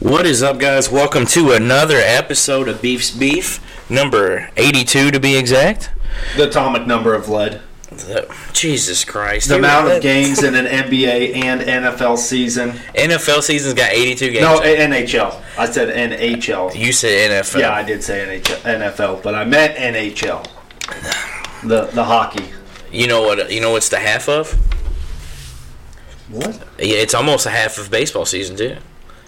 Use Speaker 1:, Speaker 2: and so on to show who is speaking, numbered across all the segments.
Speaker 1: What is up, guys? Welcome to another episode of Beef's Beef, number 82 to be exact.
Speaker 2: The atomic number of lead.
Speaker 1: The- Jesus Christ.
Speaker 2: The
Speaker 1: Here we
Speaker 2: amount
Speaker 1: go.
Speaker 2: of games in an NBA and NFL season.
Speaker 1: NFL season's got 82 games.
Speaker 2: No, A- NHL. I said NHL.
Speaker 1: you said NFL.
Speaker 2: Yeah, I did say NHL, NFL, but I meant NHL. The the hockey.
Speaker 1: You know what? You know what's the half of?
Speaker 2: What?
Speaker 1: Yeah, it's almost a half of baseball season too.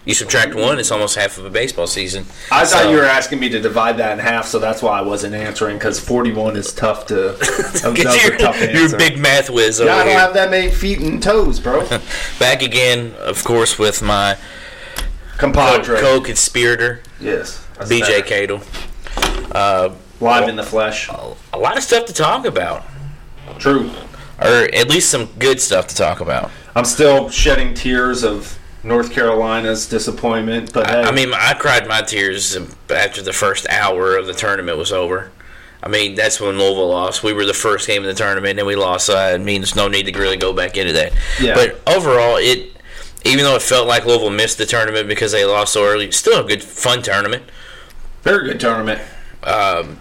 Speaker 1: You subtract one, it's almost half of a baseball season.
Speaker 2: I thought
Speaker 1: So-
Speaker 2: you were asking me to divide that in half, so that's why I wasn't answering. Because forty-one is tough to. that was a
Speaker 1: you're,
Speaker 2: tough
Speaker 1: you're a
Speaker 2: answer.
Speaker 1: big math whiz over
Speaker 2: Yeah, I don't
Speaker 1: here.
Speaker 2: have that many feet and toes, bro.
Speaker 1: Back again, of course, with my
Speaker 2: Compadre.
Speaker 1: co-conspirator
Speaker 2: yes. that's
Speaker 1: BJ
Speaker 2: better.
Speaker 1: Cadle. Uh,
Speaker 2: Live in the flesh.
Speaker 1: a lot of stuff to talk about,
Speaker 2: True.
Speaker 1: or at least some good stuff to talk about.
Speaker 2: I'm still shedding tears of North Carolina's disappointment, but hey,
Speaker 1: I mean, I cried my tears after the first hour of the tournament was over. I mean, that's when Louisville lost. We were the first game in the tournament, and we lost. So it means no need to really go back into that.
Speaker 2: Yeah.
Speaker 1: But overall, it even though it felt like Louisville missed the tournament because they lost so early, still a good fun tournament.
Speaker 2: very good tournament.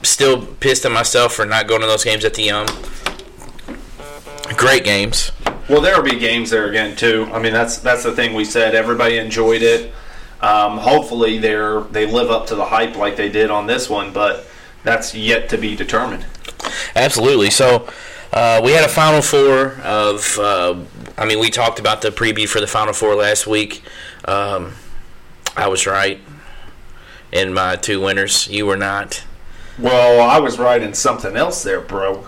Speaker 1: Still pissed at myself for not going to those games at the um. Great games.
Speaker 2: Well, there will be games there again too. I mean, that's that's the thing we said. Everybody enjoyed it. Um, hopefully, they're they live up to the hype like they did on this one, but that's yet to be determined.
Speaker 1: Absolutely. So uh, we had a Final Four of. Uh, I mean, we talked about the preview for the Final Four last week. Um, I was right in my two winners. You were not.
Speaker 2: Well, I was right in something else there, bro.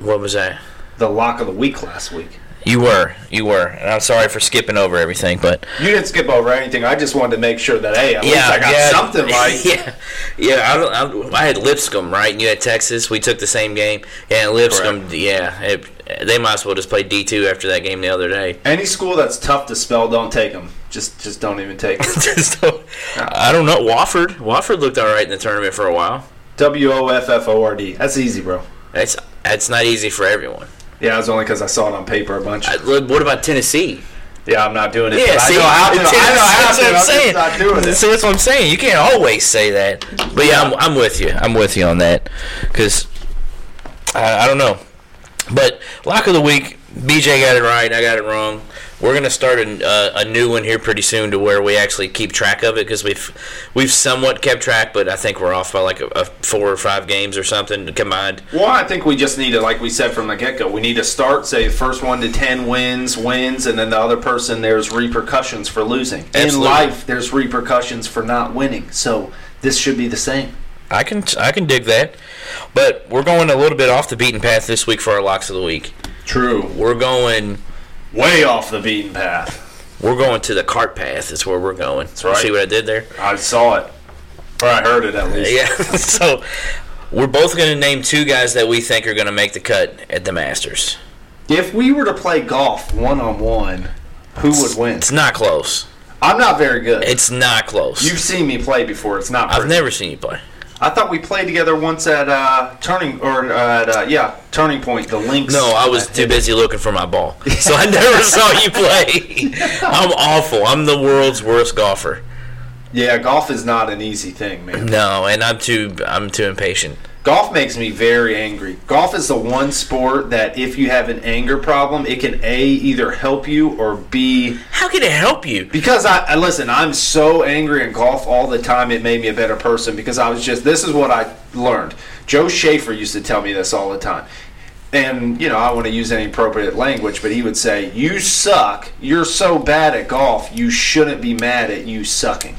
Speaker 1: What was that?
Speaker 2: The lock of the week last week.
Speaker 1: You were. You were. And I'm sorry for skipping over everything, but
Speaker 2: You didn't skip over anything. I just wanted to make sure that hey, at least I got something right.
Speaker 1: Yeah, yeah. I, don't, I, I had Lipscomb right, and you had Texas. We took the same game. Yeah, and Lipscomb. Yeah, it, they might as well just play D two after that game the other day.
Speaker 2: Any school that's tough to spell, don't take them. Just just don't even take 'em.
Speaker 1: so, I don't know. Wofford. Wofford looked all right in the tournament for a while.
Speaker 2: W O F F O R D. That's easy, bro.
Speaker 1: That's that's not easy for everyone.
Speaker 2: Yeah, it's only because I saw it on paper a bunch.
Speaker 1: I, look, what about Tennessee?
Speaker 2: yeah, I'm not doing it.
Speaker 1: Yeah,
Speaker 2: but
Speaker 1: see,
Speaker 2: I know how to.
Speaker 1: Tennessee,
Speaker 2: I know how to. I'm
Speaker 1: that's
Speaker 2: just
Speaker 1: what
Speaker 2: not doing it.
Speaker 1: See, that's what I'm saying. You can't always say that. But yeah, I'm, I'm with you. I'm with you on that because I, I don't know. But lock of the week, BJ got it right. I got it wrong. We're gonna start a, uh, a new one here pretty soon to where we actually keep track of it because we've we've somewhat kept track, but I think we're off by like a, a four or five games or something combined.
Speaker 2: Well, I think we just need to, like we said from the get go, we need to start, say, the first one to 10 wins, wins, and then the other person, there's repercussions for losing.
Speaker 1: Absolutely.
Speaker 2: In life, there's repercussions for not winning. So this should be the same.
Speaker 1: I can I can dig that, but we're going a little bit off the beaten path this week for our locks of the week.
Speaker 2: True.
Speaker 1: We're going
Speaker 2: Way off the beaten path.
Speaker 1: we're going to the cart path. Is where we're going. That's
Speaker 2: right.
Speaker 1: See what I did there?
Speaker 2: I saw it. Or I heard it at least.
Speaker 1: Yeah. so we're both going to name two guys that we think are going to make the cut at the Masters.
Speaker 2: If we were to play golf one on one, who would win?
Speaker 1: It's not close.
Speaker 2: I'm not very good.
Speaker 1: It's not close.
Speaker 2: You've seen me play before. It's not.
Speaker 1: I've
Speaker 2: pretty.
Speaker 1: never seen you play.
Speaker 2: I thought we played together once at uh, Turning or uh, at uh, yeah Turning Point. The links.
Speaker 1: No, I was too busy looking for my ball, so I never saw you play. I'm awful. I'm the world's worst golfer.
Speaker 2: Yeah, golf is not an easy thing, man.
Speaker 1: No, and I'm too I'm too impatient.
Speaker 2: Golf makes me very angry. Golf is the one sport that if you have an anger problem, it can a either help you or b
Speaker 1: How can it help you?
Speaker 2: because I, I listen. I'm so angry in golf all the time. It made me a better person because I was just. This is what I learned. Joe Schaefer used to tell me this all the time, and you know I don't want to use any appropriate language, but he would say, "You suck. You're so bad at golf. You shouldn't be mad at you sucking."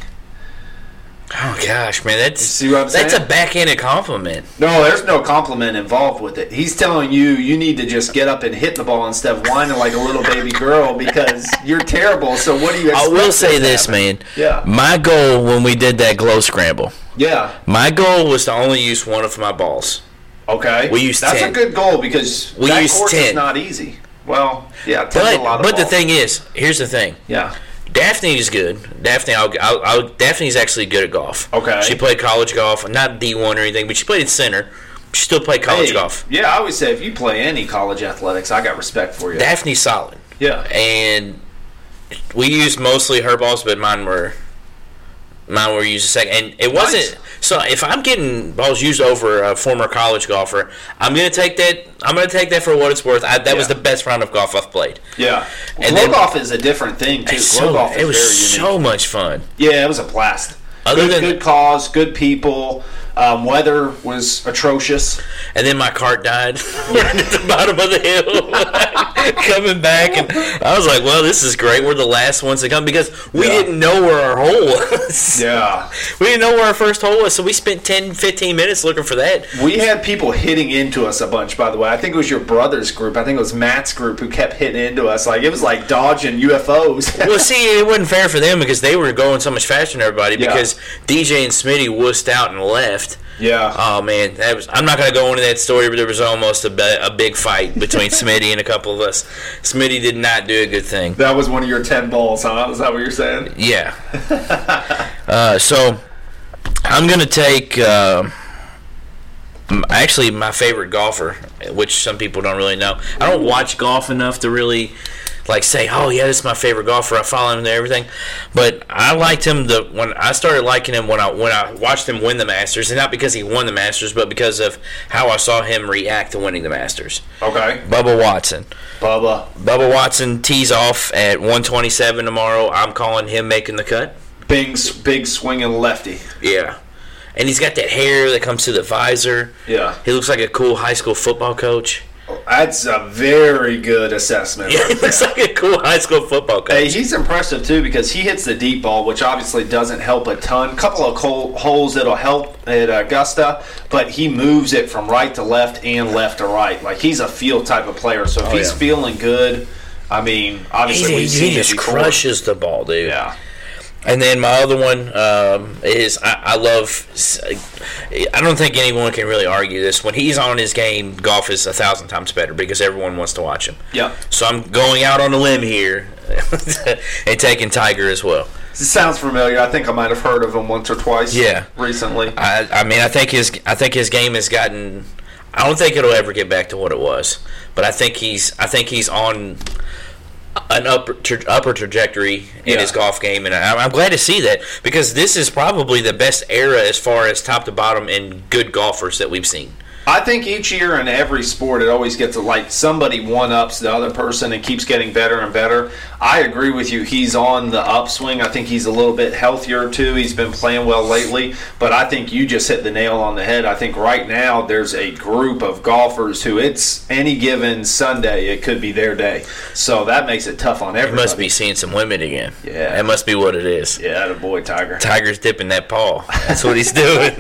Speaker 1: Oh gosh, man, that's
Speaker 2: see what I'm
Speaker 1: that's
Speaker 2: saying?
Speaker 1: a backhanded compliment.
Speaker 2: No, there's no compliment involved with it. He's telling you you need to just get up and hit the ball instead of whining like a little baby girl because you're terrible. So what do you?
Speaker 1: I
Speaker 2: Expect
Speaker 1: will say
Speaker 2: to
Speaker 1: this,
Speaker 2: happen?
Speaker 1: man.
Speaker 2: Yeah.
Speaker 1: My goal when we did that glow scramble,
Speaker 2: Yeah.
Speaker 1: my goal was to only use one of my balls.
Speaker 2: Okay.
Speaker 1: We used
Speaker 2: That's
Speaker 1: 10.
Speaker 2: a good goal because
Speaker 1: We
Speaker 2: that
Speaker 1: used
Speaker 2: course
Speaker 1: 10.
Speaker 2: is not easy. Well, yeah, ten's a lot
Speaker 1: But
Speaker 2: of
Speaker 1: but the
Speaker 2: balls.
Speaker 1: thing is, here's the thing.
Speaker 2: yeah,
Speaker 1: Daphne is good. Daphne, I'll, I'll, I'll, Daphne's actually good at golf.
Speaker 2: Okay.
Speaker 1: She played college golf, not D one or anything, but she played at center. She still played college
Speaker 2: Hey,
Speaker 1: golf.
Speaker 2: Yeah, I always say if you play any college athletics, I got respect for you.
Speaker 1: Daphne's solid,
Speaker 2: yeah,
Speaker 1: and we used mostly her balls, but mine were Mine were used a second, and it wasn't. So if I'm getting balls used over a former college golfer, I'm gonna take that. I'm gonna take that for what it's worth. I, that was
Speaker 2: Yeah.
Speaker 1: the best round of golf I've played.
Speaker 2: Yeah,
Speaker 1: And
Speaker 2: and
Speaker 1: then-
Speaker 2: glow golf is a different thing too. Glow
Speaker 1: It's so,
Speaker 2: golf is
Speaker 1: it was
Speaker 2: very unique.
Speaker 1: so much fun.
Speaker 2: yeah, it was a blast.
Speaker 1: Other
Speaker 2: good,
Speaker 1: than-
Speaker 2: good cause, good people. Um, weather was atrocious.
Speaker 1: And then my cart died right at the bottom of the hill. Coming back, and I was like, "Well, this is great. We're the last ones to come because we
Speaker 2: Yeah.
Speaker 1: didn't know where our hole was.
Speaker 2: Yeah,
Speaker 1: We didn't know where our first hole was, so we spent 10, 15 minutes looking for that.
Speaker 2: we had people hitting into us a bunch. By the way, I think it was your brother's group. I think it was Matt's group who kept hitting into us. Like it was like dodging UFOs.
Speaker 1: well, see, it wasn't fair for them because they were going so much faster than everybody.
Speaker 2: Yeah.
Speaker 1: Because DJ and Smitty wussed out and left.
Speaker 2: yeah,
Speaker 1: Oh man, that was. I'm not gonna go into that story, but there was almost a, ba- a big fight between Smitty and a couple of us. Smitty did not do a good thing.
Speaker 2: that was one of your ten balls, huh? Is that what you're saying?
Speaker 1: Yeah. uh, so I'm gonna take. Uh, m- Actually, my favorite golfer, which some people don't really know. I don't watch golf enough to really like say, "Oh yeah, this is my favorite golfer." I follow him and everything, but I liked him the when I started liking him when I when I watched him win the Masters, and not because he won the Masters, but because of how I saw him react to winning the Masters.
Speaker 2: Okay,
Speaker 1: Bubba Watson.
Speaker 2: Bubba.
Speaker 1: Bubba Watson tees off at 127 tomorrow. I'm calling him making the cut.
Speaker 2: Big, big swinging lefty.
Speaker 1: Yeah. And he's got that hair that comes to the visor.
Speaker 2: Yeah.
Speaker 1: He looks like a cool high school football coach.
Speaker 2: That's a very good assessment.
Speaker 1: Yeah,
Speaker 2: right
Speaker 1: he
Speaker 2: there.
Speaker 1: looks like a cool high school football coach.
Speaker 2: Hey, he's impressive too because he hits the deep ball, which obviously doesn't help a ton. Couple of cold holes that'll help at Augusta, but he moves it from right to left and left to right. Like he's a field type of player. So if he's
Speaker 1: Oh, yeah.
Speaker 2: feeling good, I mean,
Speaker 1: He,
Speaker 2: obviously
Speaker 1: he-
Speaker 2: we've
Speaker 1: he
Speaker 2: seen it
Speaker 1: just
Speaker 2: before.
Speaker 1: crushes the ball, dude.
Speaker 2: Yeah,
Speaker 1: And then my other one um, is I, I love. I don't think anyone can really argue this. When he's on his game, golf is a thousand times better because everyone wants to watch him.
Speaker 2: yeah.
Speaker 1: So I'm going out on a limb here and taking Tiger as well.
Speaker 2: This sounds familiar. I think I might have heard of him once or twice.
Speaker 1: Yeah.
Speaker 2: recently.
Speaker 1: I, I mean, I think his I think his game has gotten. I don't think it'll ever get back to what it was, but I think he's I think he's on an upper tra- upper trajectory in
Speaker 2: Yeah.
Speaker 1: his golf game, and I'm, I'm glad to see that because this is probably the best era as far as top to bottom and good golfers that we've seen.
Speaker 2: I think each year in every sport, it always gets like somebody one ups the other person and keeps getting better and better. I agree with you. He's on the upswing. I think he's a little bit healthier too. He's been playing well lately, but I think you just hit the nail on the head. I think right now there's a group of golfers who it's any given Sunday, it could be their day. So that makes it tough on
Speaker 1: He
Speaker 2: everybody.
Speaker 1: must be seeing some women again.
Speaker 2: Yeah.
Speaker 1: that must be what it is.
Speaker 2: Yeah, the boy Tiger.
Speaker 1: Tiger's dipping that paw. That's what he's doing.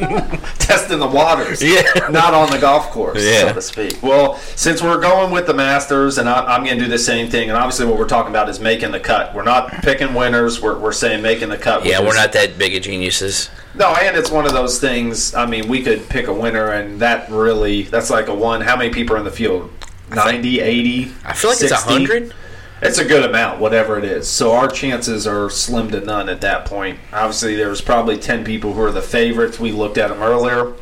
Speaker 2: testing the waters.
Speaker 1: Yeah.
Speaker 2: Not on the golf course,
Speaker 1: Yeah.
Speaker 2: so to speak. Well, since we're going with the Masters, and I, I'm going to do the same thing, and obviously what we're talking about is making the cut. We're not picking winners, we're, we're saying making the cut.
Speaker 1: yeah,
Speaker 2: which
Speaker 1: we're
Speaker 2: is-
Speaker 1: not that big of geniuses.
Speaker 2: No, and it's one of those things. I mean, we could pick a winner, and that really, that's like a one. How many people are in the field? 90, 80?
Speaker 1: I feel like it's
Speaker 2: 60?
Speaker 1: hundred.
Speaker 2: It's a good amount, whatever it is. So our chances are slim to none at that point. Obviously, there was probably ten people who are the favorites. We looked at them earlier.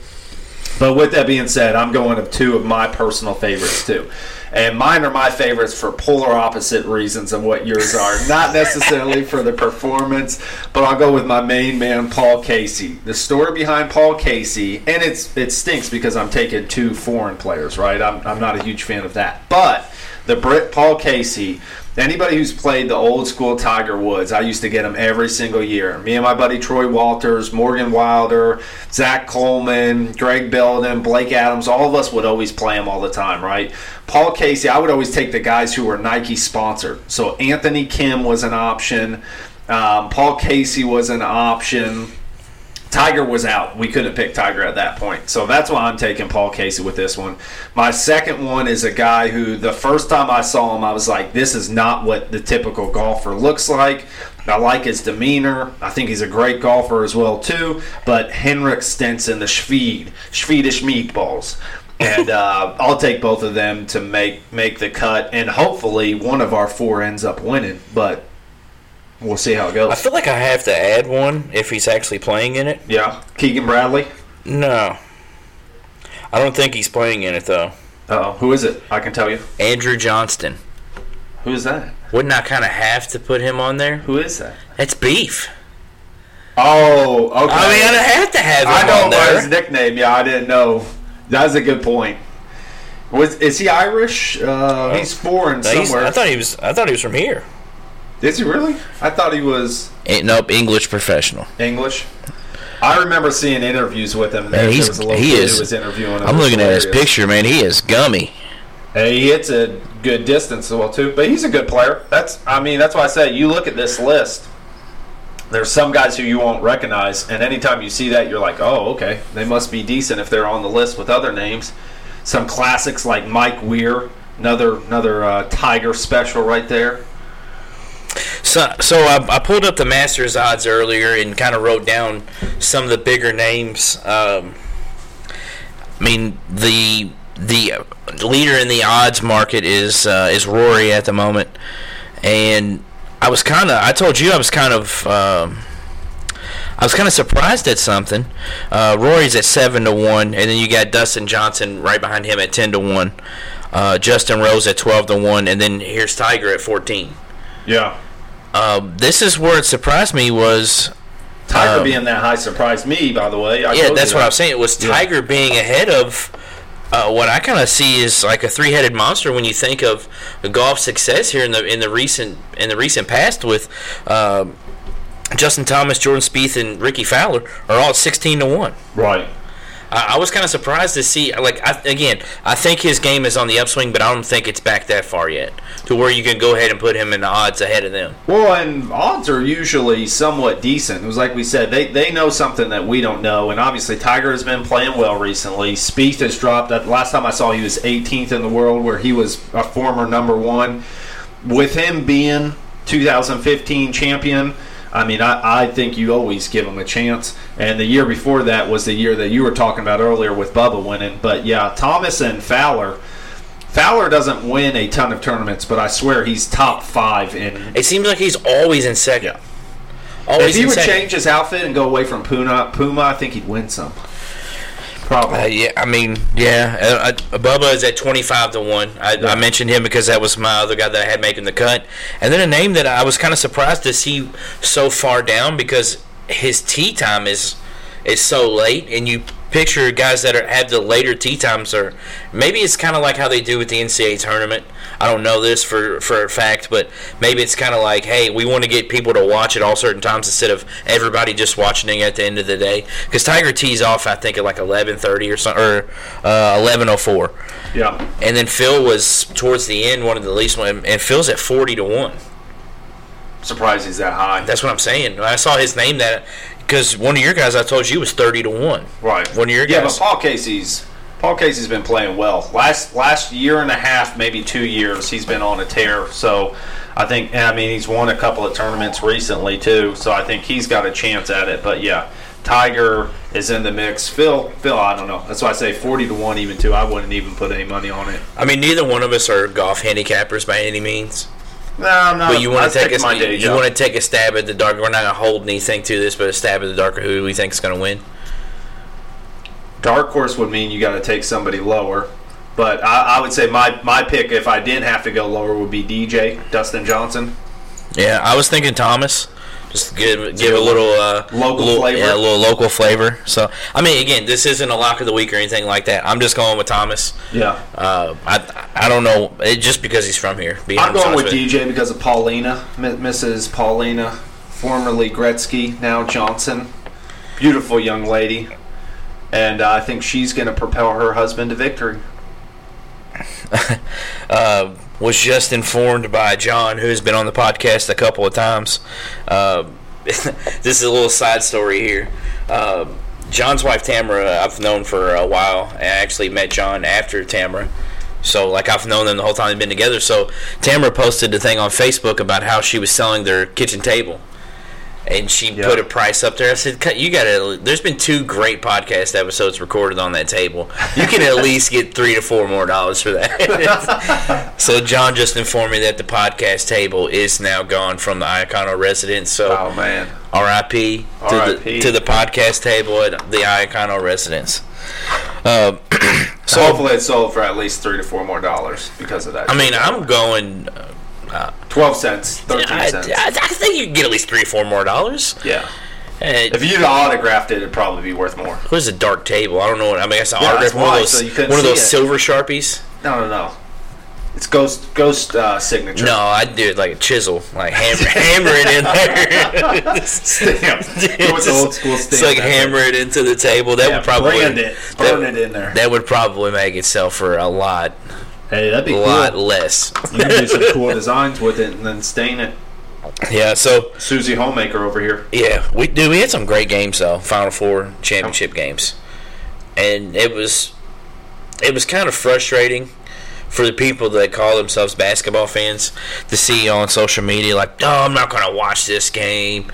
Speaker 2: But with that being said, I'm going to two of my personal favorites too, and mine are my favorites for polar opposite reasons of what yours are. Not necessarily for the performance, but I'll go with my main man Paul Casey. The story behind Paul Casey, and it's it stinks because I'm taking two foreign players, right? I'm I'm not a huge fan of that, but the Brit Paul Casey. Anybody who's played the old school Tiger Woods, I used to get them every single year. Me and my buddy Troy Walters, Morgan Wilder, Zach Coleman, Greg Belden, Blake Adams, all of us would always play them all the time, right? Paul Casey, I would always take the guys who were Nike sponsored. So Anthony Kim was an option, um, Paul Casey was an option. Tiger was out. We couldn't pick Tiger at that point. So that's why I'm taking Paul Casey with this one. My second one is a guy who the first time I saw him, I was like, this is not what the typical golfer looks like. I like his demeanor. I think he's a great golfer as well too. But Henrik Stenson, the Schwede, Swedish meatballs. And uh, I'll take both of them to make make the cut, and hopefully one of our four ends up winning. But we'll see how it
Speaker 1: I
Speaker 2: goes.
Speaker 1: feel like I have to add one if he's actually playing in it.
Speaker 2: Yeah, Keegan Bradley.
Speaker 1: No. I don't think he's playing in it though.
Speaker 2: Uh oh, who is it? I can tell you.
Speaker 1: Andrew Johnston.
Speaker 2: Who is that?
Speaker 1: Wouldn't I kind of have to put him on there?
Speaker 2: Who is that?
Speaker 1: That's beef.
Speaker 2: Oh, okay.
Speaker 1: I mean, I have to have him
Speaker 2: I
Speaker 1: on
Speaker 2: don't know
Speaker 1: there.
Speaker 2: his nickname. Yeah, I didn't know. That's a good point. Was is he Irish? Uh, he's foreign
Speaker 1: No, he's-
Speaker 2: somewhere.
Speaker 1: I thought he was. I thought he was from here.
Speaker 2: is he really? I thought he was
Speaker 1: Ain't Eh, nope, English professional.
Speaker 2: English. I remember seeing interviews with him.
Speaker 1: Man,
Speaker 2: There
Speaker 1: he's-
Speaker 2: was a little
Speaker 1: he
Speaker 2: kid
Speaker 1: is-
Speaker 2: Who was interviewing him.
Speaker 1: I'm
Speaker 2: It was
Speaker 1: looking at his
Speaker 2: hilarious.
Speaker 1: picture, man. He is gummy.
Speaker 2: Hey, he hits a good distance as well too, but he's a good player. That's I mean that's why I say you look at this list. There's some guys who you won't recognize, and anytime you see that, you're like, oh, okay, they must be decent if they're on the list with other names. Some classics like Mike Weir, another another uh, Tiger special right there.
Speaker 1: So, so I, I pulled up the Masters odds earlier and kind of wrote down some of the bigger names. Um, I mean, the the leader in the odds market is uh, is Rory at the moment, and I was kind of I told you I was kind of um, I was kind of surprised at something. Uh, Rory's at seven to one, and then you got Dustin Johnson right behind him at ten to one, uh, Justin Rose at twelve to one, and then here's Tiger at fourteen.
Speaker 2: Yeah,
Speaker 1: Um, this is where it surprised me was
Speaker 2: Tiger
Speaker 1: Um,
Speaker 2: being that high surprised me, by the way. I
Speaker 1: yeah
Speaker 2: told
Speaker 1: that's
Speaker 2: you
Speaker 1: what
Speaker 2: that.
Speaker 1: I'm saying it was
Speaker 2: Yeah.
Speaker 1: Tiger being ahead of uh, what I kind of see is like a three headed monster when you think of golf success here in the in the recent in the recent past with um, Justin Thomas Jordan Spieth and Ricky Fowler are all at sixteen to one.
Speaker 2: Right.
Speaker 1: I, I was kind of surprised to see like I, again I think his game is on the upswing but I don't think it's back that far yet to where you can go ahead and put him in the odds ahead of them.
Speaker 2: Well, and odds are usually somewhat decent. It was like we said, they, they know something that we don't know. And obviously, Tiger has been playing well recently. Spieth has dropped. That last time I saw, he was 18th in the world, where he was a former number one. With him being 2015 champion, I mean, I, I think you always give him a chance. And the year before that was the year that you were talking about earlier with Bubba winning. But yeah, Thomas and Fowler. Fowler doesn't win a ton of tournaments, but I swear he's top five in
Speaker 1: It seems like he's always in second.
Speaker 2: if
Speaker 1: Always
Speaker 2: he
Speaker 1: in
Speaker 2: would
Speaker 1: second.
Speaker 2: change his outfit and go away from Puma, Puma, I think he'd win some. Probably.
Speaker 1: Uh, yeah, I mean, yeah. Uh, uh, Bubba is at twenty-five to one. I, I mentioned him because that was my other guy that I had making the cut, and then a name that I was kind of surprised to see so far down because his tee time is is so late, and you picture guys that are, have the later tee times are maybe it's kind of like how they do with the NCAA tournament. I don't know this for for a fact, but maybe it's kind of like, hey, we want to get people to watch at all certain times instead of everybody just watching it at the end of the day. Because Tiger tees off, I think, at like eleven thirty or something, or eleven oh four,
Speaker 2: yeah.
Speaker 1: and then Phil was towards the end, one of the least one, and Phil's at forty to one.
Speaker 2: Surprised he's that high.
Speaker 1: That's what I'm saying. I saw his name that because one of your guys I told you was thirty to one.
Speaker 2: right.
Speaker 1: One of your
Speaker 2: yeah,
Speaker 1: guys.
Speaker 2: but Paul Casey's Paul Casey's been playing well. Last last year and a half, maybe two years, he's been on a tear. So I think and I mean he's won a couple of tournaments recently too. So I think he's got a chance at it. But yeah. Tiger is in the mix. Phil, Phil, I don't know. That's why I say forty to one, even two. I wouldn't even put any money on it.
Speaker 1: I mean, neither one of us are golf handicappers by any means.
Speaker 2: No, I'm not.
Speaker 1: But you want
Speaker 2: I'd
Speaker 1: to
Speaker 2: stick
Speaker 1: take a
Speaker 2: my day
Speaker 1: you,
Speaker 2: job.
Speaker 1: want to take a stab at the dark. We're not gonna hold anything to this, but a stab at the darker who we think is gonna win.
Speaker 2: Dark horse would mean you got to take somebody lower. But I, I would say my, my pick, if I didn't have to go lower, would be DJ, Dustin Johnson.
Speaker 1: Yeah, I was thinking Thomas. Just give give a little uh,
Speaker 2: Local
Speaker 1: little-
Speaker 2: flavor.
Speaker 1: Yeah, a little local flavor. So I mean, again, this isn't a lock of the week or anything like that. I'm just going with Thomas.
Speaker 2: Yeah.
Speaker 1: Uh, I I don't know, it, just because he's from here. being
Speaker 2: I'm going
Speaker 1: honest
Speaker 2: with
Speaker 1: you.
Speaker 2: DJ because of Paulina, M- Mrs. Paulina, formerly Gretzky, now Johnson. Beautiful young lady. And uh, I think she's going to propel her husband to victory.
Speaker 1: uh, was just informed by John, who has been on the podcast a couple of times. Uh, this is a little side story here. Uh, John's wife Tamara, I've known for a while. I actually met John after Tamara. So, like, I've known them the whole time they've been together. So, Tamara posted a thing on Facebook about how she was selling their kitchen table. And she
Speaker 2: Yeah.
Speaker 1: put a price up there. I said, "Cut- "You got to." There's been two great podcast episodes recorded on that table. You can at least get three to four more dollars for that. So John just informed me that the podcast table is now gone from the Iacono residence. So
Speaker 2: man.
Speaker 1: R.I.P. to the
Speaker 2: R.I.P..
Speaker 1: to the podcast table at the Iacono residence. Uh,
Speaker 2: So
Speaker 1: so
Speaker 2: hopefully it sold for at least three to four more dollars because of that.
Speaker 1: I mean, I'm going. uh,
Speaker 2: 12 cents, 13
Speaker 1: I,
Speaker 2: cents.
Speaker 1: I, I think you can get at least three or four more dollars.
Speaker 2: yeah.
Speaker 1: Eh,
Speaker 2: If you'd autographed it, it'd probably be worth more.
Speaker 1: It was a dark table. I don't know what. I mean, I guess I
Speaker 2: Yeah,
Speaker 1: autographed
Speaker 2: that's
Speaker 1: one of
Speaker 2: why,
Speaker 1: those,
Speaker 2: so you couldn't
Speaker 1: one of
Speaker 2: see
Speaker 1: those
Speaker 2: it.
Speaker 1: silver sharpies.
Speaker 2: No, no, no. It's ghost ghost uh, signature.
Speaker 1: No, I'd do it like a chisel, like hammer, hammer it in there.
Speaker 2: Stamp. Go with the old school
Speaker 1: It's
Speaker 2: stamp.
Speaker 1: like hammer it into the table. That
Speaker 3: Yeah,
Speaker 1: would probably
Speaker 2: Brand it.
Speaker 1: that-
Speaker 2: Burn it in there.
Speaker 1: That would probably make it sell for a lot,
Speaker 3: Hey, that'd be
Speaker 1: a
Speaker 3: cool.
Speaker 1: lot less.
Speaker 2: You can do some cool designs with it and then stain it.
Speaker 1: Yeah. So
Speaker 2: Susie Homemaker over here.
Speaker 1: yeah, we do. We had some great games though. Final four championship games, and it was it was kind of frustrating for the people that call themselves basketball fans to see on social media like, "Oh, I'm not going to watch this game."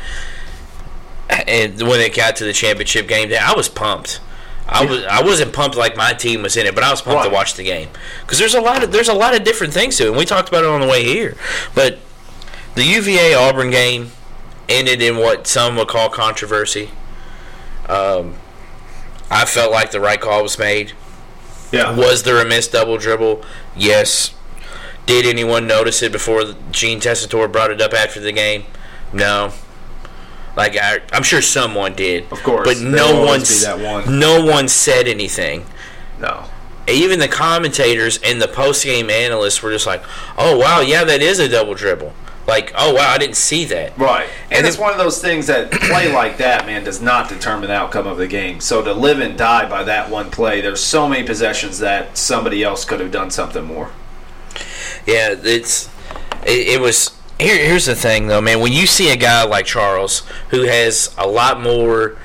Speaker 1: And when it got to the championship game, I was pumped. I was I wasn't pumped like my team was in it, but I was pumped to
Speaker 2: Right.
Speaker 1: watch the game because there's a lot of there's a lot of different things to it. And we talked about it on the way here, but the UVA Auburn game ended in what some would call controversy. Um, I felt like the right call was made.
Speaker 2: Yeah.
Speaker 1: Was there a missed double dribble? Yes. Did anyone notice it before Gene Tessitore brought it up after the game? No. Like I, I'm sure someone did,
Speaker 2: Of course.
Speaker 1: but
Speaker 2: There
Speaker 1: no
Speaker 2: will
Speaker 1: one,
Speaker 2: always be
Speaker 1: s-
Speaker 2: that one.
Speaker 1: no one said anything.
Speaker 2: No.
Speaker 1: Even the commentators and the post-game analysts were just like, "Oh wow, yeah, that is a double dribble." Like, "Oh wow, I didn't see that."
Speaker 2: Right. And,
Speaker 1: And
Speaker 2: it's
Speaker 1: it-
Speaker 2: one of those things that play like that, man, does not determine the outcome of the game. So to live and die by that one play, there's so many possessions that somebody else could have done something more.
Speaker 1: Yeah, it's it, it was. Here, here's the thing, though, man. When you see a guy like Charles, who has a lot more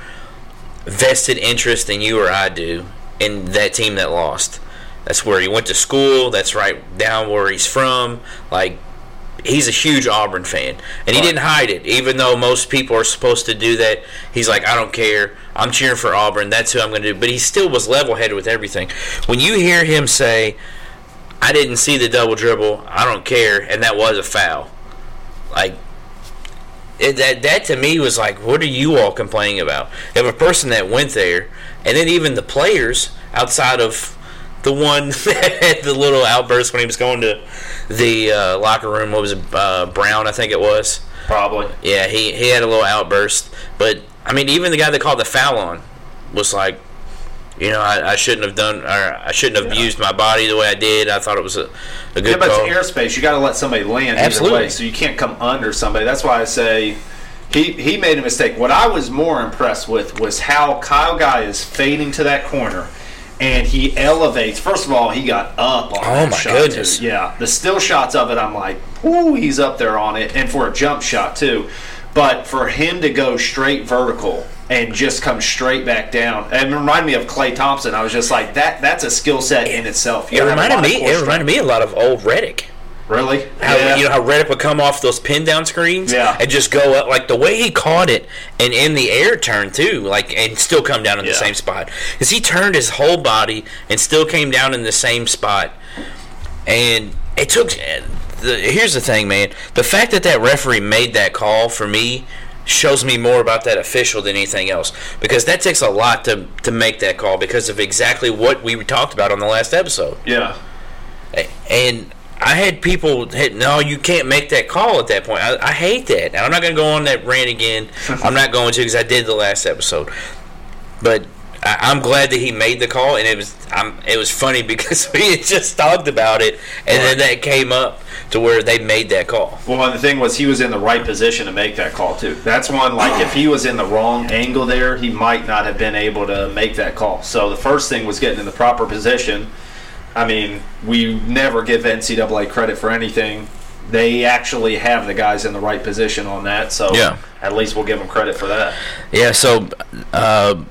Speaker 1: vested interest than you or I do in that team that lost, that's where he went to school. That's right down where he's from. Like he's a huge Auburn fan, and he didn't hide it. Even though most people are supposed to do that, he's like, I don't care. I'm cheering for Auburn. That's who I'm going to do. But he still was level-headed with everything. When you hear him say, "I didn't see the double dribble. I don't care," and that was a foul, like. It, that that to me was like, what are you all complaining about? If a person that went there, and then even the players outside of the one that had the little outburst when he was going to the uh, locker room, what was it, uh, Brown, I think it was.
Speaker 2: Probably.
Speaker 1: Yeah, he, he had a little outburst. But, I mean, even the guy that called the foul on was like, you know, I, I shouldn't have done, or I shouldn't have used my body the way I did. I thought it was a, a
Speaker 2: Yeah,
Speaker 1: good
Speaker 2: but
Speaker 1: call.
Speaker 2: it's airspace. You got to let somebody land
Speaker 1: uh, Absolutely.
Speaker 2: either way, so you can't come under somebody. That's why I say he he made a mistake. What I was more impressed with was how Kyle Guy is fading to that corner, and he elevates. First of all, he got up on oh that
Speaker 1: my
Speaker 2: shot.
Speaker 1: goodness.
Speaker 2: Too. Yeah, the still shots of it, I'm like, ooh, he's up there on it, and for a jump shot too. But for him to go straight vertical and just come straight back down, and it reminded me of Clay Thompson. I was just like, that that's a skill set in itself. You
Speaker 1: it
Speaker 2: gotta have a
Speaker 1: reminded
Speaker 2: lot of
Speaker 1: me,
Speaker 2: core
Speaker 1: it reminded me a lot of old Reddick.
Speaker 2: Really?
Speaker 1: How, You know how Reddick would come off those pin down screens
Speaker 2: Yeah.
Speaker 1: and just go up like the way he caught it and in the air turn too, like and still come down in the
Speaker 2: Yeah.
Speaker 1: same spot because he turned his whole body and still came down in the same spot. And it took. and The, here's the thing, man. The fact that that referee made that call for me shows me more about that official than anything else because that takes a lot to to make that call because of exactly what we talked about on the last episode.
Speaker 2: yeah.
Speaker 1: And I had people hit, no, you can't make that call at that point. I, I hate that. And I'm not going to go on that rant again. I'm not going to because I did the last episode. But I, I'm glad that he made the call, and it was I'm, it was funny because we had just talked about it, and then that came up to where they made that call.
Speaker 2: Well, and the thing was, he was in the right position to make that call too. That's one. Like, if he was in the wrong angle there, he might not have been able to make that call. So the first thing was getting in the proper position. I mean, we never give NCAA credit for anything. They actually have the guys in the right position on that. So
Speaker 1: Yeah.
Speaker 2: at least we'll give them credit for that.
Speaker 1: Yeah, so, uh,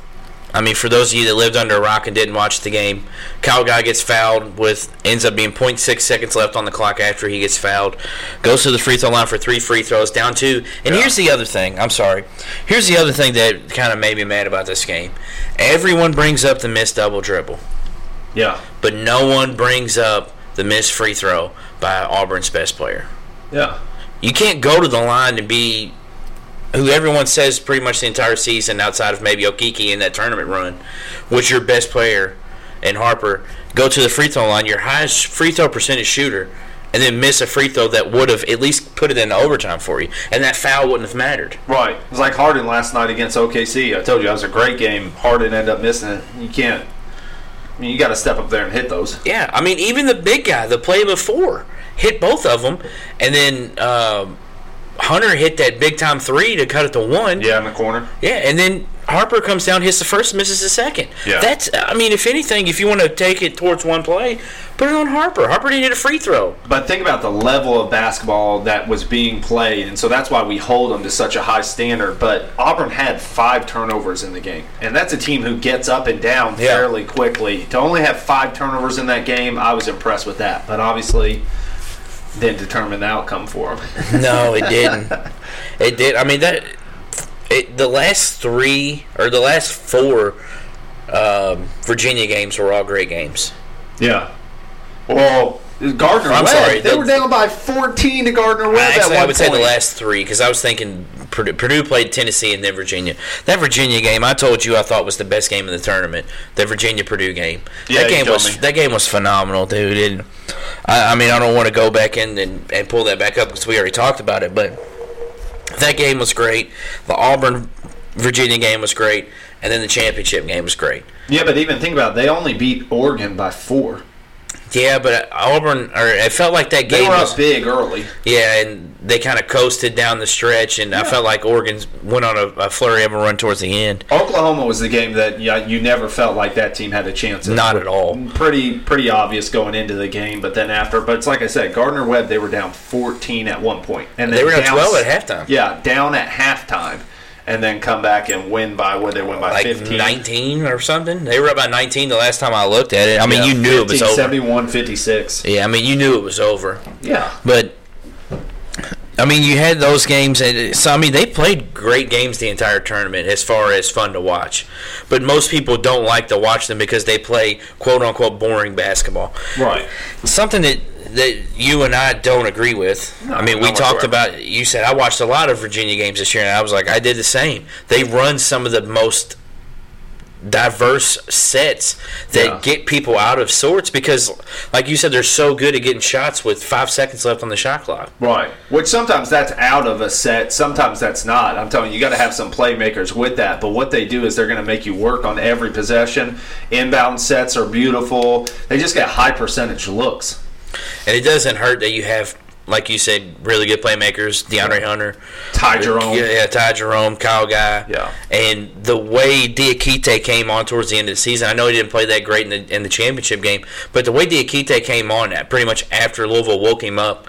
Speaker 1: I mean, for those of you that lived under a rock and didn't watch the game, Kyle Guy gets fouled with ends up being 0.6 seconds left on the clock after he gets fouled, goes to the free throw line for three free throws, down two. And here's the other thing. I'm sorry. Here's the other thing that kind of made me mad about this game. Everyone brings up the missed double dribble,
Speaker 2: Yeah.
Speaker 1: but no one brings up the missed free throw by Auburn's best player.
Speaker 2: Yeah.
Speaker 1: You can't go to the line and be who everyone says pretty much the entire season outside of maybe Okiki in that tournament run was your best player and Harper. Go to the free throw line, your highest free throw percentage shooter, and then miss a free throw that would have at least put it in overtime for you, and that foul wouldn't have mattered.
Speaker 2: Right. It was like Harden last night against OKC. I told you that was a great game. Harden ended up missing it. You can't. I mean, you got to step up there and hit those.
Speaker 1: Yeah, I mean, even the big guy, the play before, hit both of them, and then um Hunter hit that big time three to cut it to one.
Speaker 2: Yeah, in the corner.
Speaker 1: Yeah, and then Harper comes down, hits the first, misses the second.
Speaker 2: Yeah.
Speaker 1: That's, I mean, if anything, if you want to take it towards one play, put it on Harper. Harper didn't hit a free throw.
Speaker 2: But think about the level of basketball that was being played, and so that's why we hold them to such a high standard. But Auburn had five turnovers in the game, and that's a team who gets up and down
Speaker 1: Yeah.
Speaker 2: fairly quickly. To only have five turnovers in that game, I was impressed with that. But obviously, didn't determine the outcome for them.
Speaker 1: No, it didn't. it did. I mean that. It, the last three or the last four um, Virginia games were all great games.
Speaker 2: Yeah. Well, Gardner
Speaker 1: I'm
Speaker 2: Webb.
Speaker 1: sorry,
Speaker 2: They
Speaker 1: the-
Speaker 2: were down by 14 to Gardner Webb at
Speaker 1: Actually,
Speaker 2: Uh, one
Speaker 1: I would say
Speaker 2: point.
Speaker 1: the last three because I was thinking Purdue, Purdue played Tennessee and then Virginia. That Virginia game, I told you, I thought was the best game in the tournament. The Virginia Purdue game.
Speaker 2: Yeah,
Speaker 1: that
Speaker 2: you
Speaker 1: game
Speaker 2: told
Speaker 1: was
Speaker 2: me.
Speaker 1: that game was phenomenal, dude. And I, I mean, I don't want to go back in and, and pull that back up because we already talked about it, but that game was great. The Auburn Virginia game was great, and then the championship game was great.
Speaker 2: Yeah, but even think about it. They only beat Oregon by four.
Speaker 1: Yeah, but Auburn, or it felt like that
Speaker 2: They
Speaker 1: game
Speaker 2: were
Speaker 1: was
Speaker 2: up big early.
Speaker 1: Yeah, and they kind of coasted down the stretch, and I felt like Oregon went on a, a flurry of a run towards the end.
Speaker 2: Oklahoma was the game that yeah, you never felt like that team had a chance. in.
Speaker 1: Not at all.
Speaker 2: Pretty pretty obvious going into the game, but then after. But it's like I said, Gardner Webb. They were down 14 at one point, and
Speaker 1: They
Speaker 2: then
Speaker 1: were down
Speaker 2: down
Speaker 1: 12 at halftime.
Speaker 2: Yeah, down at halftime, and then come back and win by what they win by
Speaker 1: Like
Speaker 2: 15.
Speaker 1: 19 or something. They were up by 19 the last time I looked at it. I mean,
Speaker 2: Yeah,
Speaker 1: you knew it was
Speaker 2: 15,
Speaker 1: over.
Speaker 2: 71 56.
Speaker 1: Yeah, I mean, you knew it was over.
Speaker 2: Yeah.
Speaker 1: But, I mean, you had those games. And, so, I mean, they played great games the entire tournament as far as fun to watch. But most people don't like to watch them because they play quote unquote boring basketball.
Speaker 2: Right.
Speaker 1: something that that you and I don't agree with. I mean, we
Speaker 2: not
Speaker 1: talked
Speaker 2: whatsoever.
Speaker 1: about. You said I watched a lot of Virginia games this year, and I was like, I did the same. They run some of the most diverse sets that
Speaker 2: Yeah.
Speaker 1: get people out of sorts because, like you said, they're so good at getting shots with five seconds left on the shot clock.
Speaker 2: Right. Which sometimes that's out of a set, sometimes that's not. I'm telling you, you got to have some playmakers with that. But what they do is they're going to make you work on every possession. Inbound sets are beautiful. They just get high percentage looks.
Speaker 1: And it doesn't hurt that you have, like you said, really good playmakers, DeAndre Hunter.
Speaker 2: Ty Jerome.
Speaker 1: Yeah, yeah, Ty Jerome, Kyle Guy.
Speaker 2: Yeah.
Speaker 1: And the way Diakite came on towards the end of the season, I know he didn't play that great in the, in the championship game, but the way Diakite came on at pretty much after Louisville woke him up,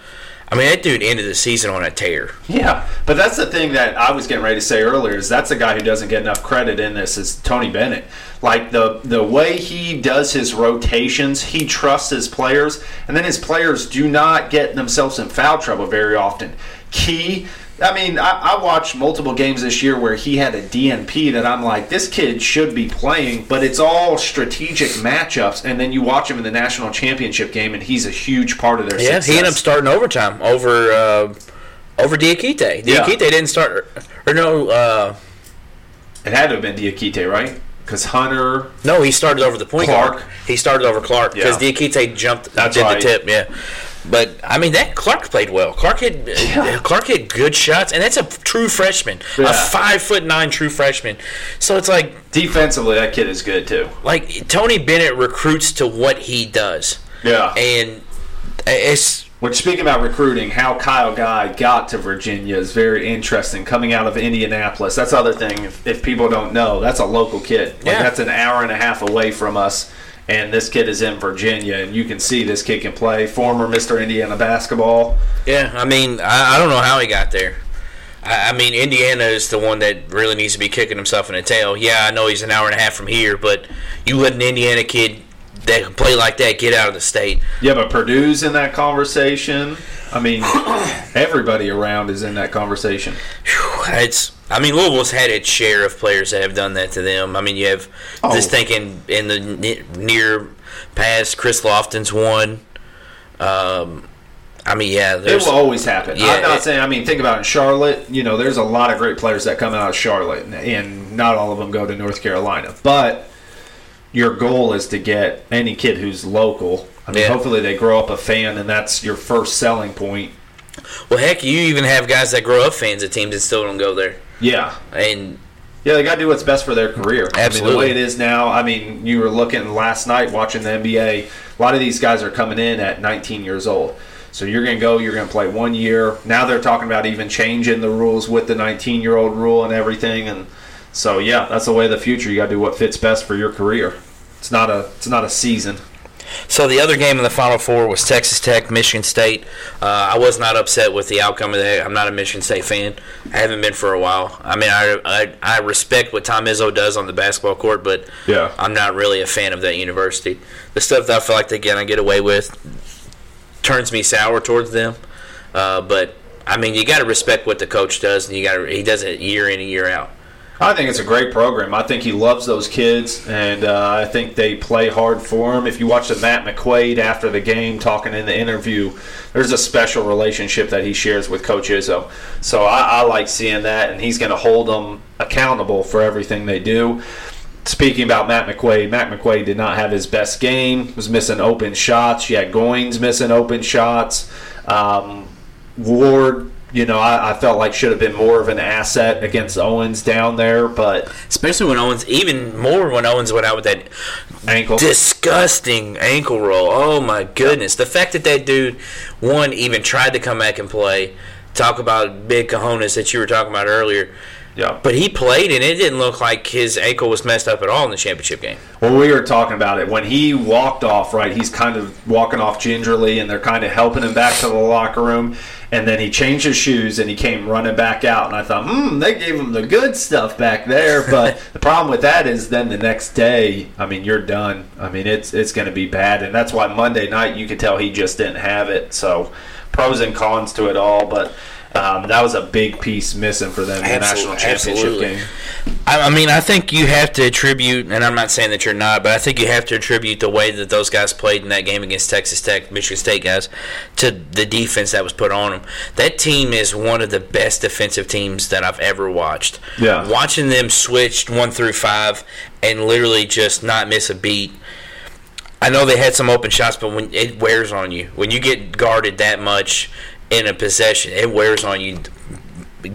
Speaker 1: I mean, that dude ended the season on a tear.
Speaker 2: Yeah, but that's the thing that I was getting ready to say earlier is that's a guy who doesn't get enough credit in this is Tony Bennett. Like the the way he does his rotations, he trusts his players, and then his players do not get themselves in foul trouble very often. Key. I mean, I, I watched multiple games this year where he had a DNP that I'm like, this kid should be playing, but it's all strategic matchups. And then you watch him in the national championship game, and he's a huge part of their
Speaker 1: Yeah,
Speaker 2: success.
Speaker 1: he ended up starting overtime over uh, over Diakite. Diakite
Speaker 2: Yeah.
Speaker 1: didn't start, or no, uh,
Speaker 2: It had to have been Diakite, right? Because Hunter,
Speaker 1: no, he started over the point
Speaker 2: Clark.
Speaker 1: guard. He started over Clark because
Speaker 2: Yeah.
Speaker 1: Diakite jumped,
Speaker 2: That's
Speaker 1: did the
Speaker 2: right.
Speaker 1: tip, yeah. But I mean, that Clark played well. Clark had Clark had good shots, and that's a true freshman,
Speaker 2: Yeah.
Speaker 1: a five foot nine true freshman. So it's like
Speaker 2: defensively, that kid is good too.
Speaker 1: like Tony Bennett recruits to what he does,
Speaker 2: Yeah.
Speaker 1: and it's
Speaker 2: Which, speaking about recruiting, how Kyle Guy got to Virginia is very interesting. Coming out of Indianapolis, that's the other thing. If, if people don't know, that's a local kid. Like,
Speaker 1: Yeah.
Speaker 2: That's an hour and a half away from us, and this kid is in Virginia, and you can see this kid can play. Former Mr. Indiana basketball.
Speaker 1: Yeah, I mean, I, I don't know how he got there. I, I mean, Indiana is the one that really needs to be kicking himself in the tail. Yeah, I know he's an hour and a half from here, but you let an Indiana kid that can play like that get out of the state.
Speaker 2: Yeah, but Purdue's in that conversation. I mean, everybody around is in that conversation.
Speaker 1: Whew, It's. I mean, Louisville's had its share of players that have done that to them. I mean, you have just
Speaker 2: Oh.
Speaker 1: thinking in the ne- near past, Chris Lofton's one. Um, I mean, yeah,
Speaker 2: It
Speaker 1: there's.
Speaker 2: will always happen.
Speaker 1: Yeah,
Speaker 2: I'm not
Speaker 1: it-
Speaker 2: saying. I mean, think about it. Charlotte. You know, there's a lot of great players that come out of Charlotte, and- and not all of them go to North Carolina. But your goal is to get any kid who's local. I mean,
Speaker 1: Yeah.
Speaker 2: hopefully they grow up a fan, and that's your first selling point.
Speaker 1: Well, heck, you even have guys that grow up fans of teams that still don't go there.
Speaker 2: Yeah,
Speaker 1: And
Speaker 2: Yeah, they got to do what's best for their career. I mean,
Speaker 1: Absolutely.
Speaker 2: the way it is now, I mean, you were looking last night watching the NBA. A lot of these guys are coming in at 19 years old. So you're going to go, you're going to play one year. Now they're talking about even changing the rules with the 19 year old rule and everything. And so, yeah, that's the way of the future. You got to do what fits best for your career. It's not a it's not a season.
Speaker 1: So the other game in the Final Four was Texas Tech, Michigan State. Uh, I was not upset with the outcome of that. I'm not a Michigan State fan. I haven't been for a while. I mean, I I, I respect what Tom Izzo does on the basketball court, but
Speaker 2: Yeah.
Speaker 1: I'm not really a fan of that university. The stuff that I feel like they get, I get away with turns me sour towards them. Uh, but I mean, you got to respect what the coach does, and you got to he does it year in and year out.
Speaker 2: I think it's a great program. I think he loves those kids, and uh, I think they play hard for him. If you watch the Matt McQuaid after the game talking in the interview, there's a special relationship that he shares with Coach Izzo. So I, I like seeing that, and he's going to hold them accountable for everything they do. Speaking about Matt McQuaid, Matt McQuaid did not have his best game. Was missing open shots. You had Goins missing open shots. Um, Ward, you know, I, I felt like should have been more of an asset against Owens down there, but
Speaker 1: Especially when Owens, even more when Owens went out with that
Speaker 2: ankle.
Speaker 1: disgusting ankle roll. Oh my goodness! The fact that that dude one even tried to come back and play. Talk about big cojones that you were talking about earlier.
Speaker 2: yeah.
Speaker 1: But he played, and it didn't look like his ankle was messed up at all in the championship game.
Speaker 2: Well, we were talking about it when he walked off. Right, he's kind of walking off gingerly, and they're kind of helping him back to the locker room. And then he changed his shoes and he came running back out. And I thought, hmm, they gave him the good stuff back there. But the problem with that is, then the next day, I mean, you're done. I mean, it's it's going to be bad, and that's why Monday night you could tell he just didn't have it. So pros and cons to it all, but. Um, that was a big piece missing for them in the national
Speaker 1: Absolute-
Speaker 2: championship
Speaker 1: absolutely.
Speaker 2: game.
Speaker 1: I, I mean, I think you have to attribute, and I'm not saying that you're not, but I think you have to attribute the way that those guys played in that game against Texas Tech, Michigan State guys, to the defense that was put on them. That team is one of the best defensive teams that I've ever watched.
Speaker 2: Yeah.
Speaker 1: Watching them switch one through five and literally just not miss a beat. I know they had some open shots, but when it wears on you, when you get guarded that much in a possession, it wears on you.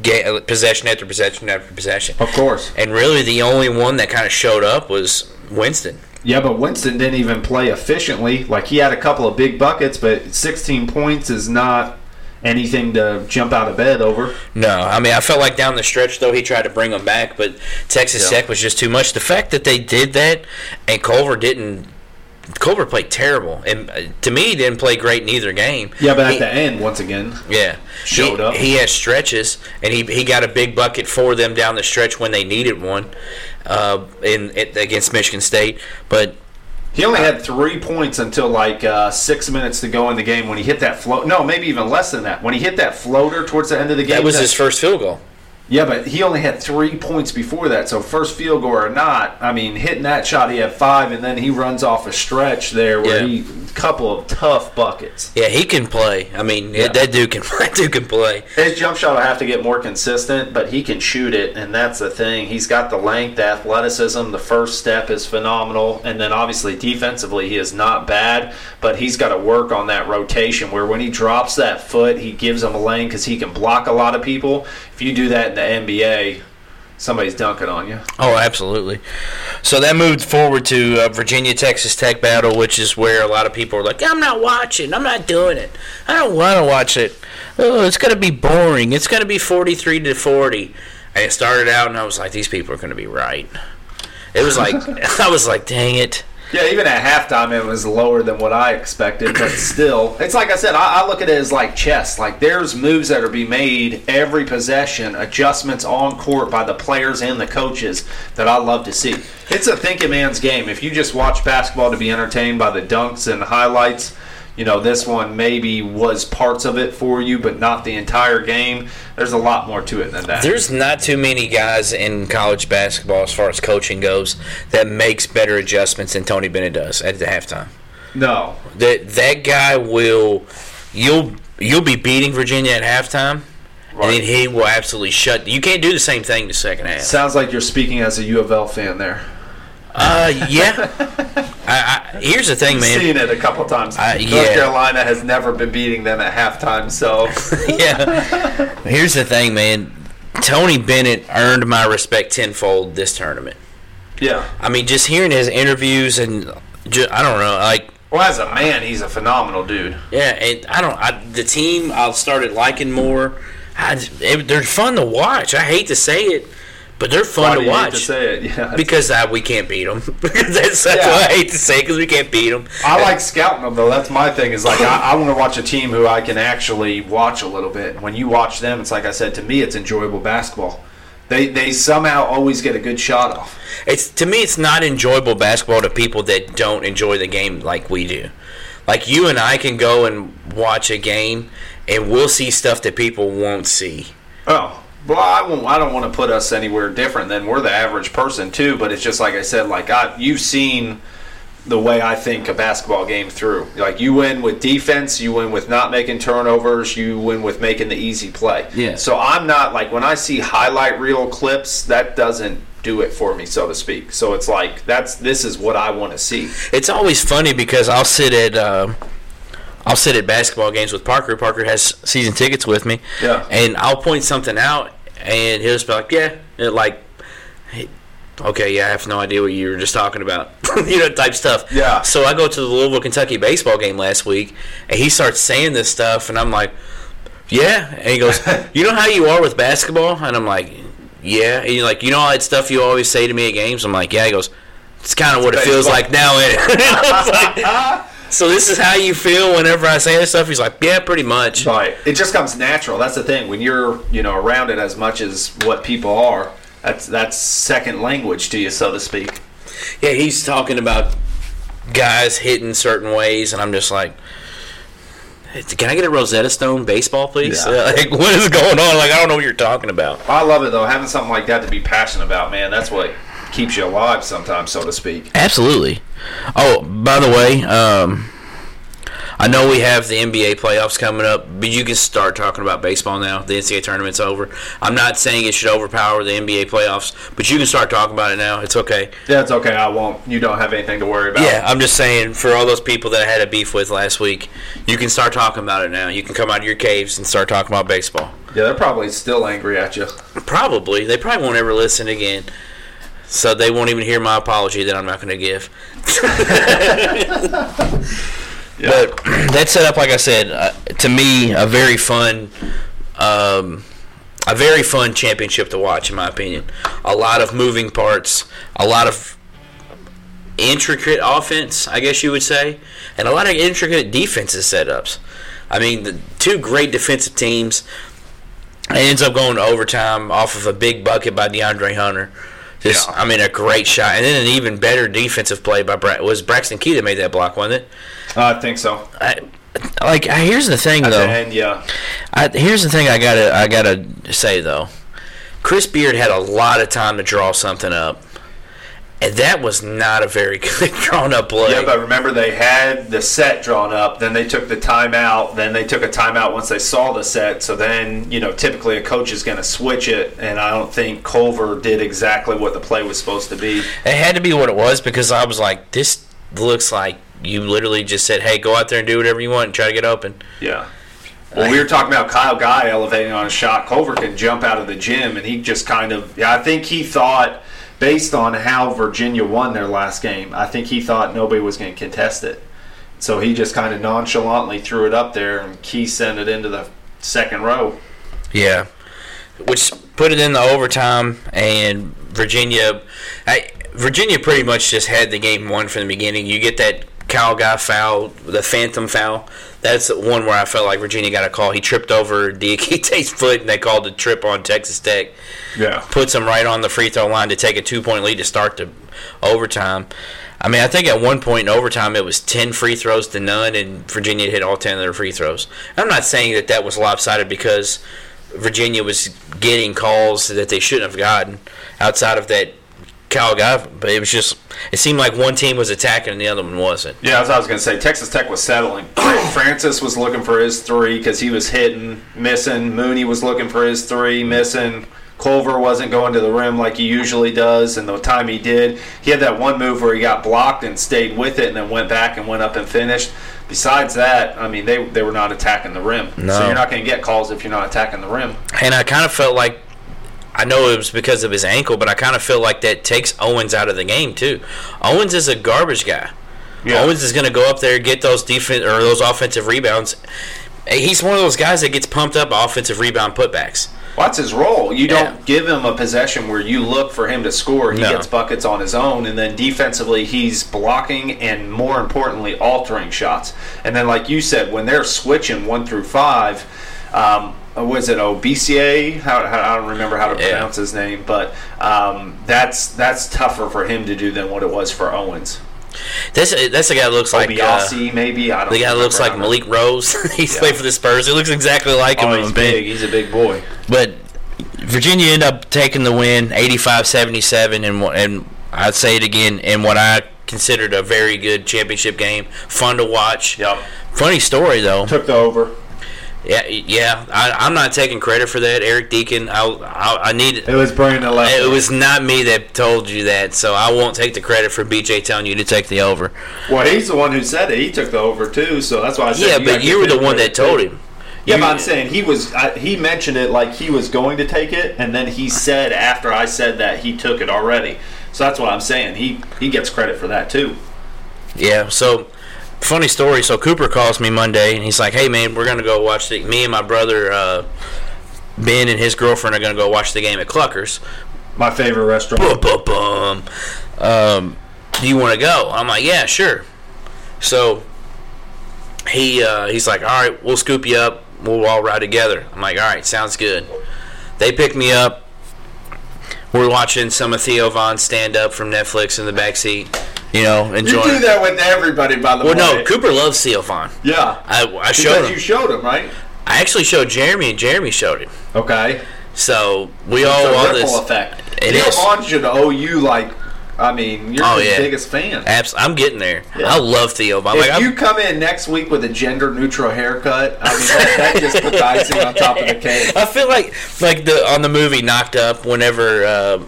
Speaker 1: Ga- Possession after possession after possession.
Speaker 2: Of course.
Speaker 1: And really, the only one that kind of showed up was Winston.
Speaker 2: Yeah, but Winston didn't even play efficiently. Like he had a couple of big buckets, but 16 points is not anything to jump out of bed over.
Speaker 1: No, I mean, I felt like down the stretch, though, he tried to bring him back, but Texas
Speaker 2: Yeah.
Speaker 1: Tech was just too much. The fact that they did that and Culver didn't. Culver played terrible, and uh, to me, he didn't play great in either game.
Speaker 2: Yeah, but at
Speaker 1: He-
Speaker 2: the end, once again,
Speaker 1: Yeah,
Speaker 2: Showed
Speaker 1: he,
Speaker 2: up.
Speaker 1: He had stretches, and he he got a big bucket for them down the stretch when they needed one, uh, in it, against Michigan State. But
Speaker 2: he only had three points until like uh, six minutes to go in the game when he hit that float. No, maybe even less than that. When he hit that floater towards the end of the game,
Speaker 1: that was
Speaker 2: that-
Speaker 1: his first field goal.
Speaker 2: Yeah, but he only had three points before that. So first field goal or not, I mean, hitting that shot, he had five, and then he runs off a stretch there where
Speaker 1: Yeah.
Speaker 2: he couple of tough buckets.
Speaker 1: Yeah, he can play. I mean,
Speaker 2: Yeah.
Speaker 1: that dude can that dude can play.
Speaker 2: His jump shot will have to get more consistent, but he can shoot it, and that's the thing. He's got the length, the athleticism. The first step is phenomenal, and then obviously defensively, he is not bad, but he's got to work on that rotation where when he drops that foot, he gives him a lane because he can block a lot of people. If you do that in the NBA, somebody's dunking on you.
Speaker 1: Oh, absolutely. So that moved forward to uh, Virginia Texas Tech battle, which is where a lot of people are like, "I'm not watching. I'm not doing it. I don't want to watch it. Oh, it's gonna be boring. It's gonna be 43 to 40." And it started out, and I was like, "These people are gonna be right." It was like I was like, "Dang it."
Speaker 2: Yeah, even at halftime, it was lower than what I expected, but still, it's like I said, I, I look at it as like chess. Like there's moves that are being made every possession, adjustments on court by the players and the coaches that I love to see. It's a thinking man's game. If you just watch basketball to be entertained by the dunks and highlights, you know this one maybe was parts of it for you, but not the entire game. There's a lot more to it than that.
Speaker 1: There's not too many guys in college basketball, as far as coaching goes, that makes better adjustments than Tony Bennett does at the halftime.
Speaker 2: no,
Speaker 1: that that guy will you'll you'll be beating Virginia at halftime, and then he will absolutely shut. You can't do the same thing the second half.
Speaker 2: sounds like you're speaking as a U of L fan there.
Speaker 1: Uh, yeah. I, I, here's the thing, man.
Speaker 2: Seen it a couple times.
Speaker 1: I-
Speaker 2: North
Speaker 1: yeah.
Speaker 2: Carolina has never been beating them at halftime, so
Speaker 1: yeah. Here's the thing, man. Tony Bennett earned my respect tenfold this tournament.
Speaker 2: yeah.
Speaker 1: I mean, just hearing his interviews and ju I don't know, like
Speaker 2: Well, as a man, he's a phenomenal dude.
Speaker 1: yeah, and I don't. I, the team I started liking more. I, it, they're fun to watch. I hate to say it, but they're fun
Speaker 2: Why do
Speaker 1: to
Speaker 2: you hate
Speaker 1: watch.
Speaker 2: to say it? Yeah.
Speaker 1: because uh, we can't beat them. that's that's
Speaker 2: Yeah.
Speaker 1: what I hate to say because we can't beat them.
Speaker 2: I like scouting them though. That's my thing. Is like I, I want to watch a team who I can actually watch a little bit. When you watch them, it's like I said to me, it's enjoyable basketball. They they somehow always get a good shot off.
Speaker 1: It's to me, it's not enjoyable basketball to people that don't enjoy the game like we do. Like you and I can go and watch a game, and we'll see stuff that people won't see.
Speaker 2: Oh. Well, I, won't, I don't want to put us anywhere different than we're the average person too. But it's just like I said, like I, you've seen the way I think a basketball game through. Like you win with defense, you win with not making turnovers, you win with making the easy play.
Speaker 1: Yeah.
Speaker 2: So I'm not like when I see highlight reel clips, that doesn't do it for me, so to speak. So it's like that's this is what I want to see.
Speaker 1: It's always funny because I'll sit at uh, I'll sit at basketball games with Parker. Parker has season tickets with me.
Speaker 2: Yeah.
Speaker 1: And I'll point something out, and he'll just be like, "Yeah," and like, "Hey, "Okay, yeah, I have no idea what you were just talking about," you know, type stuff.
Speaker 2: Yeah.
Speaker 1: So I go to the Louisville, Kentucky baseball game last week, and he starts saying this stuff, and I'm like, "Yeah," and he goes, "You know how you are with basketball?" And I'm like, "Yeah," and you're like, "You know all that stuff you always say to me at games?" I'm like, "Yeah." He goes. It's kind of what it feels
Speaker 2: baseball.
Speaker 1: like now, ain't it? I was like, so this is how you feel whenever I say this stuff. He's like, yeah, pretty much.
Speaker 2: Right. It just comes natural. That's the thing. When you're, you know, around it as much as what people are, that's that's second language to you, so to speak.
Speaker 1: Yeah, he's talking about guys hitting certain ways, and I'm just like, can I get a Rosetta Stone baseball, please?
Speaker 2: Yeah.
Speaker 1: Like, what is going on? Like, I don't know what you're talking about.
Speaker 2: I love it though. Having something like that to be passionate about, man, that's what keeps you alive sometimes, so to speak.
Speaker 1: Absolutely. Oh, by the way, um, I know we have the NBA playoffs coming up, but you can start talking about baseball now. The NCAA tournament's over. I'm not saying it should overpower the NBA playoffs, but you can start talking about it now. It's okay.
Speaker 2: That's okay. I won't. You don't have anything to worry about.
Speaker 1: Yeah, I'm just saying for all those people that I had a beef with last week, you can start talking about it now. You can come out of your caves and start talking about baseball.
Speaker 2: Yeah, they're probably still angry at you.
Speaker 1: Probably they probably won't ever listen again, so they won't even hear my apology that I'm not going to give. But that set up, like I said, uh, to me a very fun, um, a very fun championship to watch, in my opinion. A lot of moving parts, a lot of intricate offense, I guess you would say, and a lot of intricate defensive setups. I mean, the two great defensive teams. It ends up going to overtime off of a big bucket by DeAndre Hunter. Just,
Speaker 2: Yeah.
Speaker 1: I mean, a great shot, and then an even better defensive play by Bra- was Braxton Key that made that block, wasn't it?
Speaker 2: I think so.
Speaker 1: I, like I- here's the thing though.
Speaker 2: And yeah,
Speaker 1: I, here's the thing I gotta I gotta say though. Chris Beard had a lot of time to draw something up, and that was not a very good drawn up play.
Speaker 2: yeah. But remember, they had the set drawn up. Then they took the timeout. Then they took a timeout once they saw the set. So then, you know, typically a coach is going to switch it. And I don't think Culver did exactly what the play was supposed to be.
Speaker 1: it had to be what it was because I was like, this looks like you literally just said, "Hey, go out there and do whatever you want and try to get open."
Speaker 2: Yeah. Well, we were talking about Kyle Guy elevating on a shot. Culver can jump out of the gym, and he just kind of. Yeah, I think he thought, based on how Virginia won their last game, I think he thought nobody was going to contest it. So he just kind of nonchalantly threw it up there, and Key sent it into the second row.
Speaker 1: Yeah, which put it in the overtime, and Virginia, I, Virginia pretty much just had the game won from the beginning. You get that Kyle guy foul, the phantom foul. That's the one where I felt like Virginia got a call. He tripped over Diakite's foot, and they called a trip on Texas Tech.
Speaker 2: Yeah.
Speaker 1: Puts him right on the free throw line to take a two point lead to start the overtime. I mean, I think at one point in overtime it was ten free throws to none, and Virginia hit all ten of their free throws. I'm not saying that that was lopsided because Virginia was getting calls that they shouldn't have gotten outside of that Cal guy, but it was just it seemed like one team was attacking and the other one wasn't.
Speaker 2: Yeah, that's what I was going to say. Texas Tech was settling. Fra- Francis was looking for his three because he was hitting, missing. Mooney was looking for his three, missing. Culver wasn't going to the rim like he usually does, and the time he did, he had that one move where he got blocked and stayed with it, and then went back and went up and finished. Besides that, I mean, they they were not attacking the rim,
Speaker 1: No.
Speaker 2: so you're not going to get calls if you're not attacking the rim.
Speaker 1: And I kind of felt like I know it was because of his ankle, but I kind of feel like that takes Owens out of the game too. Owens is a garbage guy.
Speaker 2: Yeah.
Speaker 1: Owens is going to go up there get those defense or those offensive rebounds. He's one of those guys that gets pumped up by offensive rebound putbacks.
Speaker 2: Well, that's his role. You
Speaker 1: Yeah.
Speaker 2: don't give him a possession where you look for him to score. He
Speaker 1: No.
Speaker 2: gets buckets on his own, and then defensively, he's blocking and more importantly, altering shots. And then, like you said, when they're switching one through five, um, was it OBCA? How, how, I don't remember how to
Speaker 1: Yeah.
Speaker 2: pronounce his name, but um, that's that's tougher for him to do than what it was for Owens.
Speaker 1: That's that's the guy that looks like uh,
Speaker 2: Obiasi, maybe I don't.
Speaker 1: the guy that looks
Speaker 2: remember. I
Speaker 1: like
Speaker 2: don't
Speaker 1: Malik Rose. he's played for the Spurs. He looks exactly like him.
Speaker 2: know.
Speaker 1: on
Speaker 2: Oh, he's
Speaker 1: the bench.
Speaker 2: big. He's a big boy.
Speaker 1: But Virginia ended up taking the win, 85-77, and wha- and I'd say it again in what I considered a very good championship game. Fun to watch.
Speaker 2: Yep.
Speaker 1: Funny story though.
Speaker 2: Took the over.
Speaker 1: Yeah, yeah. I, I'm not taking credit for that, Eric Deacon. I I, I need.
Speaker 2: It was Brandon Left.
Speaker 1: It was not me that told you that, so I won't take the credit for BJ telling you to take the over.
Speaker 2: Well, he's the one who said it. He took the over too, so that's why I said.
Speaker 1: Yeah,
Speaker 2: gotta
Speaker 1: but
Speaker 2: give
Speaker 1: you were
Speaker 2: him
Speaker 1: the one
Speaker 2: credit,
Speaker 1: that told
Speaker 2: too.
Speaker 1: him.
Speaker 2: Yeah,
Speaker 1: You-
Speaker 2: but I'm saying he was. I, he mentioned it like he was going to take it, and then he said after I said that he took it already. So that's what I'm saying. He he gets credit for that too.
Speaker 1: Yeah. So, funny story. So Cooper calls me Monday, and he's like, "Hey, man, we're gonna go watch the. Me and my brother uh, Ben and his girlfriend are gonna go watch the game at Cluckers.
Speaker 2: My favorite restaurant.
Speaker 1: Bum, bum, bum. Um, do you want to go? I'm like, yeah, sure. So he uh, he's like, all right, we'll scoop you up. We'll all ride together. I'm like, all right, sounds good. They pick me up. We're watching some of Theo Vaughn's stand up from Netflix in the backseat. You know,
Speaker 2: You
Speaker 1: enjoying.
Speaker 2: do that with everybody, by the
Speaker 1: Well,
Speaker 2: way.
Speaker 1: no, Cooper loves Theo Vaughn.
Speaker 2: Yeah,
Speaker 1: I, I showed
Speaker 2: because you
Speaker 1: him.
Speaker 2: showed him, right?
Speaker 1: I actually showed Jeremy, and Jeremy showed him.
Speaker 2: Okay.
Speaker 1: So we
Speaker 2: It's
Speaker 1: Oh, all
Speaker 2: a
Speaker 1: all
Speaker 2: ripple
Speaker 1: this.
Speaker 2: effect.
Speaker 1: It
Speaker 2: Neil
Speaker 1: is.
Speaker 2: Vaughn should owe you like. I mean, you're
Speaker 1: Oh,
Speaker 2: his
Speaker 1: yeah.
Speaker 2: biggest fan.
Speaker 1: Abs- I'm getting there.
Speaker 2: Yeah.
Speaker 1: I love Theo Vaughn.
Speaker 2: If
Speaker 1: Like, I'm-
Speaker 2: you come in next week with a gender neutral haircut, I mean that, that just puts icing on top of the cake.
Speaker 1: I feel like like the on the movie Knocked Up whenever uh,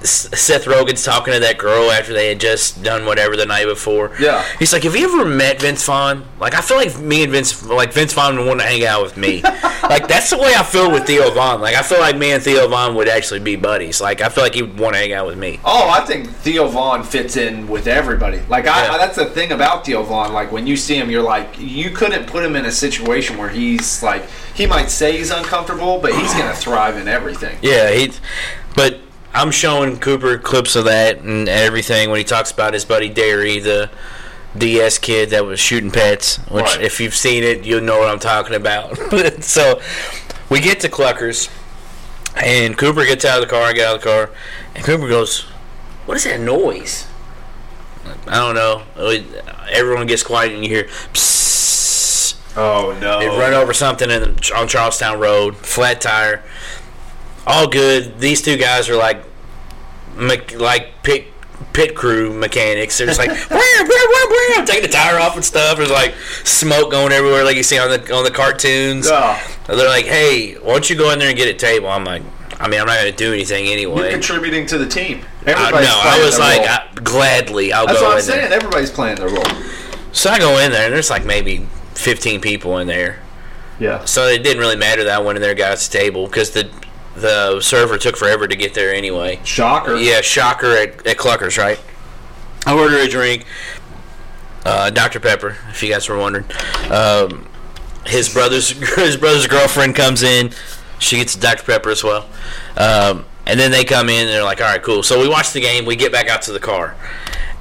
Speaker 1: S- Seth Rogen's talking to that girl after they had just done whatever the night before.
Speaker 2: Yeah.
Speaker 1: he's like, "Have you ever met Vince Vaughn?" Like, I feel like me and Vince, like Vince Vaughn, would want to hang out with me. like that's the way I feel with Theo Vaughn. Like I feel like me and Theo Vaughn would actually be buddies. Like I feel like he would want to hang out with me.
Speaker 2: Oh, I think Theo Vaughn fits in with everybody. Like I,
Speaker 1: Yeah.
Speaker 2: that's the thing about Theo Vaughn. Like when you see him, you're like, you couldn't put him in a situation where he's like, he might say he's uncomfortable, but he's gonna thrive in everything.
Speaker 1: Yeah, he. But I'm showing Cooper clips of that and everything when he talks about his buddy Derry, the DS kid that was shooting pets. Which,
Speaker 2: Right.
Speaker 1: if you've seen it, you'll know what I'm talking about. so we get to Cluckers, and Cooper gets out of the car. I get out of the car, and Cooper goes, "What is that noise?" I don't know. It- Everyone gets quiet, and you hear. Psst.
Speaker 2: Oh no!
Speaker 1: They run over something in, on Charlestown Road, flat tire. All good. These two guys are like, mech- like pit pit crew mechanics. They're just like, wah, wah, wah, wah, taking the tire off and stuff. There's like smoke going everywhere, like you see on the on the cartoons.
Speaker 2: Oh,
Speaker 1: They're like, hey, why don't you go in there and get a table? I'm like, I mean, I'm not gonna do anything
Speaker 2: you're
Speaker 1: anyway.
Speaker 2: contributing to the team.
Speaker 1: I,
Speaker 2: Everybody's
Speaker 1: no, I
Speaker 2: playing
Speaker 1: was
Speaker 2: their
Speaker 1: like,
Speaker 2: role.
Speaker 1: I, gladly, I'll
Speaker 2: that's
Speaker 1: go
Speaker 2: what I'm
Speaker 1: in there.
Speaker 2: saying. Everybody's playing their role.
Speaker 1: So I go in there, and there's like maybe 15 people in there.
Speaker 2: Yeah.
Speaker 1: So it didn't really matter that I went in there and got us a table because the the server took forever to get there anyway.
Speaker 2: Shocker.
Speaker 1: Yeah, shocker at, at Cluckers, right? I ordered a drink, uh, Dr Pepper, if you guys were wondering. Um, his brother's his brother's girlfriend comes in, she gets Dr Pepper as well, um, and then they come in and they're like, "All right, cool." So we watch the game, we get back out to the car,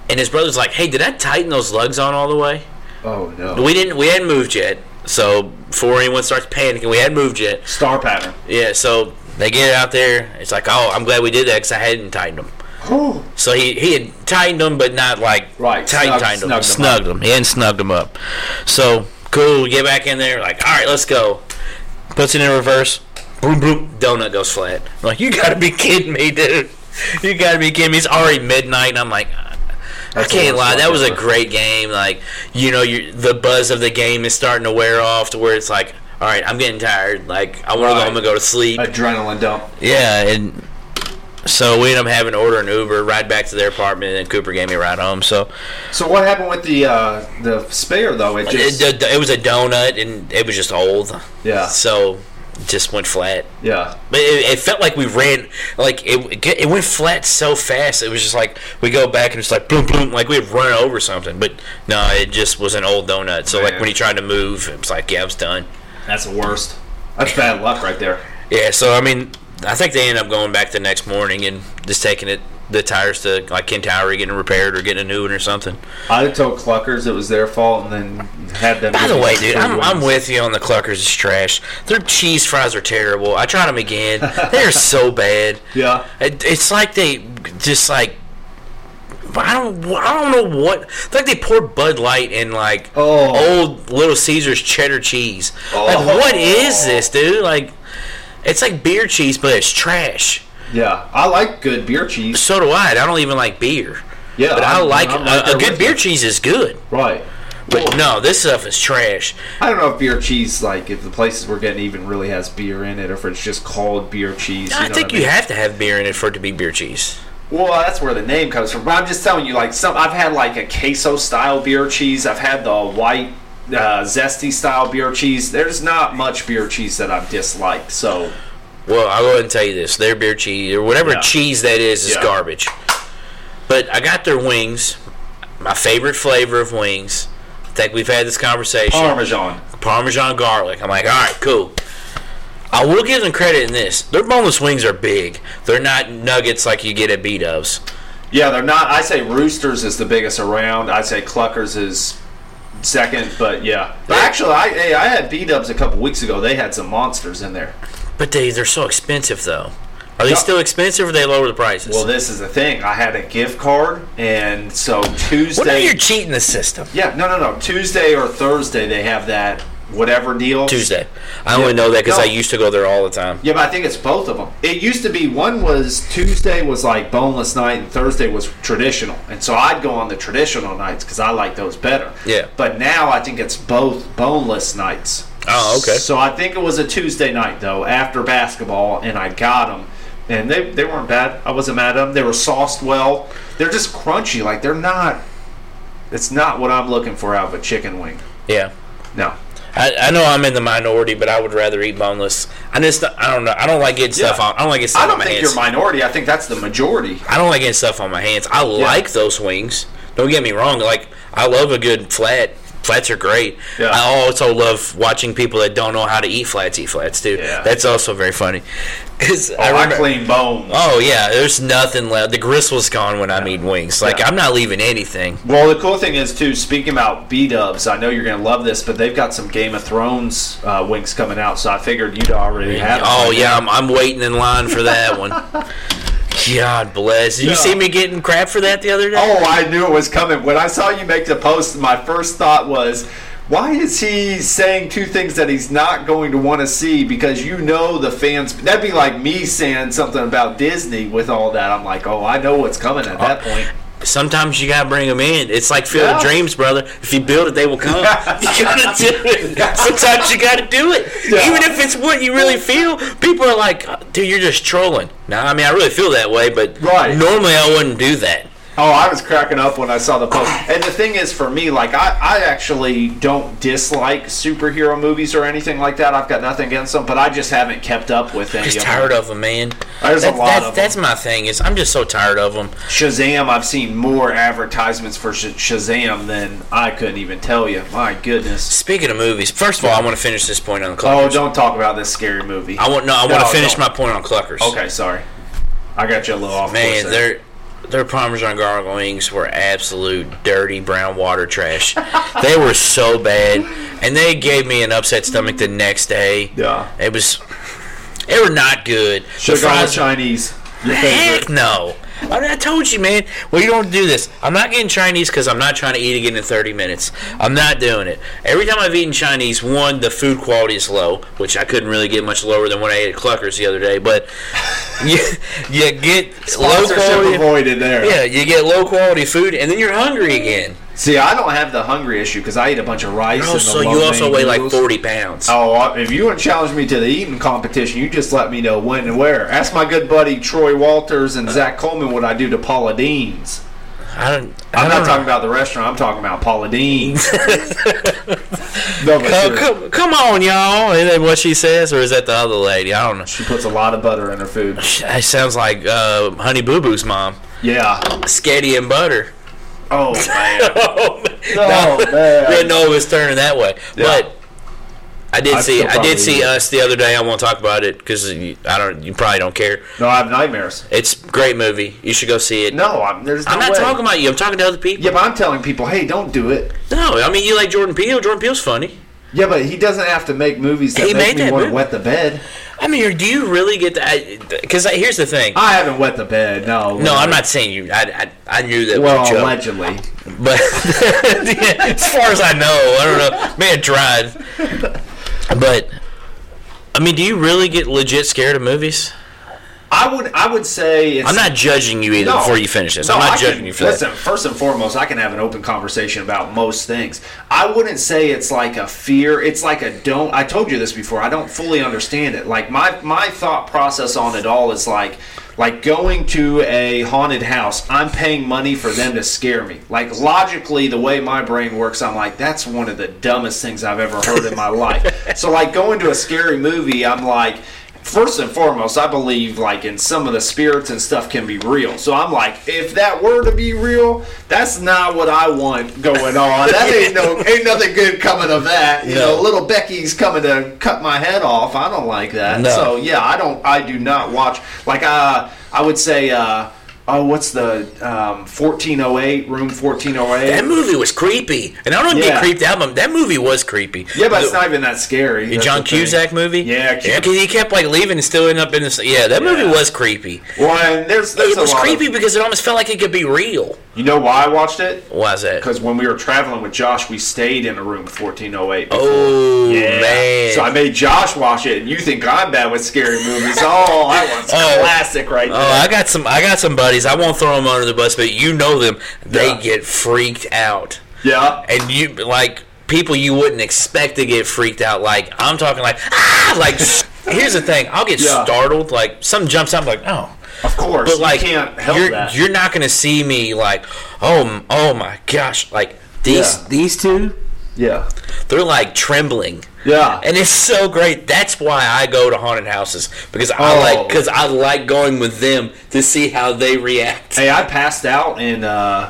Speaker 1: and his brother's like, "Hey, did I tighten those lugs on all the way?"
Speaker 2: Oh no.
Speaker 1: We didn't. We hadn't moved yet. So before anyone starts panicking, we hadn't moved yet.
Speaker 2: Star pattern.
Speaker 1: Yeah. So they get it out there. It's like, oh, I'm glad we did that because I hadn't tightened them.
Speaker 2: Whew.
Speaker 1: So he, he had tightened them, but not like
Speaker 2: Right,
Speaker 1: tightened,
Speaker 2: snug-
Speaker 1: tightened them.
Speaker 2: snugged 'em
Speaker 1: Snugged them. He hadn't snugged them up. So cool. We get back in there. Like, all right, let's go. Puts it in reverse. Boom, boom. Donut goes flat. I'm like, you gotta be kidding me, dude. You gotta be kidding me. It's already midnight, and I'm like. I
Speaker 2: That's the
Speaker 1: can't
Speaker 2: worst
Speaker 1: lie.
Speaker 2: one
Speaker 1: That was a
Speaker 2: ever.
Speaker 1: great game. Like you know, you the buzz of the game is starting to wear off to where it's like, all right, I'm getting tired. Like, I want to go
Speaker 2: Right.
Speaker 1: home and go to sleep.
Speaker 2: Adrenaline dump.
Speaker 1: Yeah, and so we ended up having to order an Uber, ride back to their apartment, and Cooper gave me a ride home. So
Speaker 2: So what happened with the uh, the spare though? It just
Speaker 1: it, it, it was a donut, and it was just old.
Speaker 2: Yeah.
Speaker 1: So it just went flat.
Speaker 2: yeah.
Speaker 1: But it, it felt like we ran, like it it went flat so fast. It was just like we go back and it's like boom, boom, like we had run over something. But no, it just was an old donut. So like
Speaker 2: Man.
Speaker 1: when he tried to move, it was like yeah, I was done.
Speaker 2: That's the worst. That's bad luck right there.
Speaker 1: Yeah. So I mean, I think they ended up going back the next morning and just taking it the tires to like Kentowry, getting repaired or getting a new one or something.
Speaker 2: I told Cluckers it was their fault, and then had them.
Speaker 1: By
Speaker 2: give
Speaker 1: the
Speaker 2: me
Speaker 1: way,
Speaker 2: free
Speaker 1: dude, I'm, I'm
Speaker 2: wings.
Speaker 1: with you on the Cluckers is trash. Their cheese fries are terrible. I tried them again. They are so bad.
Speaker 2: Yeah.
Speaker 1: It, it's like they just like I don't I don't know what. It's like they pour Bud Light in like
Speaker 2: Oh.
Speaker 1: old Little Caesars cheddar cheese. Like what is this, dude? Like it's like beer cheese, but it's trash.
Speaker 2: Yeah, I like good beer cheese.
Speaker 1: So do I. and I don't even like beer.
Speaker 2: Yeah,
Speaker 1: but I
Speaker 2: I'm-
Speaker 1: like
Speaker 2: I'm
Speaker 1: a-
Speaker 2: right
Speaker 1: a,
Speaker 2: there
Speaker 1: good
Speaker 2: with
Speaker 1: beer
Speaker 2: you.
Speaker 1: cheese is good.
Speaker 2: Right.
Speaker 1: But no, this stuff is trash.
Speaker 2: I don't know if beer cheese, like if the places we're getting even really has beer in it, or if it's just called beer cheese.
Speaker 1: I
Speaker 2: know
Speaker 1: think
Speaker 2: what I
Speaker 1: you
Speaker 2: mean?
Speaker 1: have to have beer in it for it to be beer cheese.
Speaker 2: Well, that's where the name comes from. But I'm just telling you, like some, I've had like a queso style beer cheese. I've had the white uh, zesty style beer cheese. There's not much beer cheese that I've disliked. So
Speaker 1: Well, I'll go ahead and tell you this: their beer cheese or whatever
Speaker 2: Yeah.
Speaker 1: cheese that is is
Speaker 2: Yeah.
Speaker 1: garbage. But I got their wings, my favorite flavor of wings. I think we've had this conversation.
Speaker 2: Parmesan.
Speaker 1: Parmesan garlic. I'm like, all right, cool. I will give them credit in this. Their boneless wings are big. They're not nuggets like you get at B Dove's.
Speaker 2: Yeah, they're not. I say Roosters is the biggest around. I say Cluckers is second. But yeah, but actually, I hey, I had B Dubs a couple weeks ago. They had some monsters in there.
Speaker 1: But they they're so expensive though. Are they
Speaker 2: Yeah.
Speaker 1: still expensive or they lower the prices?
Speaker 2: Well, this is the thing. I had a gift card, and so Tuesday.
Speaker 1: what if you're cheating the system?
Speaker 2: Yeah, no, no, no. Tuesday or Thursday, they have that whatever deal.
Speaker 1: Tuesday. I only know that because I
Speaker 2: No.
Speaker 1: used to go there all the time.
Speaker 2: Yeah, but I think it's both of them. It used to be one was Tuesday was like boneless night and Thursday was traditional, and so I'd go on the traditional nights because I like those better.
Speaker 1: Yeah.
Speaker 2: But now I think it's both boneless nights.
Speaker 1: Oh, okay.
Speaker 2: So I think it was a Tuesday night though after basketball, and I got them, and they they weren't bad. I wasn't mad at them. They were sauced well. They're just crunchy. Like they're not. It's not what I'm looking for out of a chicken wing.
Speaker 1: Yeah.
Speaker 2: No.
Speaker 1: I, I know I'm in the minority, but I would rather eat boneless. I just I don't know. I don't like getting stuff
Speaker 2: Yeah.
Speaker 1: on. I don't like getting stuff
Speaker 2: I don't
Speaker 1: on my
Speaker 2: think
Speaker 1: hands.
Speaker 2: you're minority. I think that's the majority.
Speaker 1: I don't like getting stuff on my hands. I like those wings. Don't get me wrong. Like I love a good flat. Flats are great.
Speaker 2: Yeah.
Speaker 1: I also love watching people that don't know how to eat flats eat flats too.
Speaker 2: Yeah.
Speaker 1: That's also very funny. 'Cause I
Speaker 2: Oh, I
Speaker 1: remember-
Speaker 2: clean bones.
Speaker 1: Oh yeah, there's nothing left. The gristle's gone when I'm eating wings. Like
Speaker 2: Yeah.
Speaker 1: I'm not leaving anything.
Speaker 2: Well, the cool thing is too. Speaking about B Dubs, I know you're going to love this, but they've got some Game of Thrones uh, wings coming out, so I figured you'd already have. them.
Speaker 1: Oh yeah, I'm, I'm waiting in line for that one. God bless. Did you
Speaker 2: Yeah.
Speaker 1: see me getting crap for that the other day?
Speaker 2: Oh, I knew it was coming. When I saw you make the post, my first thought was, why is he saying two things that he's not going to want to see? Because you know the fans. That'd be like me saying something about Disney with all that. I'm like, oh, I know what's coming at
Speaker 1: Oh,
Speaker 2: that point.
Speaker 1: Sometimes you gotta bring them in. It's like Field of
Speaker 2: Yeah.
Speaker 1: Dreams, brother. If you build it, they will come. you gotta do it. Sometimes you gotta do it,
Speaker 2: Yeah.
Speaker 1: even if it's what you really feel. People are like, "Dude, you're just trolling." Nah, I mean, I really feel that way, but
Speaker 2: Right.
Speaker 1: normally I wouldn't do that.
Speaker 2: Oh, I was cracking up when I saw the post. And the thing is, for me, like I, I actually don't dislike superhero movies or anything like that. I've got nothing against them, but I just haven't kept up with any
Speaker 1: Just
Speaker 2: of
Speaker 1: tired
Speaker 2: them.
Speaker 1: of them, man.
Speaker 2: There's a
Speaker 1: That's-
Speaker 2: lot
Speaker 1: that's,
Speaker 2: of 'em.
Speaker 1: that's my thing. Is I'm just so tired of them.
Speaker 2: Shazam. I've seen more advertisements for Sh- Shazam than I couldn't even tell you. My goodness.
Speaker 1: Speaking of movies, first of all, I want to finish this point on the
Speaker 2: Oh,
Speaker 1: Cluckers.
Speaker 2: don't talk about this scary movie.
Speaker 1: I want no, I want
Speaker 2: No,
Speaker 1: to finish
Speaker 2: don't.
Speaker 1: my point on Cluckers.
Speaker 2: Okay, sorry. I got you a little off.
Speaker 1: Man,
Speaker 2: course there.
Speaker 1: their their Parmesan garlic wings were absolute dirty brown water trash. they were so bad, and they gave me an upset stomach the next day.
Speaker 2: Yeah.
Speaker 1: it was. They were not good.
Speaker 2: Should
Speaker 1: the
Speaker 2: have gone with
Speaker 1: fries,
Speaker 2: Chinese. Your
Speaker 1: heck
Speaker 2: favorite.
Speaker 1: no. I, mean, I told you, man. Well, you don't do this. I'm not getting Chinese because I'm not trying to eat again in 30 minutes. I'm not doing it. Every time I've eaten Chinese, one, the food quality is low, which I couldn't really get much lower than what I ate at Cluckers the other day. But you, you get low
Speaker 2: Sponsorship
Speaker 1: quality.
Speaker 2: avoided there.
Speaker 1: Yeah, you get low quality food, and then you're hungry again.
Speaker 2: See, I don't have the hungry issue because I eat a bunch of rice.
Speaker 1: Oh,
Speaker 2: and the
Speaker 1: so you
Speaker 2: lo
Speaker 1: also
Speaker 2: mein
Speaker 1: weigh like
Speaker 2: noodles.
Speaker 1: 40 pounds.
Speaker 2: Oh, I- if you want to challenge me to the eating competition, you just let me know when and where. Ask my good buddy Troy Walters
Speaker 1: Uh.
Speaker 2: and Zach Coleman what I do to Paula Dean's.
Speaker 1: I don't. I
Speaker 2: I'm
Speaker 1: don't
Speaker 2: not talking about the restaurant. I'm talking about Paula Dean's. no, but
Speaker 1: Oh,
Speaker 2: seriously,
Speaker 1: come, come on, y'all! Is that what she says, or is that the other lady? I don't know.
Speaker 2: she puts a lot of butter in her food.
Speaker 1: It sounds like uh, Honey Boo Boo's mom,
Speaker 2: Yeah.
Speaker 1: Sketty and Butter.
Speaker 2: Oh man.
Speaker 1: no,
Speaker 2: Oh, man.
Speaker 1: didn't know it was turning that way.
Speaker 2: Yeah.
Speaker 1: But I did
Speaker 2: I'd
Speaker 1: see,
Speaker 2: still
Speaker 1: I did
Speaker 2: probably
Speaker 1: see
Speaker 2: eat it.
Speaker 1: us the other day. I won't talk about it because I don't. You probably don't care.
Speaker 2: No, I have nightmares.
Speaker 1: It's a great movie. You should go see it.
Speaker 2: No, I'm, there's. No
Speaker 1: I'm not
Speaker 2: way.
Speaker 1: talking about you. I'm talking to other people.
Speaker 2: Yeah, but I'm telling people, hey, don't do it.
Speaker 1: No, I mean you like Jordan Peele. Jordan Peele's funny.
Speaker 2: Yeah, but he doesn't have to make movies that
Speaker 1: He made
Speaker 2: make me
Speaker 1: that
Speaker 2: want to
Speaker 1: movie.
Speaker 2: wet the bed.
Speaker 1: I mean, do you really get that? Because here's the thing.
Speaker 2: I haven't wet the bed. No.
Speaker 1: no, I'm not saying you. I, I, I knew that. was
Speaker 2: Well,
Speaker 1: a joke.
Speaker 2: allegedly.
Speaker 1: But yeah, as far as I know, I don't know. Man tried. But I mean, do you really get legit scared of movies?
Speaker 2: I would. I would say. It's,
Speaker 1: I'm not judging you either
Speaker 2: No.
Speaker 1: before you finish this.
Speaker 2: No,
Speaker 1: I'm not
Speaker 2: I
Speaker 1: judging
Speaker 2: can-
Speaker 1: you for
Speaker 2: Listen, first and foremost, I can have an open conversation about most things. I wouldn't say it's like a fear. It's like a don't. I told you this before. I don't fully understand it. Like my my thought process on it all is like like going to a haunted house. I'm paying money for them to scare me. Like logically, the way my brain works, I'm like that's one of the dumbest things I've ever heard in my life. So like going to a scary movie, I'm like first and foremost, I believe like in some of the spirits and stuff can be real. So I'm like, if that were to be real, that's not what I want going on. That ain't no ain't nothing good coming of that. You
Speaker 1: No.
Speaker 2: know, little Becky's coming to cut my head off. I don't like that.
Speaker 1: No.
Speaker 2: So yeah, I don't. I do not watch. Like uh, I would say. Uh, Oh, what's the um, 1408 room 1408?
Speaker 1: that. That movie was creepy, and I don't
Speaker 2: Yeah.
Speaker 1: get creeped out. But that movie was creepy.
Speaker 2: yeah, but it's
Speaker 1: The-
Speaker 2: not even that scary.
Speaker 1: the
Speaker 2: That's
Speaker 1: John
Speaker 2: the thing.
Speaker 1: Cusack movie.
Speaker 2: Yeah,
Speaker 1: yeah, because he kept like leaving and still ended up in this. Yeah, that movie
Speaker 2: Yeah.
Speaker 1: was creepy.
Speaker 2: Well, and there's, there's
Speaker 1: it was
Speaker 2: a lot of-
Speaker 1: creepy because it almost felt like it could be real.
Speaker 2: you know why I watched it?
Speaker 1: Why is that?
Speaker 2: because when we were traveling with Josh, we stayed in a room 1408. before.
Speaker 1: Oh man!
Speaker 2: So I made Josh watch it, and you think I'm bad with scary movies? Oh, that one's
Speaker 1: Oh.
Speaker 2: classic right
Speaker 1: Oh,
Speaker 2: there.
Speaker 1: I got some. I got some buddies. I won't throw them under the bus, but you know them. They
Speaker 2: Yeah.
Speaker 1: get freaked out,
Speaker 2: yeah.
Speaker 1: and you like people you wouldn't expect to get freaked out. Like I'm talking like ah, like. s- here's the thing. I'll get
Speaker 2: Yeah.
Speaker 1: startled. Like something jumps out. I'm like oh.
Speaker 2: Of course,
Speaker 1: But like
Speaker 2: you can't help
Speaker 1: you're
Speaker 2: that.
Speaker 1: you're not gonna see me like oh m- oh my gosh like these
Speaker 2: Yeah.
Speaker 1: these two
Speaker 2: yeah,
Speaker 1: they're like trembling.
Speaker 2: yeah.
Speaker 1: And it's so great. That's why I go to haunted houses because I
Speaker 2: Oh.
Speaker 1: like because I like going with them to see how they react.
Speaker 2: Hey, I passed out and uh,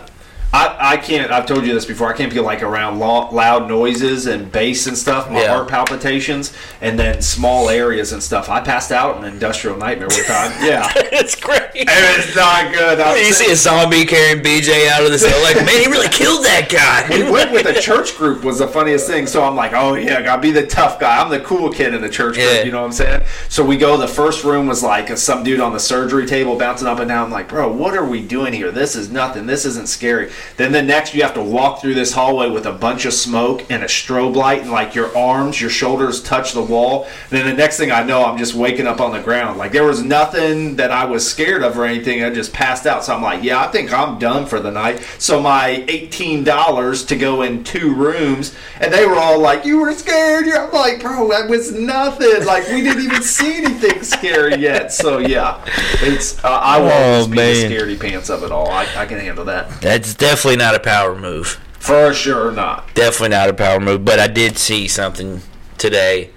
Speaker 2: I I can't. I've told you this before. I can't be like around lo- loud noises and bass and stuff. My
Speaker 1: Yeah.
Speaker 2: heart palpitations and then small areas and stuff. I passed out in an industrial nightmare one time. Yeah, it
Speaker 1: it's great.
Speaker 2: was not good. I
Speaker 1: You
Speaker 2: was-
Speaker 1: see a zombie carrying BJ out of the cell, like, man, he really killed that
Speaker 2: we
Speaker 1: guy.
Speaker 2: went with a church group was the funniest thing. So I'm like, oh yeah, gotta be the tough guy. I'm the cool kid in the church group.
Speaker 1: Yeah.
Speaker 2: You know what I'm saying? So we go. The first room was like some dude on the surgery table bouncing up and down. I'm like, bro, what are we doing here? This is nothing. This isn't scary. Then the next, you have to walk through this hallway with a bunch of smoke and a strobe light, and like your arms, your shoulders touch the wall. then the next thing I know, I'm just waking up on the ground. Like there was nothing that I was scared of or anything. I just passed out. So I'm like, yeah, I think I'm done for the night. So my eighteen dollars to go in two rooms, and they were all like, "You were scared." You're I'm like, "Bro, that was nothing. Like we didn't even see anything scary yet." So yeah, it's uh, I won't
Speaker 1: Oh,
Speaker 2: be the
Speaker 1: man.
Speaker 2: scaredy pants of it all. I, I can handle that
Speaker 1: That's definitely not a power move.
Speaker 2: for sure. Not
Speaker 1: Definitely not a power move. But I did see something today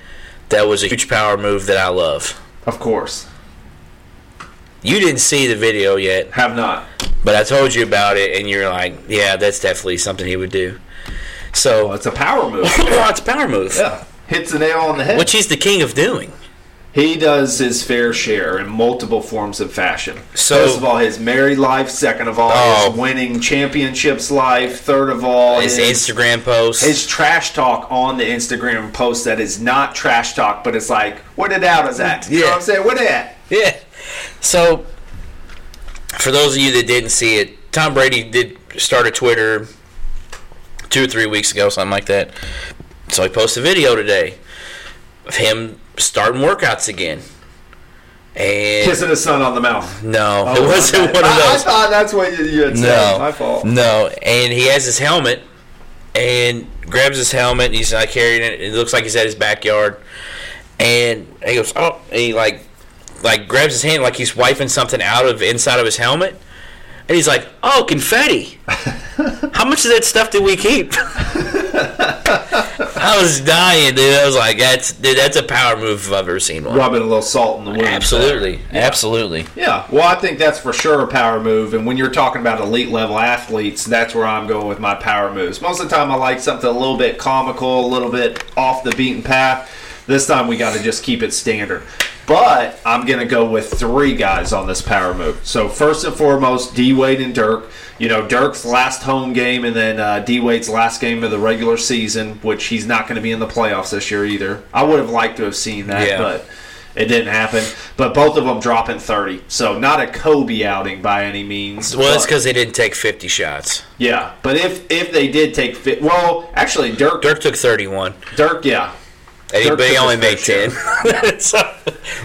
Speaker 1: that was a huge power move that I love.
Speaker 2: of course.
Speaker 1: You didn't see the video yet,
Speaker 2: Have not.
Speaker 1: but I told you about it, and you're like, yeah, that's definitely something he would do. So
Speaker 2: It's a power move.
Speaker 1: Well, it's a power move,
Speaker 2: yeah, hits the nail on the head.
Speaker 1: which he's the king of doing.
Speaker 2: He does his fair share in multiple forms of fashion.
Speaker 1: So-
Speaker 2: First of all, his married life. Second of all,
Speaker 1: Oh.
Speaker 2: his winning championships life. Third of all,
Speaker 1: His Instagram posts.
Speaker 2: his trash talk on the Instagram post that is not trash talk, but it's like, what it out is that? You know
Speaker 1: Yeah.
Speaker 2: what I'm saying? What that?
Speaker 1: Yeah. So, for those of you that didn't see it, Tom Brady did start a Twitter two or three weeks ago, something like that. So he posted a video today of him starting workouts again. And
Speaker 2: Kissing his son on the mouth.
Speaker 1: no,
Speaker 2: Oh,
Speaker 1: it
Speaker 2: my
Speaker 1: wasn't
Speaker 2: bad.
Speaker 1: one of
Speaker 2: I, I
Speaker 1: those.
Speaker 2: thought that's what you, you had said.
Speaker 1: No,
Speaker 2: My fault.
Speaker 1: No, and he has his helmet and grabs his helmet. And he's not carrying it. It looks like he's at his backyard, and he goes, "Oh!" And he like, like grabs his hand like he's wiping something out of inside of his helmet, and he's like, "Oh, confetti! How much of that stuff did we keep?" I was dying, dude. I was like, "That's dude, that's a power move if I've ever seen one."
Speaker 2: Rubbing a little salt in the wound.
Speaker 1: Absolutely, absolutely.
Speaker 2: Yeah. Well, I think that's for sure a power move. And when you're talking about elite level athletes, that's where I'm going with my power moves. Most of the time, I like something a little bit comical, a little bit off the beaten path. This time, we got to just keep it standard. But I'm going to go with three guys on this power move. So, first and foremost, D Wade and Dirk. You know, Dirk's last home game and then uh, D Wade's last game of the regular season, which he's not going to be in the playoffs this year either. I would have liked to have seen that,
Speaker 1: Yeah.
Speaker 2: but it didn't happen. But both of them dropping 30. So not a Kobe outing by any means.
Speaker 1: Well, it's
Speaker 2: But-
Speaker 1: because they didn't take fifty shots.
Speaker 2: yeah. But if if they did take fit, well, actually Dirk Dirk,
Speaker 1: Dirk took thirty-one.
Speaker 2: yeah.
Speaker 1: And he,
Speaker 2: Dirk
Speaker 1: but he
Speaker 2: took
Speaker 1: only
Speaker 2: his
Speaker 1: made ten.
Speaker 2: first
Speaker 1: So-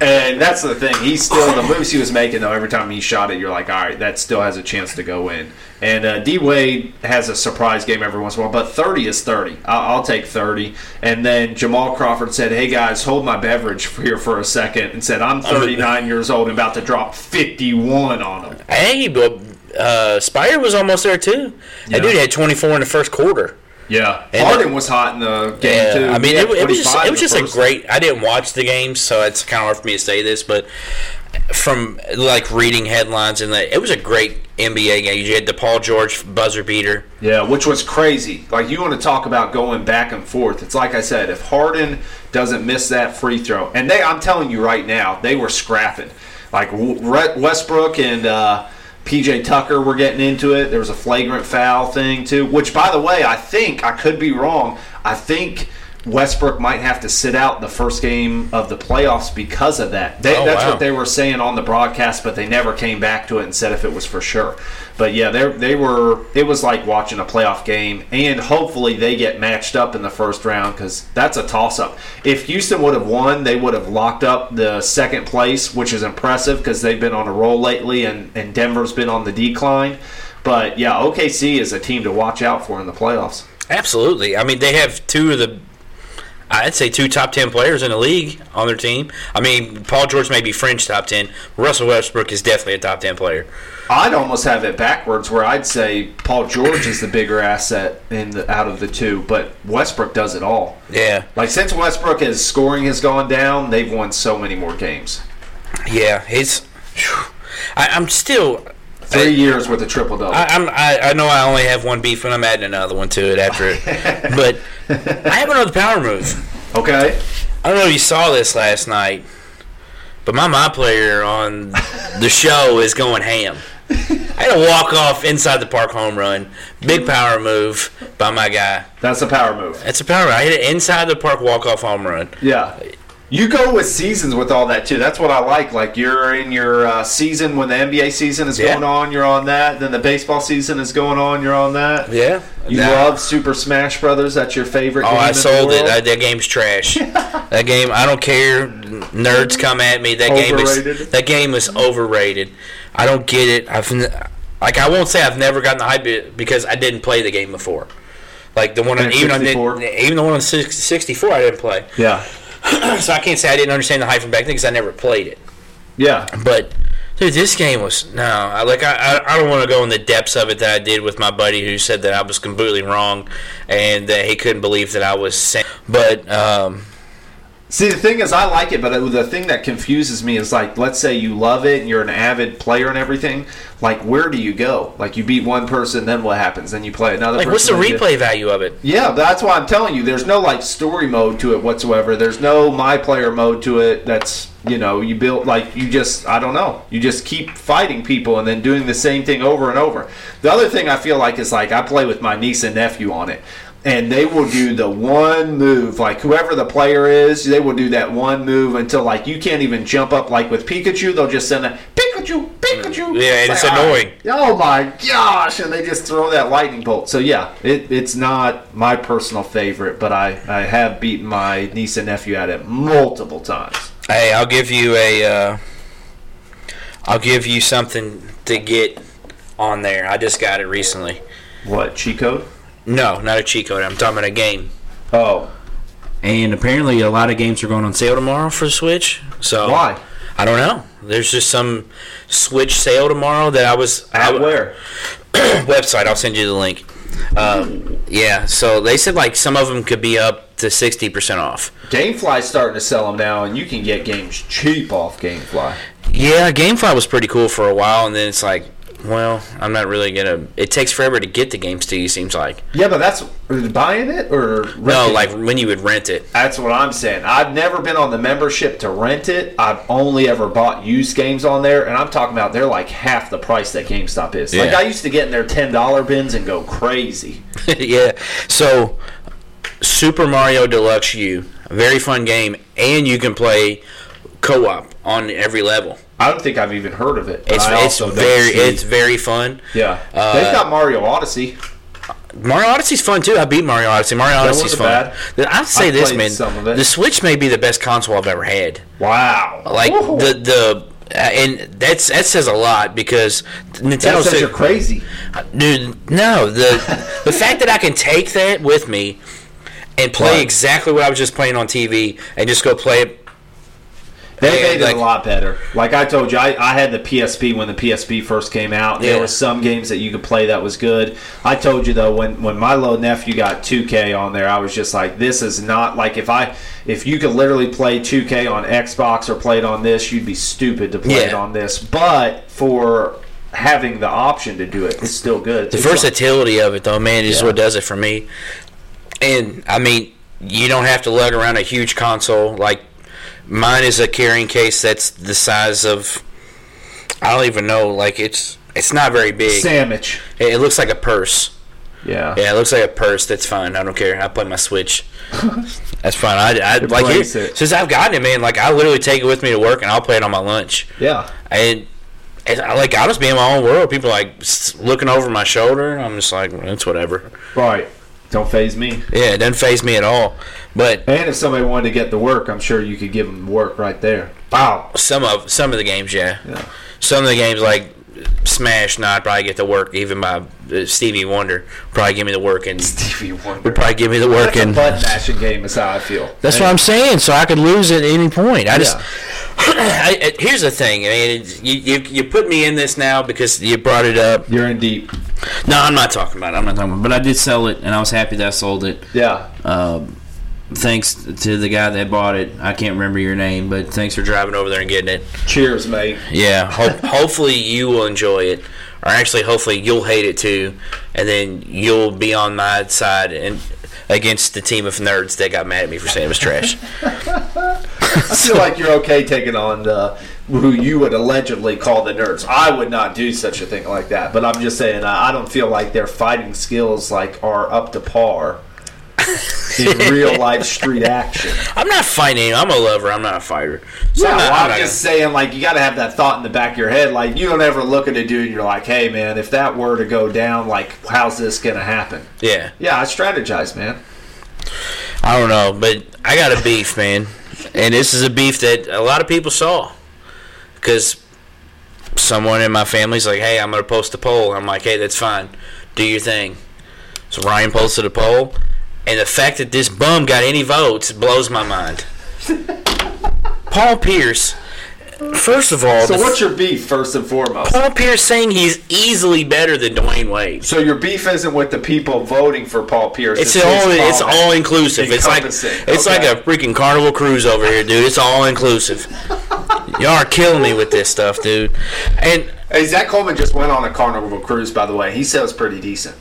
Speaker 2: And that's the thing. He's still the moves he was making though. Every time he shot it, you're like, all right, that still has a chance to go in. And uh, D Wade has a surprise game every once in a while, but 30 is 30. I'll, I'll take 30. And then Jamal Crawford said, "Hey guys, hold my beverage here for a second, and said, "I'm 39 years old and about to drop 51 on them."
Speaker 1: hey, but uh, Spire was almost there too. That dude had twenty-four in the first quarter.
Speaker 2: Yeah,
Speaker 1: And-
Speaker 2: Harden was hot in the game
Speaker 1: Yeah,
Speaker 2: too.
Speaker 1: I mean,
Speaker 2: He had
Speaker 1: it, it was just
Speaker 2: 25
Speaker 1: it
Speaker 2: in
Speaker 1: was
Speaker 2: the
Speaker 1: just a
Speaker 2: first.
Speaker 1: great. I didn't watch the game, so it's kind of hard for me to say this, but from like reading headlines and that, it was a great NBA game. You had the Paul George buzzer beater.
Speaker 2: Yeah, which was crazy. Like you want to talk about going back and forth. It's like I said, if Harden doesn't miss that free throw, and they, I'm telling you right now, they were scrapping. Like W- Re- Westbrook and uh, PJ Tucker were getting into it. There was a flagrant foul thing too. Which, by the way, I think I could be wrong. I think. Westbrook might have to sit out the first game of the playoffs because of that. They,
Speaker 1: Oh,
Speaker 2: that's
Speaker 1: wow.
Speaker 2: what they were saying on the broadcast, but they never came back to it and said if it was for sure. But yeah, they they were. It was like watching a playoff game, and hopefully they get matched up in the first round because that's a toss up. If Houston would have won, they would have locked up the second place, which is impressive because they've been on a roll lately, and and Denver's been on the decline. But yeah, OKC is a team to watch out for in the playoffs.
Speaker 1: Absolutely. I mean, they have two of the, I'd say two top ten players in the league on their team. I mean, Paul George may be French top ten. Russell Westbrook is definitely a top ten player.
Speaker 2: I'd almost have it backwards, where I'd say Paul George is the bigger asset in the, out of the two, but Westbrook does it all.
Speaker 1: Yeah,
Speaker 2: Like since Westbrook his scoring has gone down, they've won so many more games.
Speaker 1: yeah. It's. I, I'm still.
Speaker 2: Three years with a triple double.
Speaker 1: I, I'm. I, I know I only have one beef, and I'm adding another one to it after it. but I have another power move.
Speaker 2: Okay.
Speaker 1: I don't know if you saw this last night, but my my player on the show is going ham. I had a walk off inside the park home run, big power move by my guy.
Speaker 2: That's a power move.
Speaker 1: That's a power. I hit an inside the park walk off home run.
Speaker 2: Yeah. You go with seasons with all that too. That's what I like. Like you're in your uh, season when the NBA season is
Speaker 1: Yeah.
Speaker 2: going on, you're on that. Then the baseball season is going on, you're on that.
Speaker 1: Yeah,
Speaker 2: You love Super Smash Brothers. That's your favorite.
Speaker 1: Oh,
Speaker 2: game
Speaker 1: I
Speaker 2: in the
Speaker 1: sold it.
Speaker 2: world?
Speaker 1: I, that game's trash. that game, I don't care. Nerds come at me. That game is
Speaker 2: Overrated.
Speaker 1: that game is overrated. I don't get it. I've n- like I won't say I've never gotten the hype be- because I didn't play the game before. Like the one on,
Speaker 2: And
Speaker 1: even on
Speaker 2: 64.
Speaker 1: the, even the one on six- 64 I didn't play.
Speaker 2: yeah.
Speaker 1: so I can't say I didn't understand the hype from back then because I never played it.
Speaker 2: Yeah.
Speaker 1: But dude, this game was no. I like I I, I don't want to go in the depths of it that I did with my buddy who said that I was completely wrong and that he couldn't believe that I was saying. But um,
Speaker 2: See, the thing is, I like it, but the thing that confuses me is like, let's say you love it and you're an avid player and everything. Like, where do you go? Like, you beat one person, then what happens? Then you play another.
Speaker 1: like,
Speaker 2: person,
Speaker 1: what's the
Speaker 2: then you-
Speaker 1: replay value of it?
Speaker 2: Yeah, that's why I'm telling you. There's no like story mode to it whatsoever. There's no my player mode to it. That's you know you build like you just I don't know. You just keep fighting people and then doing the same thing over and over. The other thing I feel like is like I play with my niece and nephew on it. And they will do the one move, like whoever the player is, they will do that one move until like you can't even jump up. Like with Pikachu, they'll just send a Pikachu, Pikachu.
Speaker 1: Yeah, and it's
Speaker 2: like, "Ah,
Speaker 1: annoying.
Speaker 2: Oh my gosh! And they just throw that lightning bolt. So yeah, it, it's not my personal favorite, but I, I have beaten my niece and nephew at it multiple times.
Speaker 1: Hey, I'll give you a. Uh, I'll give you something to get on there. I just got it recently.
Speaker 2: What cheat code?
Speaker 1: No, not a cheat code. I'm talking about a game.
Speaker 2: Oh,
Speaker 1: And apparently, a lot of games are going on sale tomorrow for Switch. So
Speaker 2: why?
Speaker 1: I don't know. There's just some Switch sale tomorrow that I was
Speaker 2: At
Speaker 1: I-
Speaker 2: where?
Speaker 1: website. I'll send you the link. Um, yeah, so they said like some of them could be up to sixty percent off.
Speaker 2: GameFly's starting to sell them now, and you can get games cheap off GameFly.
Speaker 1: Yeah, GameFly was pretty cool for a while, and then it's like, well, I'm not really gonna. It takes forever to get the games to you. Seems like
Speaker 2: Yeah, but that's buying it or renting
Speaker 1: no,
Speaker 2: it?
Speaker 1: like when you would rent it.
Speaker 2: That's what I'm saying. I've never been on the membership to rent it. I've only ever bought used games on there, and I'm talking about they're like half the price that GameStop is. Like
Speaker 1: Yeah.
Speaker 2: I used to get in their ten dollar bins and go crazy.
Speaker 1: yeah. So, Super Mario Deluxe U, a very fun game, and you can play co-op on every level.
Speaker 2: I don't think I've even heard of it. but
Speaker 1: It's,
Speaker 2: I
Speaker 1: it's
Speaker 2: also don't
Speaker 1: very
Speaker 2: see-
Speaker 1: it's very fun.
Speaker 2: yeah.
Speaker 1: uh,
Speaker 2: They've got Mario Odyssey.
Speaker 1: Mario Odyssey's fun too. I beat Mario Odyssey. Mario Odyssey's
Speaker 2: wasn't
Speaker 1: fun.
Speaker 2: bad.
Speaker 1: Th- I'd say
Speaker 2: I
Speaker 1: this
Speaker 2: played
Speaker 1: man,
Speaker 2: some of it.
Speaker 1: the Switch may be the best console I've ever had.
Speaker 2: Wow.
Speaker 1: Like
Speaker 2: Woo.
Speaker 1: the the. uh, And that's that says a lot because Nintendo
Speaker 2: that says
Speaker 1: said-
Speaker 2: you're crazy.
Speaker 1: dude, no the the fact that I can take that with me and play
Speaker 2: Right.
Speaker 1: exactly what I was just playing on TV and just go play it
Speaker 2: They made
Speaker 1: like-
Speaker 2: it a lot better. Like I told you, I, I had the PSP when the PSP first came out. and
Speaker 1: Yeah.
Speaker 2: There were some games that you could play that was good. I told you though, when when my little nephew got 2K on there, I was just like, this is not like if I if you could literally play 2K on Xbox or play it on this, you'd be stupid to play it
Speaker 1: Yeah.
Speaker 2: on this. But for having the option to do it, it's still good.
Speaker 1: The versatility of it, though, man, is what does it for me. And I mean, you don't have to lug around a huge console. Like mine is a carrying case that's the size of I don't even know. Like it's it's not very big. It,
Speaker 2: sandwich.
Speaker 1: it looks like a purse.
Speaker 2: Yeah.
Speaker 1: Yeah, it looks like a purse. That's fine. I don't care. I play my Switch. That's fine. I, I like it,
Speaker 2: breaks it.
Speaker 1: since I've gotten it, man. Like I literally take it with me to work, and I'll play it on my lunch.
Speaker 2: Yeah.
Speaker 1: And, and I, like I'll just be in my own world. People like s- looking over my shoulder. and I'm just like, well, it's whatever.
Speaker 2: Right. Don't phase me.
Speaker 1: Yeah, it doesn't phase me at all. But
Speaker 2: And if somebody wanted to get the work, I'm sure you could give them work right there. Wow.
Speaker 1: some of some of the games, yeah.
Speaker 2: Yeah.
Speaker 1: Some of the games like Smash, no, I'd probably get the work. Even by uh, Stevie Wonder, probably give me the work and
Speaker 2: Stevie Wonder.
Speaker 1: would probably give me the work
Speaker 2: That's a
Speaker 1: and.
Speaker 2: butt mashing game is how I feel.
Speaker 1: That's what I'm saying. So I could lose at any point. I just I, I- here's the thing. I mean, it's- you, you you put me in this now because you brought it up.
Speaker 2: You're in deep.
Speaker 1: No, I'm not talking about it. I'm not talking about it. But I did sell it, and I was happy that I sold it.
Speaker 2: Yeah.
Speaker 1: Um, thanks to the guy that bought it. I can't remember your name, but thanks for driving over there and getting it.
Speaker 2: Cheers, mate.
Speaker 1: Yeah. Ho- hopefully you will enjoy it, or actually, hopefully you'll hate it too, and then you'll be on my side and against the team of nerds that got mad at me for saying it was trash.
Speaker 2: I feel like you're okay taking on the, who you would allegedly call the nerds. I would not do such a thing like that, but I'm just saying I, I don't feel like their fighting skills like are up to par in real life street action.
Speaker 1: I'm not fighting. I'm a lover. I'm not a fighter. So
Speaker 2: Yeah,
Speaker 1: I'm not,
Speaker 2: well,
Speaker 1: I'm
Speaker 2: I'm,
Speaker 1: not
Speaker 2: just saying, like, you got to have that thought in the back of your head. Like, you don't ever look at a dude and you're like, hey, man, if that were to go down, like, how's this going to happen?
Speaker 1: gonna- yeah.
Speaker 2: Yeah, I strategize, man.
Speaker 1: I don't know, but I got a beef, man, and this is a beef that a lot of people saw, because someone in my family's like, "Hey, I'm gonna post a poll." I'm like, "Hey, that's fine, do your thing." So Ryan posted a poll, and the fact that this bum got any votes blows my mind. Paul Pierce, first of all,
Speaker 2: So,
Speaker 1: the-
Speaker 2: what's your beef, first and foremost?
Speaker 1: Paul Pierce saying he's easily better than Dwayne Wade.
Speaker 2: So your beef isn't with the people voting for Paul Pierce.
Speaker 1: It's
Speaker 2: his
Speaker 1: all it's
Speaker 2: comment.
Speaker 1: all inclusive. It's like it's
Speaker 2: Encompassing.
Speaker 1: like
Speaker 2: Okay.
Speaker 1: a freaking carnival cruise over here, dude. It's all inclusive. Y'all are killing me with this stuff, dude. And
Speaker 2: Hey, Zach Coleman just went on a carnival cruise, by the way. He sounds pretty decent.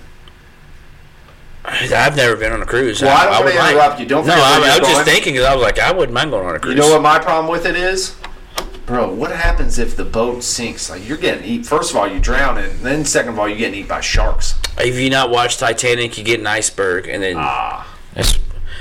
Speaker 1: I've never been on a cruise.
Speaker 2: Well, I don't
Speaker 1: would
Speaker 2: wanna
Speaker 1: like-
Speaker 2: interrupt you. Don't
Speaker 1: No,
Speaker 2: forget where
Speaker 1: I,
Speaker 2: you're
Speaker 1: I was just
Speaker 2: going.
Speaker 1: thinking 'cause I was like, I wouldn't mind going on a cruise.
Speaker 2: You know what my problem with it is? Bro, what happens if the boat sinks? Like you're getting eat. First of all, you drown, and then second of all, you're getting eaten by sharks.
Speaker 1: If you not watch Titanic, you get an iceberg, and then
Speaker 2: Ah,
Speaker 1: that's-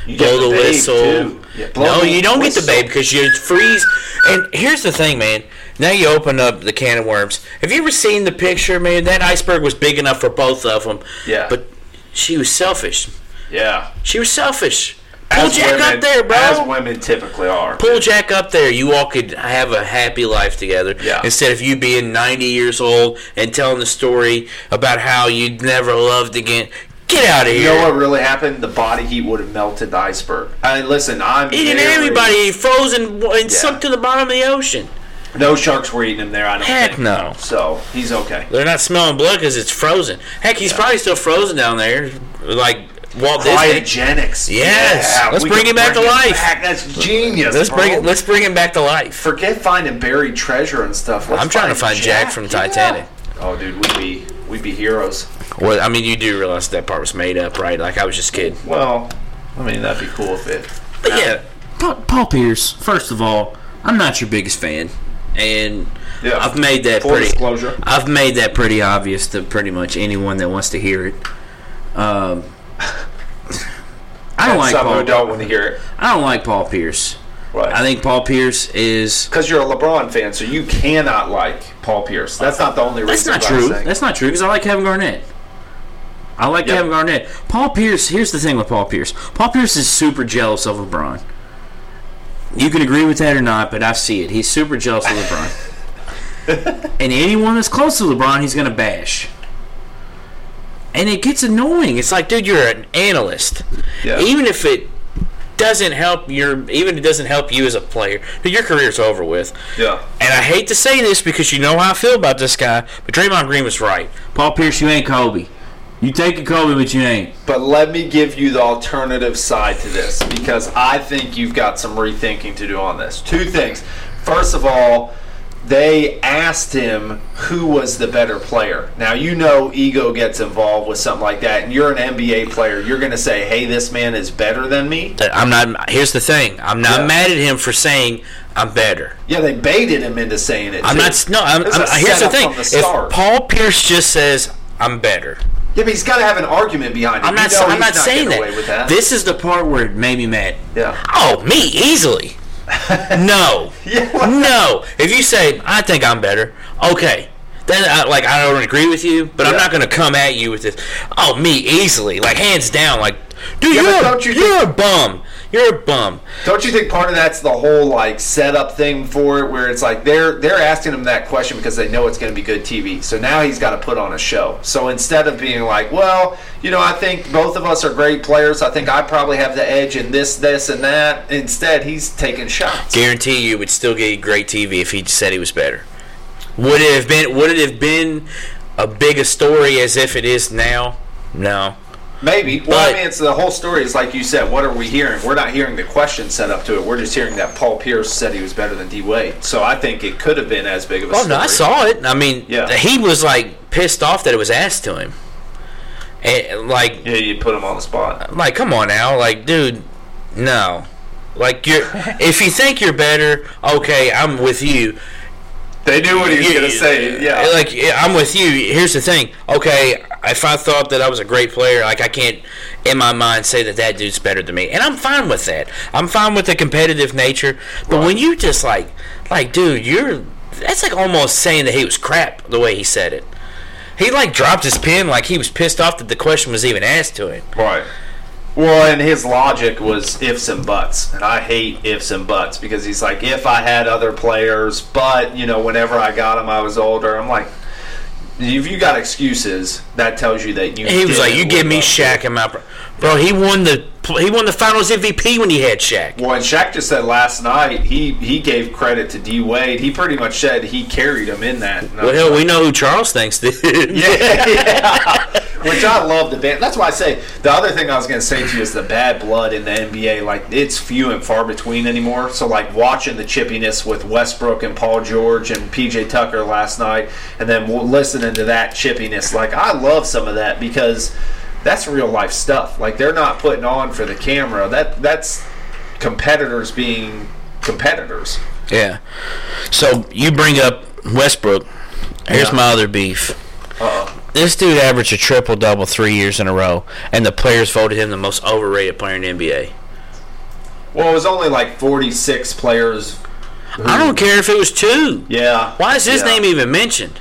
Speaker 2: you get
Speaker 1: blow the,
Speaker 2: babe,
Speaker 1: whistle.
Speaker 2: too. Yeah, blow
Speaker 1: no,
Speaker 2: the
Speaker 1: you don't get the
Speaker 2: whistle.
Speaker 1: babe because you freeze. And here's the thing, man. Now you open up the can of worms. Have you ever seen the picture, man? That iceberg was big enough for both of them.
Speaker 2: Yeah.
Speaker 1: But she was selfish.
Speaker 2: Yeah,
Speaker 1: She was selfish. Pull
Speaker 2: as
Speaker 1: Jack
Speaker 2: women,
Speaker 1: up there, bro.
Speaker 2: As women typically are.
Speaker 1: Pull Jack up there. You all could have a happy life together.
Speaker 2: Yeah.
Speaker 1: Instead of you being 90 years old and telling the story about how you never loved again. Get out of
Speaker 2: You
Speaker 1: here.
Speaker 2: know what really happened? The body heat would have melted the iceberg. I mean, listen, I'm
Speaker 1: Eating
Speaker 2: very-
Speaker 1: everybody. He froze and, and
Speaker 2: Yeah.
Speaker 1: sunk to the bottom of the ocean.
Speaker 2: No sharks were eating him there. I don't
Speaker 1: Heck
Speaker 2: think.
Speaker 1: no.
Speaker 2: So he's okay.
Speaker 1: They're not smelling blood because it's frozen. Heck, he's probably still frozen down there. Like Walt Disney.
Speaker 2: Cryogenics.
Speaker 1: Yes. Let's
Speaker 2: we
Speaker 1: bring
Speaker 2: can
Speaker 1: him back to life.
Speaker 2: back. That's genius.
Speaker 1: Let's bring
Speaker 2: bro.
Speaker 1: it, let's bring him back to life.
Speaker 2: Forget finding buried treasure and stuff. Let's
Speaker 1: I'm trying to find Jack from Titanic.
Speaker 2: Oh, dude, we'd be we'd be heroes.
Speaker 1: Well, I mean, you do realize that part was made up, right? Like I was just kidding.
Speaker 2: Well, I mean that'd be cool if it.
Speaker 1: But yeah, Paul, Paul Pierce. First of all, I'm not your biggest fan, and
Speaker 2: Yeah.
Speaker 1: I've made that
Speaker 2: Full
Speaker 1: pretty.
Speaker 2: disclosure.
Speaker 1: I've made that pretty obvious to pretty much anyone that wants to hear it. Um, I don't like
Speaker 2: Some who
Speaker 1: Paul.
Speaker 2: don't want to hear it.
Speaker 1: I don't like Paul Pierce.
Speaker 2: Right.
Speaker 1: I think Paul Pierce is.
Speaker 2: because you're a LeBron fan, so you cannot like Paul Pierce. That's not the only
Speaker 1: That's
Speaker 2: reason.
Speaker 1: not
Speaker 2: why I'm
Speaker 1: true.
Speaker 2: saying-
Speaker 1: That's not true because I like Kevin Garnett. I like
Speaker 2: Yeah.
Speaker 1: Kevin Garnett. Paul Pierce. Here's the thing with Paul Pierce. Paul Pierce is super jealous of LeBron. You can agree with that or not, but I see it. He's super jealous of LeBron. and anyone that's close to LeBron, he's gonna bash. And it gets annoying. It's like, dude, you're an analyst.
Speaker 2: Yeah.
Speaker 1: Even if it doesn't help your, even if it doesn't help you as a player, dude, your career's over with.
Speaker 2: yeah.
Speaker 1: And I hate to say this because you know how I feel about this guy, but Draymond Green was right. Paul Pierce, you ain't Kobe. You taking Kobe, but you ain't.
Speaker 2: But let me give you the alternative side to this because I think you've got some rethinking to do on this. Two things. First of all, they asked him who was the better player. Now, you know, ego gets involved with something like that, and you're an NBA player. You're going to say, hey, this man is better than me.
Speaker 1: I'm not. Here's the thing. I'm not
Speaker 2: Yeah.
Speaker 1: mad at him for saying I'm better.
Speaker 2: Yeah, they baited him into saying it.
Speaker 1: I'm
Speaker 2: too.
Speaker 1: not. No. I'm,
Speaker 2: It was a
Speaker 1: I'm- here's the
Speaker 2: setup
Speaker 1: thing.
Speaker 2: from
Speaker 1: if
Speaker 2: start.
Speaker 1: Paul Pierce just says I'm better,
Speaker 2: yeah, but he's got to have an argument behind it.
Speaker 1: I'm
Speaker 2: You
Speaker 1: not.
Speaker 2: know
Speaker 1: I'm
Speaker 2: he's
Speaker 1: not saying
Speaker 2: getting
Speaker 1: that.
Speaker 2: away with that.
Speaker 1: This is the part where it made me mad.
Speaker 2: yeah.
Speaker 1: Oh, me easily. no. no. If you say I think I'm better, okay. Then I, like I don't agree with you, but I'm
Speaker 2: Yeah.
Speaker 1: not gonna come at you with this. Oh, me easily, like hands down, like dude,
Speaker 2: Yeah, but
Speaker 1: you're,
Speaker 2: don't you
Speaker 1: you are a bum. You're a bum.
Speaker 2: Don't you think part of that's the whole like setup thing for it, where it's like they're they're asking him that question because they know it's going to be good TV. So now he's got to put on a show. So instead of being like, well, you know, I think both of us are great players. I think I probably have the edge in this, this, and that. Instead, he's taking shots.
Speaker 1: Guarantee you would still get great TV if he said he was better. Would it have been? Would it have been a big a story as if it is now? No.
Speaker 2: Maybe. Well,
Speaker 1: But-
Speaker 2: I mean, it's the whole story is like you said. What are we hearing? We're not hearing the question set up to it. We're just hearing that Paul Pierce said he was better than D Wade. So I think it could have been as big of a
Speaker 1: Oh
Speaker 2: story.
Speaker 1: no, I saw it. I mean,
Speaker 2: Yeah.
Speaker 1: he was like pissed off that it was asked to him, and like
Speaker 2: Yeah, you put him on the spot.
Speaker 1: I'm like, come on now, like, dude, no. Like you're, if you think you're better, okay, I'm with you.
Speaker 2: They knew what he was
Speaker 1: You-
Speaker 2: going to say. Yeah.
Speaker 1: Like I'm with you. Here's the thing. Okay, if I thought that I was a great player, like I can't in my mind say that that dude's better than me, and I'm fine with that. I'm fine with the competitive nature. But when you just like, like, dude, you're that's like almost saying that he was crap the way he said it. He like dropped his pen like he was pissed off that the question was even asked to him.
Speaker 2: Right. Well, and his logic was ifs and buts, and I hate ifs and buts because he's like, if I had other players, but you know, whenever I got him, I was older. I'm like, if you got excuses, that tells you that you.
Speaker 1: He was like,
Speaker 2: didn't
Speaker 1: "You give me
Speaker 2: live up to
Speaker 1: Shaq and my bro. bro." He won the he won the Finals MVP when he had Shaq.
Speaker 2: Well, and Shaq just said last night he he gave credit to D Wade. He pretty much said he carried him in that. And I
Speaker 1: Well, hell, we know who Charles thinks did.
Speaker 2: Yeah, yeah. Which I love the band. That's why I say the other thing I was going to say to you is the bad blood in the NBA. Like it's few and far between anymore. So like watching the chippiness with Westbrook and Paul George and PJ Tucker last night, and then w- listening to that chippiness. Like I love some of that because that's real life stuff. Like they're not putting on for the camera. That that's competitors being competitors.
Speaker 1: yeah. So you bring up Westbrook. Here's
Speaker 2: Yeah.
Speaker 1: my other beef.
Speaker 2: Uh-oh.
Speaker 1: This dude averaged a triple double three years in a row, and the players voted him the most overrated player in the NBA.
Speaker 2: Well, it was only like forty six players.
Speaker 1: I don't care if it was two.
Speaker 2: Yeah.
Speaker 1: Why is his
Speaker 2: Yeah.
Speaker 1: name even mentioned?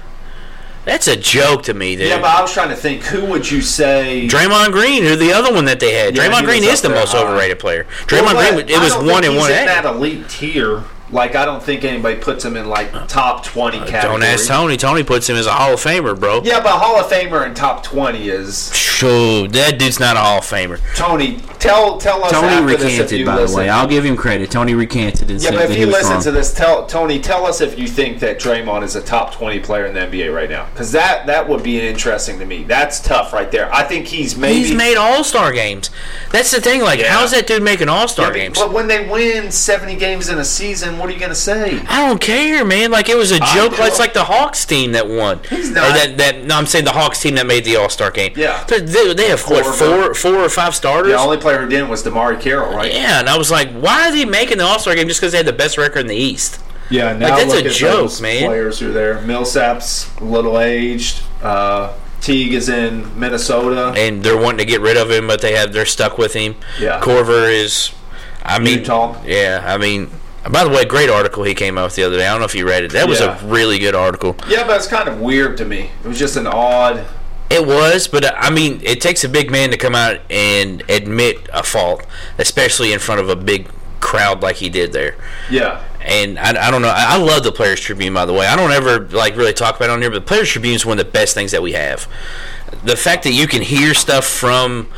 Speaker 1: That's a joke to me, dude.
Speaker 2: Yeah, but I was trying to think. Who would you say?
Speaker 1: Draymond Green, who the other one that they had.
Speaker 2: Yeah, he
Speaker 1: Draymond Green
Speaker 2: was
Speaker 1: is
Speaker 2: up
Speaker 1: the
Speaker 2: there
Speaker 1: most
Speaker 2: high.
Speaker 1: overrated player. Draymond
Speaker 2: Well,
Speaker 1: Green, it
Speaker 2: I
Speaker 1: was
Speaker 2: don't
Speaker 1: one and
Speaker 2: think he's
Speaker 1: one
Speaker 2: in that
Speaker 1: A.
Speaker 2: elite tier. Like I don't think anybody puts him in like top twenty category.
Speaker 1: Uh, Don't ask Tony. Tony puts him as a Hall of Famer, bro.
Speaker 2: Yeah, but Hall of Famer and top twenty is
Speaker 1: Sure, that dude's not a Hall of Famer.
Speaker 2: Tony. Tell tell us
Speaker 3: Tony
Speaker 2: after this if
Speaker 3: recanted,
Speaker 2: you
Speaker 3: by
Speaker 2: listen.
Speaker 3: the way. I'll give him credit. Tony recanted and
Speaker 2: yeah,
Speaker 3: said
Speaker 2: but
Speaker 3: that
Speaker 2: if
Speaker 3: he
Speaker 2: you
Speaker 3: was
Speaker 2: listen
Speaker 3: wrong.
Speaker 2: to this, tell Tony, tell us if you think that Draymond is a top twenty player in the NBA right now, because that that would be interesting to me. That's tough right there. I think he's maybe
Speaker 1: He's made All Star games. That's the thing. Like, how's that dude making All Star games?
Speaker 2: But when they win seventy games in a season, what are you gonna say?
Speaker 1: I don't care, man. Like it was a
Speaker 2: I
Speaker 1: joke.
Speaker 2: know.
Speaker 1: It's like the Hawks team that won.
Speaker 2: He's not.
Speaker 1: Uh, That, that, no, I'm saying the Hawks team that made the All Star game.
Speaker 2: Yeah.
Speaker 1: they, they, they have what
Speaker 2: Four of
Speaker 1: four, four or five starters.
Speaker 2: The
Speaker 1: Yeah,
Speaker 2: only player who didn't was Damari Carroll, right?
Speaker 1: and I was like, why is he making the All Star game just because they had the best record in the East?
Speaker 2: Yeah, now
Speaker 1: that's
Speaker 2: look
Speaker 1: a
Speaker 2: at
Speaker 1: joke,
Speaker 2: those
Speaker 1: man.
Speaker 2: Players who are there. Millsap's a little aged. Uh, Teague is in Minnesota.
Speaker 1: And they're wanting to get rid of him, but they have they're stuck with him.
Speaker 2: Yeah.
Speaker 1: Corver is, I mean,
Speaker 2: Utah.
Speaker 1: yeah, I mean. By the way, great article he came out with the other day. I don't know if you read it. That was
Speaker 2: Yeah.
Speaker 1: a really good article.
Speaker 2: Yeah, but it's kind of weird to me. It was just an odd.
Speaker 1: It was, but uh, I mean, it takes a big man to come out and admit a fault, especially in front of a big crowd like he did there.
Speaker 2: Yeah,
Speaker 1: And I, I don't know. I, I love the Players Tribune, by the way. I don't ever like really talk about it on here, but the Players Tribune is one of the best things that we have. The fact that you can hear stuff from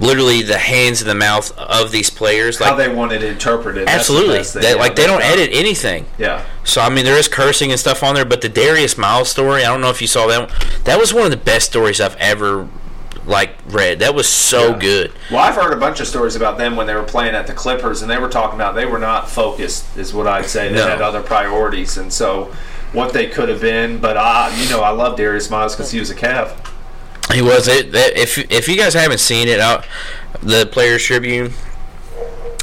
Speaker 1: literally the hands and the mouth of these players,
Speaker 2: how
Speaker 1: like
Speaker 2: they want it interpreted. That's the
Speaker 1: absolutely,
Speaker 2: best thing.
Speaker 1: They-
Speaker 2: Yeah,
Speaker 1: like they don't
Speaker 2: but, uh,
Speaker 1: edit anything.
Speaker 2: Yeah,
Speaker 1: So I mean, there is cursing and stuff on there, but the Darius Miles story—I don't know if you saw that. One, that was one of the best stories I've ever like read. That was so
Speaker 2: Yeah.
Speaker 1: good.
Speaker 2: Well, I've heard a bunch of stories about them when they were playing at the Clippers, and they were talking about they were not focused, is what I'd say. They
Speaker 1: No.
Speaker 2: had other priorities, and so what they could have been. But I, you know, I love Darius Miles because he was a Cav.
Speaker 1: He was it. That, if if you guys haven't seen it, out the Players Tribune.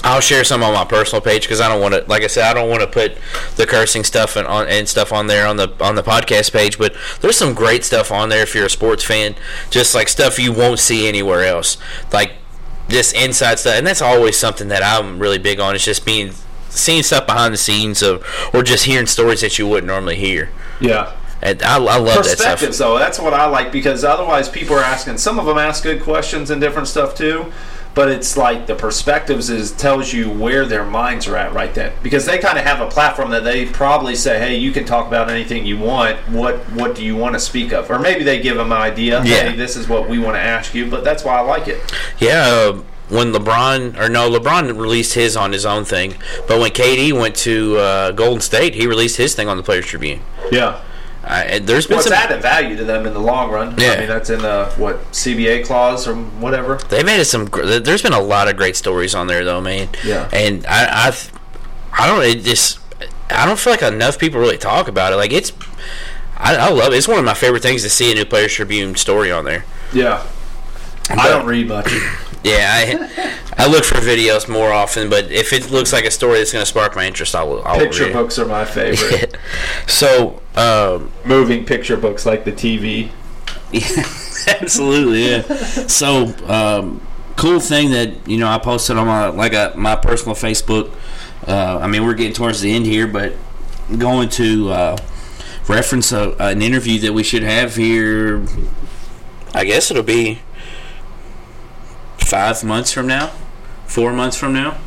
Speaker 1: I'll share some on my personal page because I don't want to. Like I said, I don't want to put the cursing stuff and on and stuff on there on the on the podcast page. But there's some great stuff on there if you're a sports fan. Just like stuff you won't see anywhere else, like this inside stuff. And that's always something that I'm really big on. It's just being seeing stuff behind the scenes of or just hearing stories that you wouldn't normally hear.
Speaker 2: Yeah.
Speaker 1: And I, I love that stuff.
Speaker 2: Perspectives, though, that's what I like because otherwise people are asking. Some of them ask good questions and different stuff too, but it's like the perspectives is tells you where their minds are at right then because they kind of have a platform that they probably say, hey, you can talk about anything you want. What what do you want to speak of? Or maybe they give them an idea.
Speaker 1: Yeah.
Speaker 2: Hey, this is what we want to ask you. But that's why I like it.
Speaker 1: Yeah, uh, when LeBron or no, LeBron released his on his own thing, but when KD went to uh, Golden State, he released his thing on the Players Tribune.
Speaker 2: Yeah.
Speaker 1: I, and there's been
Speaker 2: What's
Speaker 1: some.
Speaker 2: added value to them in the long run? I
Speaker 1: Yeah.
Speaker 2: mean, that's in the what CBA clause or whatever.
Speaker 1: They made it some. gr- There's been a lot of great stories on there though, man.
Speaker 2: Yeah.
Speaker 1: And I, I, I don't. It just. I don't feel like enough people really talk about it. Like it's. I, I love it. It's one of my favorite things to see a new Players Tribune story on there.
Speaker 2: Yeah. I
Speaker 1: But-
Speaker 2: don't read much.
Speaker 1: Yeah, I, I look for videos more often, but if it looks like a story that's going to spark my interest, I'll, I'll
Speaker 2: Picture
Speaker 1: read it.
Speaker 2: books are my favorite.
Speaker 1: So, um,
Speaker 2: moving picture books like the TV.
Speaker 3: Absolutely, yeah. so, um, cool thing that you know I posted on my like a, my personal Facebook. Uh, I mean, we're getting towards the end here, but I'm going to uh, reference a, an interview that we should have here
Speaker 1: I guess it'll be
Speaker 3: five months from now, four months from now,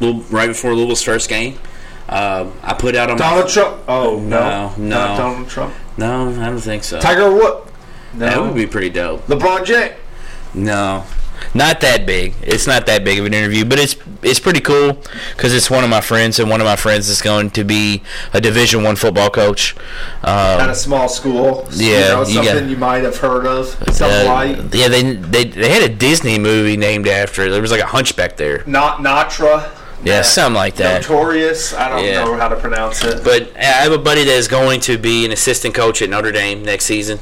Speaker 3: little, right before Louisville's first game. Um, I put out on my-
Speaker 2: Donald Trump. Oh
Speaker 3: No,
Speaker 2: no,
Speaker 3: no.
Speaker 2: not Donald Trump.
Speaker 3: no, I don't think so.
Speaker 2: Tiger Woods. No,
Speaker 3: That would be pretty dope.
Speaker 2: LeBron James.
Speaker 3: No,
Speaker 1: not that big. It's not that big of an interview, but it's it's pretty cool because it's one of my friends, and one of my friends is going to be a Division One football coach. Um,
Speaker 2: At a small school.
Speaker 1: Yeah,
Speaker 2: you know,
Speaker 1: you got-
Speaker 2: something you might have heard of. Something like
Speaker 1: uh, yeah, they, they they had a Disney movie named after. it. There was like a hunchback there.
Speaker 2: not Natra.
Speaker 1: Yeah,
Speaker 2: That
Speaker 1: something like that.
Speaker 2: Notorious. I don't
Speaker 1: Yeah.
Speaker 2: know how to pronounce it.
Speaker 1: But I have a buddy that is going to be an assistant coach at Notre Dame next season.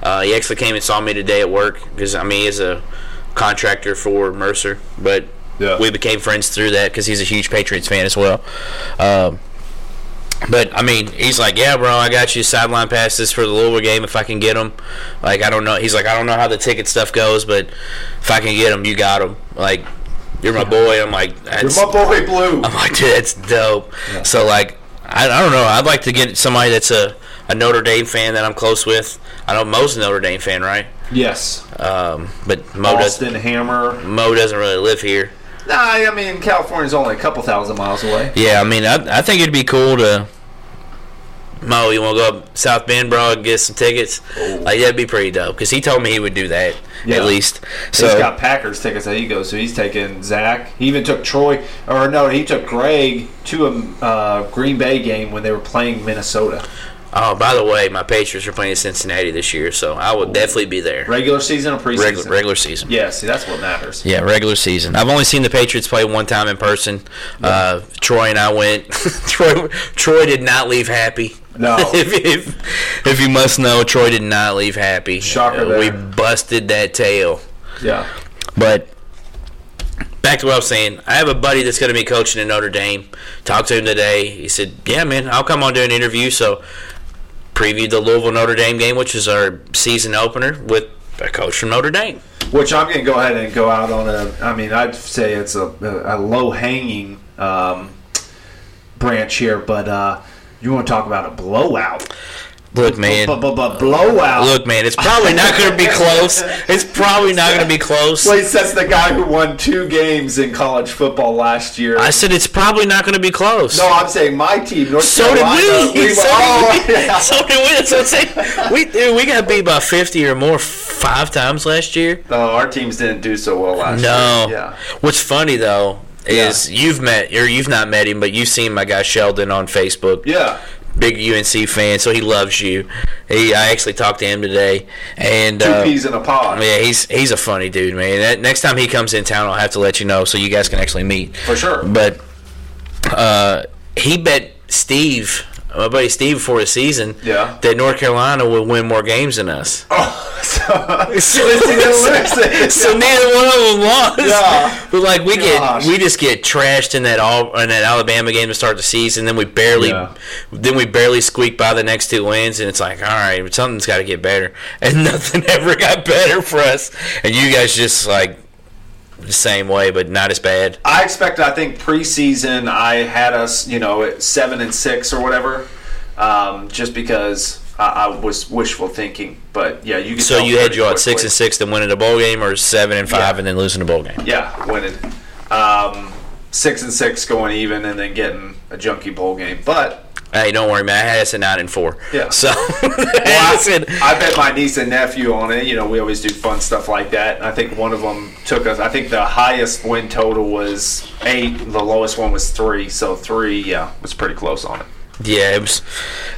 Speaker 1: Uh, he actually came and saw me today at work because I mean he's a contractor for Mercer, but
Speaker 2: Yeah.
Speaker 1: we became friends through that because he's a huge Patriots fan as well. Um, but I mean, he's like, "Yeah, bro, I got you sideline passes for the Louisville game if I can get them." Like, I don't know. He's like, "I don't know how the ticket stuff goes, but if I can get them, you got them." Like, you're my boy. I'm like,
Speaker 2: You're
Speaker 1: that's,
Speaker 2: my boy
Speaker 1: Uh-huh.
Speaker 2: Blue.
Speaker 1: I'm like, dude, that's dope. So like, I, I don't know. I'd like to get somebody that's a a Notre Dame fan that I'm close with. I know Mo's a Notre Dame fan, right?
Speaker 2: Yes.
Speaker 1: Um, but Mo does,
Speaker 2: Austin Hammer.
Speaker 1: Mo doesn't really live here.
Speaker 2: Nah, I mean California's only a couple thousand miles away.
Speaker 1: Yeah, I mean, I, I think it'd be cool to. Mo, you want to go up South Bend, bro, and get some tickets? Like that'd be pretty dope. Cause he told me he would do that
Speaker 2: Yeah.
Speaker 1: at least. So
Speaker 2: he's got Packers tickets that he goes, so he's taking Zach. He even took Troy, or no, he took Greg to a uh, Green Bay game when they were playing Minnesota.
Speaker 1: Oh, by the way, my Patriots are playing Cincinnati this year, so I will definitely be there.
Speaker 2: Regular season or preseason?
Speaker 1: Oh. Regular, regular season.
Speaker 2: Yeah, see, that's what matters.
Speaker 1: Yeah, regular season. I've only seen the Patriots play one time in person. Uh, Troy and I went. Troy, Troy did not leave happy.
Speaker 2: No.
Speaker 1: if, if, if you must know, Troy did not leave happy.
Speaker 2: Shocker
Speaker 1: Uh, we
Speaker 2: there.
Speaker 1: busted that tail.
Speaker 2: Yeah.
Speaker 1: But back to what I was saying, I have a buddy that's going to be coaching in Notre Dame. Talked to him today. He said, "Yeah, man, I'll come on do an interview." So previewed the Louisville Notre Dame game, which is our season opener with a coach from Notre Dame.
Speaker 2: Which I'm going to go ahead and go out on a. I mean, I'd say it's a, a low hanging um, branch here, but uh, you want to talk about a blowout?
Speaker 1: Look, man.
Speaker 2: B-b-b- blowout.
Speaker 1: Look, man, it's probably not going to be close. It's probably not going to be close.
Speaker 2: Place that's the guy who won two games in college football last year.
Speaker 1: I said it's probably not going to be close.
Speaker 2: no, I'm saying my team, North
Speaker 1: So did
Speaker 2: Carolina.
Speaker 1: we.
Speaker 2: were-
Speaker 1: so,
Speaker 2: oh,
Speaker 1: did we.
Speaker 2: yeah.
Speaker 1: so did we. That's what I'm saying. We, dude, we got beat by 50 or more five times last year.
Speaker 2: No, our teams didn't do so well last
Speaker 1: No.
Speaker 2: year. Yeah.
Speaker 1: What's funny though is you've met or you've not met him, but you've seen my guy Sheldon on Facebook.
Speaker 2: Yeah.
Speaker 1: Big UNC fan, so he loves you. He, I actually talked to him today, and
Speaker 2: Two
Speaker 1: uh,
Speaker 2: peas in a pod.
Speaker 1: yeah, he's he's a funny dude, man. That, next time he comes in town, I'll have to let you know so you guys can actually meet.
Speaker 2: For sure.
Speaker 1: But uh, he bet Steve, my buddy Steve, before the season,
Speaker 2: Yeah.
Speaker 1: that North Carolina would win more games than us.
Speaker 2: Oh, so,
Speaker 1: So-
Speaker 2: Listen, listen.
Speaker 1: so neither one of them lost.
Speaker 2: Yeah.
Speaker 1: But like we
Speaker 2: Gosh.
Speaker 1: get, we just get trashed in that all in that Alabama game to start the season. Then we barely,
Speaker 2: Yeah.
Speaker 1: then we barely squeak by the next two wins, and it's like, all right, something's got to get better, and nothing ever got better for us. And you guys just like the same way, but not as bad.
Speaker 2: I expect. I think preseason I had us, you know, at seven and six or whatever, um, just because I, I was wishful thinking. But yeah, you. Can
Speaker 1: So
Speaker 2: tell
Speaker 1: you had
Speaker 2: pretty
Speaker 1: you at six
Speaker 2: quickly.
Speaker 1: and six, then winning a bowl game, or seven and five, and then losing a bowl game.
Speaker 2: Yeah, winning. Um, six and six, going even, and then getting a junky bowl game. But
Speaker 1: Hey, don't worry, man. I had us at nine and four.
Speaker 2: Yeah.
Speaker 1: So
Speaker 2: Well, I,
Speaker 1: Listen,
Speaker 2: I bet my niece and nephew on it. You know, we always do fun stuff like that. And I think one of them took us. I think the highest win total was eight. The lowest one was three. So three, yeah, was pretty close on it.
Speaker 1: Yeah, it was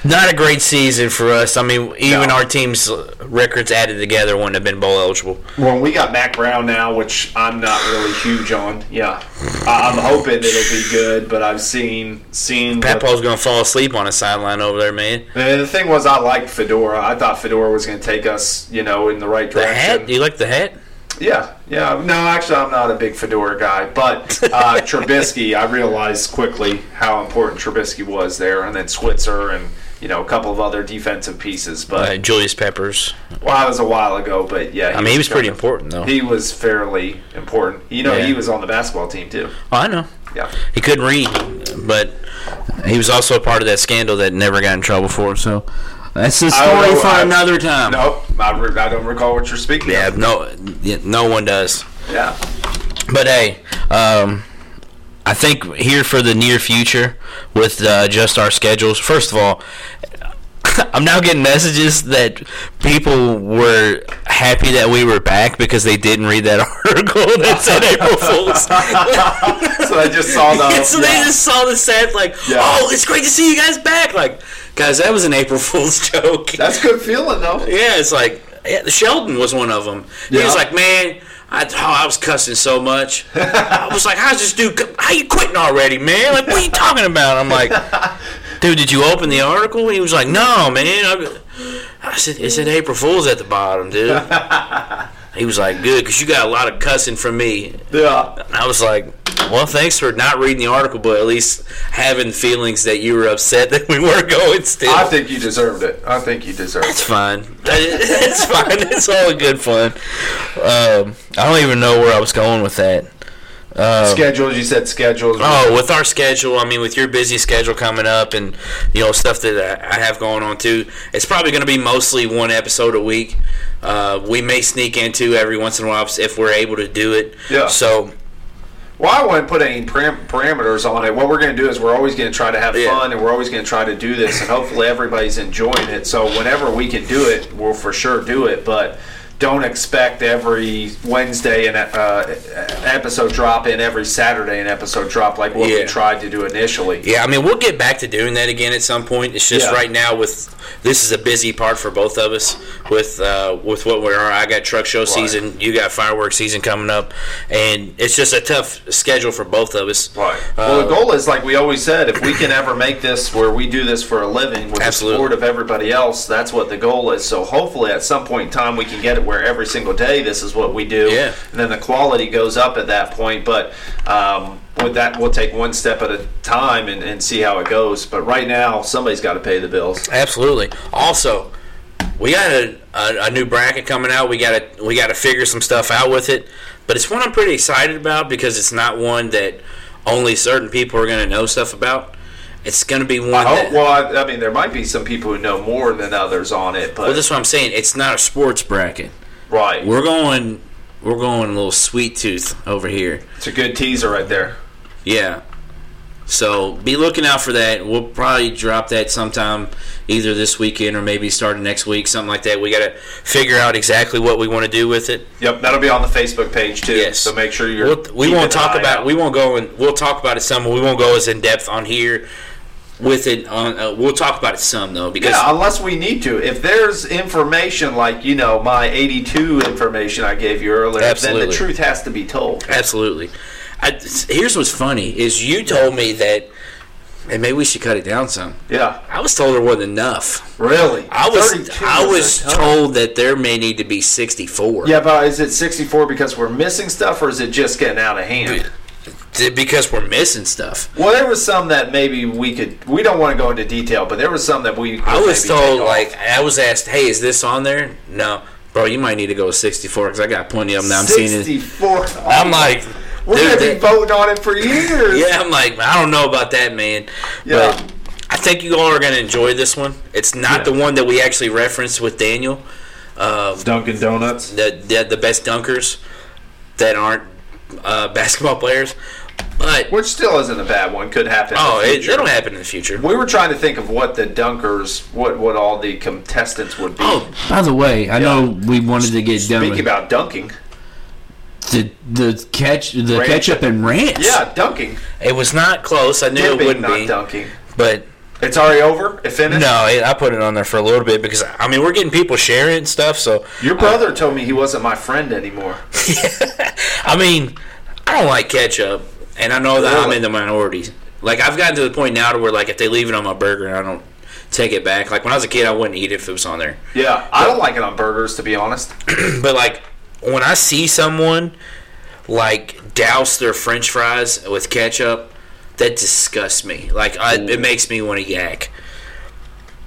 Speaker 1: not a great season for us. I mean, even
Speaker 2: No.
Speaker 1: our team's records added together wouldn't have been bowl eligible.
Speaker 2: Well, we got Mac Brown now, which I'm not really huge on. Yeah, I- I'm hoping it'll be good, but I've seen seen. what-
Speaker 1: Papo's gonna fall asleep on a sideline over there, man.
Speaker 2: And the thing was, I liked Fedora. I thought Fedora was going to take us, you know, in the right
Speaker 1: The
Speaker 2: direction.
Speaker 1: hat? Do you like the hat?
Speaker 2: Yeah, yeah. No, actually, I'm not a big fedora guy, but uh, Trubisky, I realized quickly how important Trubisky was there, and then Switzer and you know a couple of other defensive pieces.
Speaker 1: Uh,
Speaker 2: But
Speaker 1: Julius Peppers.
Speaker 2: well, that was a while ago. But yeah,
Speaker 1: I mean, he was pretty important though.
Speaker 2: He was fairly important. You know,
Speaker 1: Yeah.
Speaker 2: he was on the basketball team too.
Speaker 1: Oh, I know.
Speaker 2: Yeah,
Speaker 1: He couldn't read, but he was also a part of that scandal that never got in trouble for. So
Speaker 3: That's a
Speaker 2: I don't
Speaker 3: story
Speaker 2: know,
Speaker 3: for
Speaker 2: I-
Speaker 3: another time.
Speaker 2: nope. I, re- I don't recall what you're speaking.
Speaker 1: Um, yeah,
Speaker 2: of.
Speaker 1: no, yeah, no one does.
Speaker 2: yeah.
Speaker 1: But hey, um, I think here for the near future with uh, just our schedules. First of all, I'm now getting messages that people were happy that we were back because they didn't read that article that said April Fools.
Speaker 2: So I just saw the.
Speaker 1: so
Speaker 2: yeah.
Speaker 1: they just saw the set like,
Speaker 2: Yeah.
Speaker 1: "Oh, it's great to see you guys back!" Like, guys, that was an April Fool's joke.
Speaker 2: That's good feeling though.
Speaker 1: Yeah, it's like yeah, Sheldon was one of them. He was
Speaker 2: Yeah.
Speaker 1: like, man, I, oh, I was cussing so much. I was like, how's this dude? cu- How you quitting already, man? Like, what are you talking about? I'm like, dude, did you open the article? He was like, no, man. I, I said, it's an April Fool's at the bottom, dude. He was like, good, because you got a lot of cussing from me.
Speaker 2: Yeah.
Speaker 1: And I was like, well, thanks for not reading the article, but at least having feelings that you were upset that we weren't going still.
Speaker 2: I think you deserved it. I think you deserved it.
Speaker 1: It's fine. It's fine. It's all good fun. Um, I don't even know where I was going with that. Uh,
Speaker 2: schedules. You said schedules.
Speaker 1: Oh, with our schedule, I mean, with your busy schedule coming up, and you know stuff that I I have going on too, it's probably going to be mostly one episode a week. Uh, we may sneak into every once in a while if we're able to do it.
Speaker 2: Yeah.
Speaker 1: So
Speaker 2: Well, I wouldn't put any param- parameters on it. What we're going to do is we're always going to try to have
Speaker 1: Yeah.
Speaker 2: fun, and we're always going to try to do this, and hopefully everybody's enjoying it. So whenever we can do it, we'll for sure do it. But don't expect every Wednesday an uh, episode drop in, every Saturday an episode drop like what we
Speaker 1: Yeah.
Speaker 2: tried to do initially.
Speaker 1: yeah, I mean, we'll get back to doing that again at some point. It's just
Speaker 2: Yeah.
Speaker 1: right now with this is a busy part for both of us with uh, with what we are. I got truck show season, you got fireworks season coming up, and it's just a tough schedule for both of us. Uh,
Speaker 2: well, the goal is like we always said, if we can ever make this where we do this for a living with
Speaker 1: Absolutely.
Speaker 2: the support of everybody else, that's what the goal is. So hopefully at some point in time we can get it where every single day this is what we do.
Speaker 1: Yeah.
Speaker 2: And then the quality goes up at that point. But um, with that we'll take one step at a time and, and see how it goes. But right now somebody's gotta pay the bills.
Speaker 1: Absolutely. Also, we got a, a, a new bracket coming out. We got to we got to figure some stuff out with it, but it's one I'm pretty excited about because it's not one that only certain people are going to know stuff about. It's going to be one
Speaker 2: Oh,
Speaker 1: that.
Speaker 2: well, I, I mean, there might be some people who know more than others on it, but
Speaker 1: Well, that's what I'm saying. It's not a sports bracket.
Speaker 2: right,
Speaker 1: We're going we're going a little sweet tooth over here.
Speaker 2: it's a good teaser right there.
Speaker 1: Yeah. So be looking out for that. We'll probably drop that sometime either this weekend or maybe starting next week, something like that. We got to figure out exactly what we want to do with it.
Speaker 2: Yep, that'll be on the Facebook page too.
Speaker 1: Yes.
Speaker 2: So make sure you're.
Speaker 1: We'll, we
Speaker 2: keeping
Speaker 1: won't
Speaker 2: an
Speaker 1: talk
Speaker 2: eye
Speaker 1: about
Speaker 2: out.
Speaker 1: we won't go and we'll talk about it some. but We won't go as in depth on here with it. On uh, we'll talk about it some though because
Speaker 2: Yeah, unless we need to. If there's information like you know my 82 information I gave you earlier, then
Speaker 1: Absolutely.
Speaker 2: the truth has to be told.
Speaker 1: absolutely. I, here's what's funny is you told me that, and maybe we should cut it down some.
Speaker 2: Yeah,
Speaker 1: I was told there wasn't enough.
Speaker 2: really.
Speaker 1: I
Speaker 2: 32
Speaker 1: was
Speaker 2: is
Speaker 1: I
Speaker 2: a
Speaker 1: was
Speaker 2: ton.
Speaker 1: told that there may need to be 64.
Speaker 2: Yeah, but is it 64 because we're missing stuff, or is it just getting out of hand?
Speaker 1: Th- Because we're missing stuff.
Speaker 2: Well, there was some that maybe we could. We don't want to go into detail, but there was some that we. Could
Speaker 1: I was
Speaker 2: maybe
Speaker 1: told
Speaker 2: take off.
Speaker 1: like I was asked, "Hey, is this on there?" No, bro, you might need to go with 64 because I got plenty of them. Now I'm seeing it.
Speaker 2: 64.
Speaker 1: I'm like,
Speaker 2: we're
Speaker 1: dude,
Speaker 2: gonna be
Speaker 1: that-
Speaker 2: voting on it for years.
Speaker 1: yeah, I'm like, I don't know about that, man.
Speaker 2: Yeah.
Speaker 1: But I think you all are going to enjoy this one. It's not the one that we actually referenced with Daniel,
Speaker 2: Dunkin' Donuts.
Speaker 1: the the, the best dunkers that aren't uh, basketball players. But
Speaker 2: Which still isn't a bad one. Could happen. in the
Speaker 1: oh, it,
Speaker 2: future.
Speaker 1: it'll happen in the future.
Speaker 2: We were trying to think of what the dunkers, what what all the contestants would be.
Speaker 1: Oh,
Speaker 3: By the way, I know we wanted to get done
Speaker 2: Speaking
Speaker 3: with
Speaker 2: about dunking,
Speaker 3: the the catch the
Speaker 2: Ranch.
Speaker 3: ketchup and ranch.
Speaker 2: yeah, dunking,
Speaker 1: it was not close. I knew it
Speaker 2: dipping,
Speaker 1: wouldn't
Speaker 2: not
Speaker 1: be,
Speaker 2: dunking.
Speaker 1: but.
Speaker 2: It's already over. It finished.
Speaker 1: No, it, I put it on there for a little bit because I mean we're getting people sharing it and stuff. So
Speaker 2: Your brother told me he wasn't my friend anymore.
Speaker 1: I mean, I don't like ketchup, and I know that I'm
Speaker 2: Really?
Speaker 1: in the minority. Like I've gotten to the point now to where like if they leave it on my burger and I don't take it back. Like when I was a kid, I wouldn't eat it if it was on there.
Speaker 2: Yeah, I don't like it on burgers, to be honest.
Speaker 1: But like when I see someone like douse their French fries with ketchup, that disgusts me. Like I, it makes me want to yak.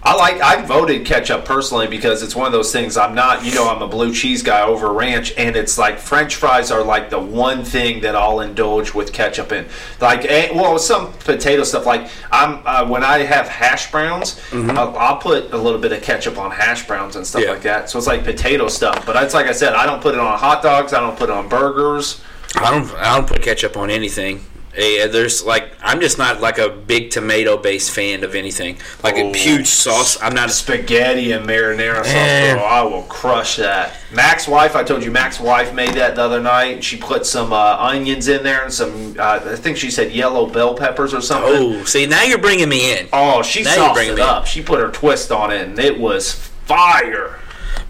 Speaker 2: I like I voted ketchup personally because it's one of those things I'm not you know I'm a blue cheese guy over ranch and it's like French fries are like the one thing that I'll indulge with ketchup in like eh, well some potato stuff like I'm uh, when I have hash browns I'll, I'll put a little bit of ketchup on hash browns and stuff
Speaker 1: Yeah.
Speaker 2: like that so it's like potato stuff but it's like I said I don't put it on hot dogs I don't put it on burgers
Speaker 1: I don't I don't put ketchup on anything. Yeah, there's like I'm just not like a big tomato based fan of anything. Like
Speaker 2: Oh.
Speaker 1: a huge sauce. I'm not a
Speaker 2: spaghetti and marinara sauce.
Speaker 1: Eh.
Speaker 2: bro. I will crush that. Mac's wife, I told you, Mac's wife made that the other night. She put some uh, onions in there and some, uh, I think she said yellow bell peppers or something.
Speaker 1: Oh, see now you're bringing me in.
Speaker 2: Oh, she
Speaker 1: Now you
Speaker 2: sauced
Speaker 1: bring
Speaker 2: it
Speaker 1: me.
Speaker 2: up. She put her twist on it, and it was fire.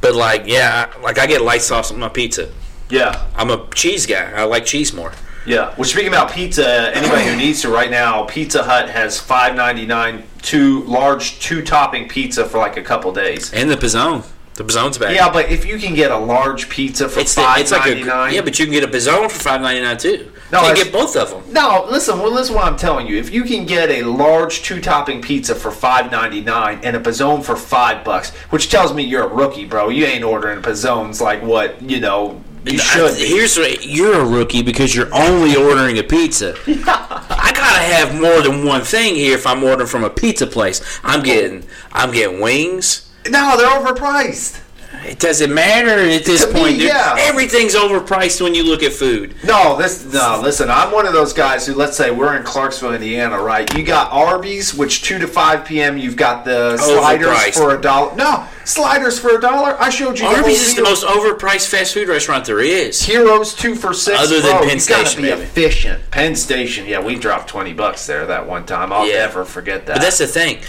Speaker 1: But like, yeah, like I get light sauce on my pizza.
Speaker 2: Yeah,
Speaker 1: I'm a cheese guy. I like cheese more.
Speaker 2: yeah. Well, speaking about pizza, anybody who needs to right now, Pizza Hut has five ninety nine two large two topping pizza for like a couple days.
Speaker 1: And the pizzone. The pizzone's back.
Speaker 2: Yeah, but if you can get a large pizza for
Speaker 1: It's the,
Speaker 2: five
Speaker 1: it's like a
Speaker 2: ninety nine,
Speaker 1: yeah, but you can get a pizzone for five ninety nine too.
Speaker 2: No,
Speaker 1: you can
Speaker 2: it's-
Speaker 1: get both of them.
Speaker 2: No, listen. Well, listen. What I'm telling you, if you can get a large two-topping pizza for $5.99 and a pizzone for five bucks, which tells me you're a rookie, bro. You ain't ordering pizzones like what you know You
Speaker 1: I-
Speaker 2: should be.
Speaker 1: Here's what- you're a rookie because you're only ordering a pizza. I gotta have more than one thing here if I'm ordering from a pizza place. I'm getting I'm getting wings.
Speaker 2: No, they're overpriced.
Speaker 1: It doesn't matter at this
Speaker 2: To me,
Speaker 1: point. dude.
Speaker 2: yeah.
Speaker 1: Everything's overpriced when you look at food.
Speaker 2: No, this no. Listen, I'm one of those guys who, let's say, we're in Clarksville, Indiana, right? You got Arby's, which two to five p.m. You've got the
Speaker 1: Overpriced.
Speaker 2: sliders for a dollar. No, sliders for a dollar. I showed you.
Speaker 1: Arby's is the
Speaker 2: whole meal.
Speaker 1: most overpriced fast food restaurant there is.
Speaker 2: Heroes two for six.
Speaker 1: Other than
Speaker 2: Bro,
Speaker 1: Penn
Speaker 2: you
Speaker 1: Station,
Speaker 2: gotta
Speaker 1: maybe.
Speaker 2: be efficient. Penn Station, yeah, we dropped twenty bucks there that one time. I'll
Speaker 1: Yeah.
Speaker 2: never forget that.
Speaker 1: But that's the thing.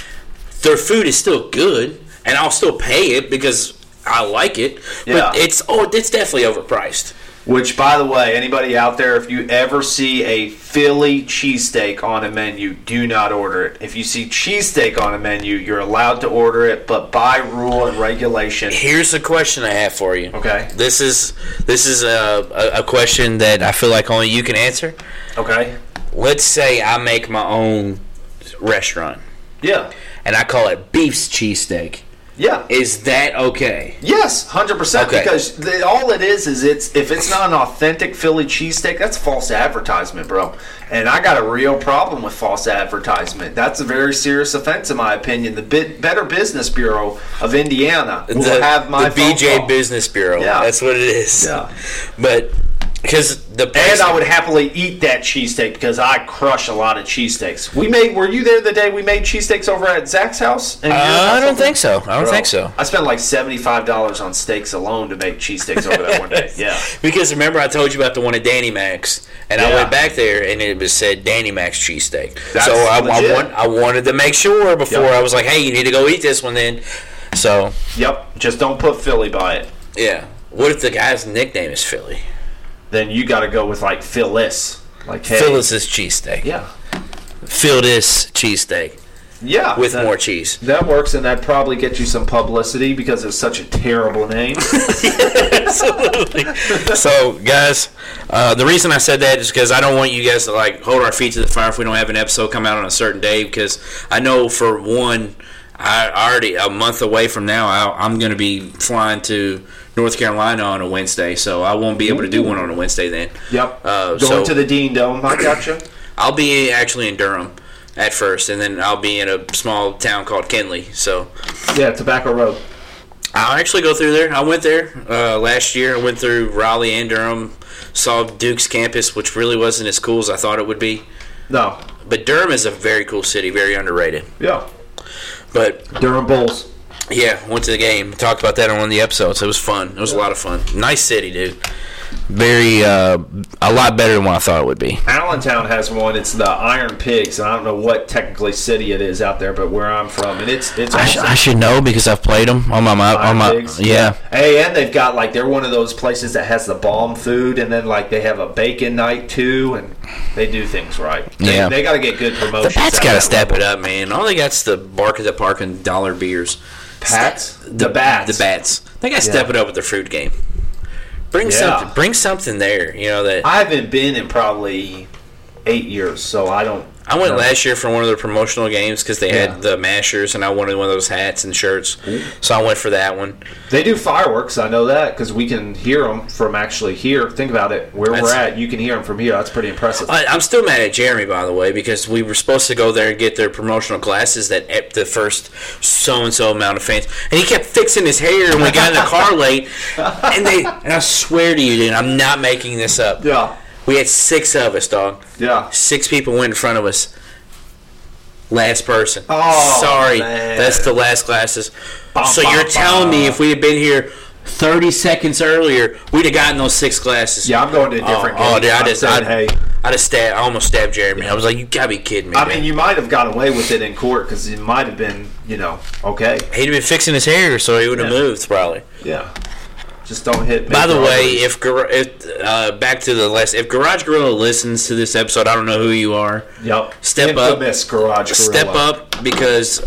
Speaker 1: Their food is still good, and I'll still pay it because I like it.
Speaker 2: Yeah.
Speaker 1: But it's oh, it's definitely overpriced.
Speaker 2: Which, by the way, anybody out there, if you ever see a Philly cheesesteak on a menu, do not order it. If you see cheesesteak on a menu, you're allowed to order it, but by rule and regulation.
Speaker 1: Here's a question I have for you.
Speaker 2: Okay.
Speaker 1: This is this is a, a, a question that I feel like only you can answer.
Speaker 2: Okay.
Speaker 1: Let's say I make my own restaurant
Speaker 2: Yeah.
Speaker 1: and I call it Beef's Cheesesteak.
Speaker 2: Yeah.
Speaker 1: Is that okay?
Speaker 2: yes, hundred percent.
Speaker 1: Okay.
Speaker 2: Because the, all it is is it's if it's not an authentic Philly cheesesteak, that's false advertisement, bro. And I got a real problem with false advertisement. That's a very serious offense, in my opinion. The Bit Better Business Bureau of Indiana will
Speaker 1: the,
Speaker 2: have my
Speaker 1: the
Speaker 2: phone
Speaker 1: BJ
Speaker 2: call.
Speaker 1: Business Bureau.
Speaker 2: Yeah.
Speaker 1: That's what it is.
Speaker 2: Yeah.
Speaker 1: But because the
Speaker 2: And
Speaker 1: place-
Speaker 2: I would happily eat that cheesesteak because I crush a lot of cheesesteaks. We made. Were you there the day we made cheesesteaks over at Zach's house? And your
Speaker 1: Uh, I
Speaker 2: house
Speaker 1: don't
Speaker 2: over-
Speaker 1: think so. I don't
Speaker 2: Bro,
Speaker 1: think so.
Speaker 2: I spent like seventy-five dollars on steaks alone to make cheesesteaks over that one day. Yeah.
Speaker 1: Because remember, I told you about the one at Danny Max, and I
Speaker 2: Yeah.
Speaker 1: went back there, and it was said Danny Max cheesesteak.
Speaker 2: That's
Speaker 1: So I, I,
Speaker 2: legit.
Speaker 1: want, I wanted to make sure before
Speaker 2: Yeah.
Speaker 1: I was like, hey, you need to go eat this one then. So
Speaker 2: Yep. Just don't put Philly by it.
Speaker 1: yeah, what if the guy's nickname is Philly?
Speaker 2: Then you got to go with like Phyllis. Like hey.
Speaker 1: Phyllis's cheesesteak.
Speaker 2: Yeah.
Speaker 1: Phil this cheesesteak
Speaker 2: Yeah.
Speaker 1: with
Speaker 2: that,
Speaker 1: more cheese.
Speaker 2: That works, and that probably gets you some publicity because it's such a terrible name.
Speaker 1: Absolutely. so, guys, uh, the reason I said that is because I don't want you guys to like hold our feet to the fire if we don't have an episode come out on a certain day. Because I know for one, I already a month away from now, I, I'm going to be flying to North Carolina on a Wednesday, so I won't be able to do one on a Wednesday then.
Speaker 2: yep.
Speaker 1: Uh,
Speaker 2: Going
Speaker 1: so-
Speaker 2: to the Dean Dome. I gotcha.
Speaker 1: I'll be actually in Durham at first, and then I'll be in a small town called Kenley. So
Speaker 2: yeah. Tobacco Road.
Speaker 1: I'll actually go through there. I went there uh, last year. I went through Raleigh and Durham, saw Duke's campus, which really wasn't as cool as I thought it would be.
Speaker 2: No.
Speaker 1: But Durham is a very cool city, very underrated.
Speaker 2: Yeah.
Speaker 1: But
Speaker 2: Durham Bulls.
Speaker 1: yeah, went to the game. Talked about that on one of the episodes. It was fun. It was a lot of fun. Nice city, dude. Very uh, a lot better than what I thought it would be.
Speaker 2: Allentown has one. It's the Iron Pigs, and I don't know what technically city it is out there, but where I'm from, and it's it's.
Speaker 1: I, sh- I should know because I've played them on my mi- on
Speaker 2: Iron
Speaker 1: my
Speaker 2: Pigs.
Speaker 1: yeah.
Speaker 2: Hey, and they've got like they're one of those places that has the bomb food, and then like they have a bacon night too, and they do things right. They-
Speaker 1: Yeah.
Speaker 2: they got to get good
Speaker 1: The
Speaker 2: promotions.
Speaker 1: Pats
Speaker 2: out
Speaker 1: got to
Speaker 2: of
Speaker 1: step
Speaker 2: that
Speaker 1: it up, man. All they got's the bark of the park and dollar beers.
Speaker 2: Pats, the bats,
Speaker 1: The bats. They got to step
Speaker 2: Yeah.
Speaker 1: it up with their fruit game. Bring
Speaker 2: Yeah.
Speaker 1: something. Bring something there. You know that. I,
Speaker 2: I haven't been in probably eight years, so I don't.
Speaker 1: went
Speaker 2: know.
Speaker 1: last year for one of their promotional games because they
Speaker 2: Yeah.
Speaker 1: had the mashers, and I wanted one of those hats and shirts. So I went for that one.
Speaker 2: They do fireworks. I know that because we can hear them from actually here. Think about it. Where
Speaker 1: That's-
Speaker 2: we're at, you can hear them from here. That's pretty impressive.
Speaker 1: I, I'm still mad at Jeremy, by the way, because we were supposed to go there and get their promotional glasses that at the first so and so amount of fans, and he kept fixing his hair, and we got in the car late, and they and I swear to you, dude, I'm not making this up.
Speaker 2: yeah.
Speaker 1: We had six of us, dog.
Speaker 2: Yeah.
Speaker 1: Six people went in front of us. Last person.
Speaker 2: Oh,
Speaker 1: sorry,
Speaker 2: man.
Speaker 1: that's the last glasses.
Speaker 2: Bum,
Speaker 1: so
Speaker 2: bum,
Speaker 1: you're
Speaker 2: bum.
Speaker 1: telling me if we had been here 30 seconds earlier, we'd have gotten those six glasses.
Speaker 2: Yeah, I'm going to a
Speaker 1: Oh,
Speaker 2: different game.
Speaker 1: oh, dude, I
Speaker 2: I'm
Speaker 1: just,
Speaker 2: saying,
Speaker 1: I,
Speaker 2: hey.
Speaker 1: I just stabbed, I almost stabbed Jeremy. I was like, you gotta be kidding me.
Speaker 2: I
Speaker 1: man."
Speaker 2: mean, you might have got away with it in court because it might have been, you know, okay.
Speaker 1: he'd been fixing his hair, so he would have
Speaker 2: Yeah.
Speaker 1: moved probably.
Speaker 2: Yeah. Just don't hit.
Speaker 1: By the
Speaker 2: major
Speaker 1: way,
Speaker 2: arteries.
Speaker 1: if, Gar- if uh, back to the last, if Garage Gorilla listens to this episode, I don't know who you are.
Speaker 2: yep,
Speaker 1: step up.
Speaker 2: infamous garage
Speaker 1: step
Speaker 2: gorilla.
Speaker 1: up because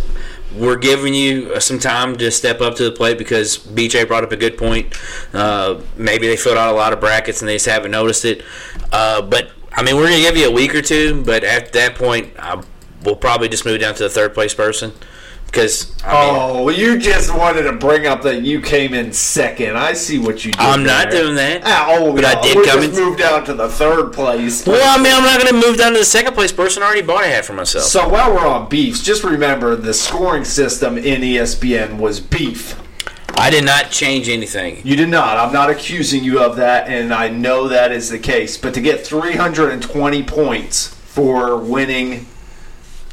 Speaker 1: we're giving you uh, some time to step up to the plate because BJ brought up a good point. Uh, maybe they filled out a lot of brackets and they just haven't noticed it. Uh, but I mean, we're gonna give you a week or two, but at that point, I, we'll probably just move down to the third place person because
Speaker 2: Oh, well, you just wanted to bring up that you came in second. I see what you did.
Speaker 1: I'm not
Speaker 2: there.
Speaker 1: doing that.
Speaker 2: Ah, oh,
Speaker 1: But
Speaker 2: no.
Speaker 1: I did
Speaker 2: we
Speaker 1: come
Speaker 2: just
Speaker 1: in-
Speaker 2: moved down to the third place.
Speaker 1: Well, I mean, I'm not going to move down to the second place person. I already bought a hat for myself.
Speaker 2: So while we're on beefs, just remember the scoring system in E ESPN was beef.
Speaker 1: I did not change anything.
Speaker 2: You did not. I'm not accusing you of that, and I know that is the case. But to get 320 points for winning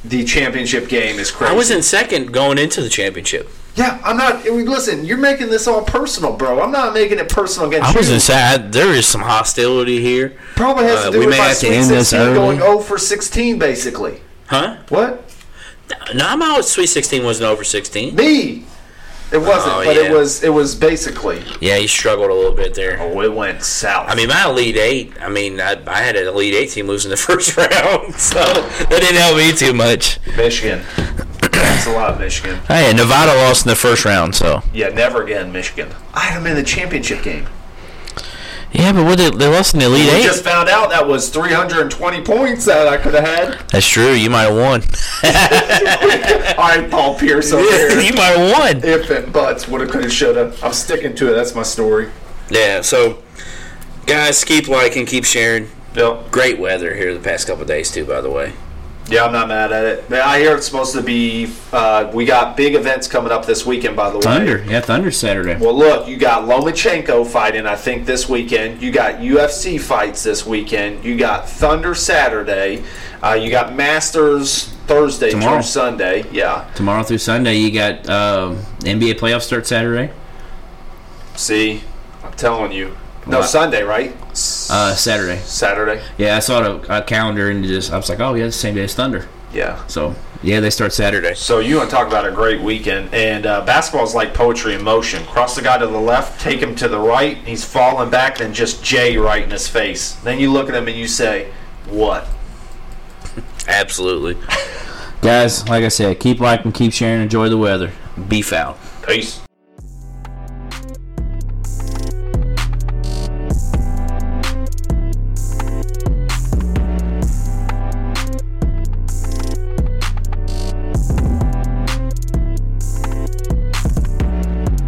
Speaker 2: the championship game is crazy.
Speaker 1: I was in second going into the championship.
Speaker 2: Yeah, I'm not. I mean, Listen, you're making this all personal, bro. I'm not making it personal against
Speaker 1: I was
Speaker 2: you.
Speaker 1: inside. There is some hostility here,
Speaker 2: Probably has
Speaker 1: Uh,
Speaker 2: to do
Speaker 1: we
Speaker 2: with
Speaker 1: may
Speaker 2: my
Speaker 1: have to
Speaker 2: Sweet
Speaker 3: end this
Speaker 2: 16
Speaker 3: early.
Speaker 2: going 0 for 16, basically.
Speaker 1: huh?
Speaker 2: What?
Speaker 1: No, I'm out. Sweet 16 wasn't over 16.
Speaker 2: Me? It wasn't,
Speaker 1: Oh,
Speaker 2: but
Speaker 1: yeah.
Speaker 2: it was. It was basically.
Speaker 1: Yeah, you struggled a little bit there.
Speaker 2: Oh, it went south.
Speaker 1: I mean, my Elite Eight. I mean, I, I had an Elite Eight team losing the first round, so that didn't help me too much.
Speaker 2: Michigan. That's a lot, Michigan.
Speaker 1: Hey, Nevada lost in the first round, so
Speaker 2: Yeah, never again, Michigan. I had them in the championship game.
Speaker 1: yeah. But what they, they lost in the Elite
Speaker 2: We just found out that was 320 points that I could have had.
Speaker 1: That's true. You might have won.
Speaker 2: All right, Paul Pierce over here.
Speaker 1: you might have won.
Speaker 2: If and buts would have could have should have. I'm sticking to it. That's my story.
Speaker 1: Yeah, so guys, keep liking, keep sharing.
Speaker 2: Yep.
Speaker 1: Great weather here the past couple days too, by the way.
Speaker 2: Yeah, I'm not mad at it. Man, I hear it's supposed to be. Uh, we got big events coming up this weekend, by the way.
Speaker 3: Thunder. Yeah, Thunder Saturday.
Speaker 2: Well, look, you got Lomachenko fighting, I think, this weekend. You got UFC fights this weekend. You got Thunder Saturday. Uh, you got Masters Thursday
Speaker 3: Tomorrow.
Speaker 2: through Sunday. Yeah.
Speaker 3: Tomorrow through Sunday, you got um, NBA playoffs start Saturday.
Speaker 2: See, I'm telling you. No,
Speaker 3: Wow.
Speaker 2: Sunday, right? S-
Speaker 3: Uh, Saturday.
Speaker 2: Saturday.
Speaker 3: Yeah, I saw the a calendar and just I was like, oh yeah, it's the same day as Thunder.
Speaker 2: Yeah.
Speaker 3: So yeah, they start Saturday.
Speaker 2: So you want to talk about a great weekend? And uh, basketball is like poetry in motion. Cross the guy to the left, take him to the right. He's falling back, then just Jay right in his face. Then you look at him and you say, "What?"
Speaker 1: Absolutely.
Speaker 3: Guys, like I said, keep liking, keep sharing, enjoy the weather. Beef out.
Speaker 2: Peace.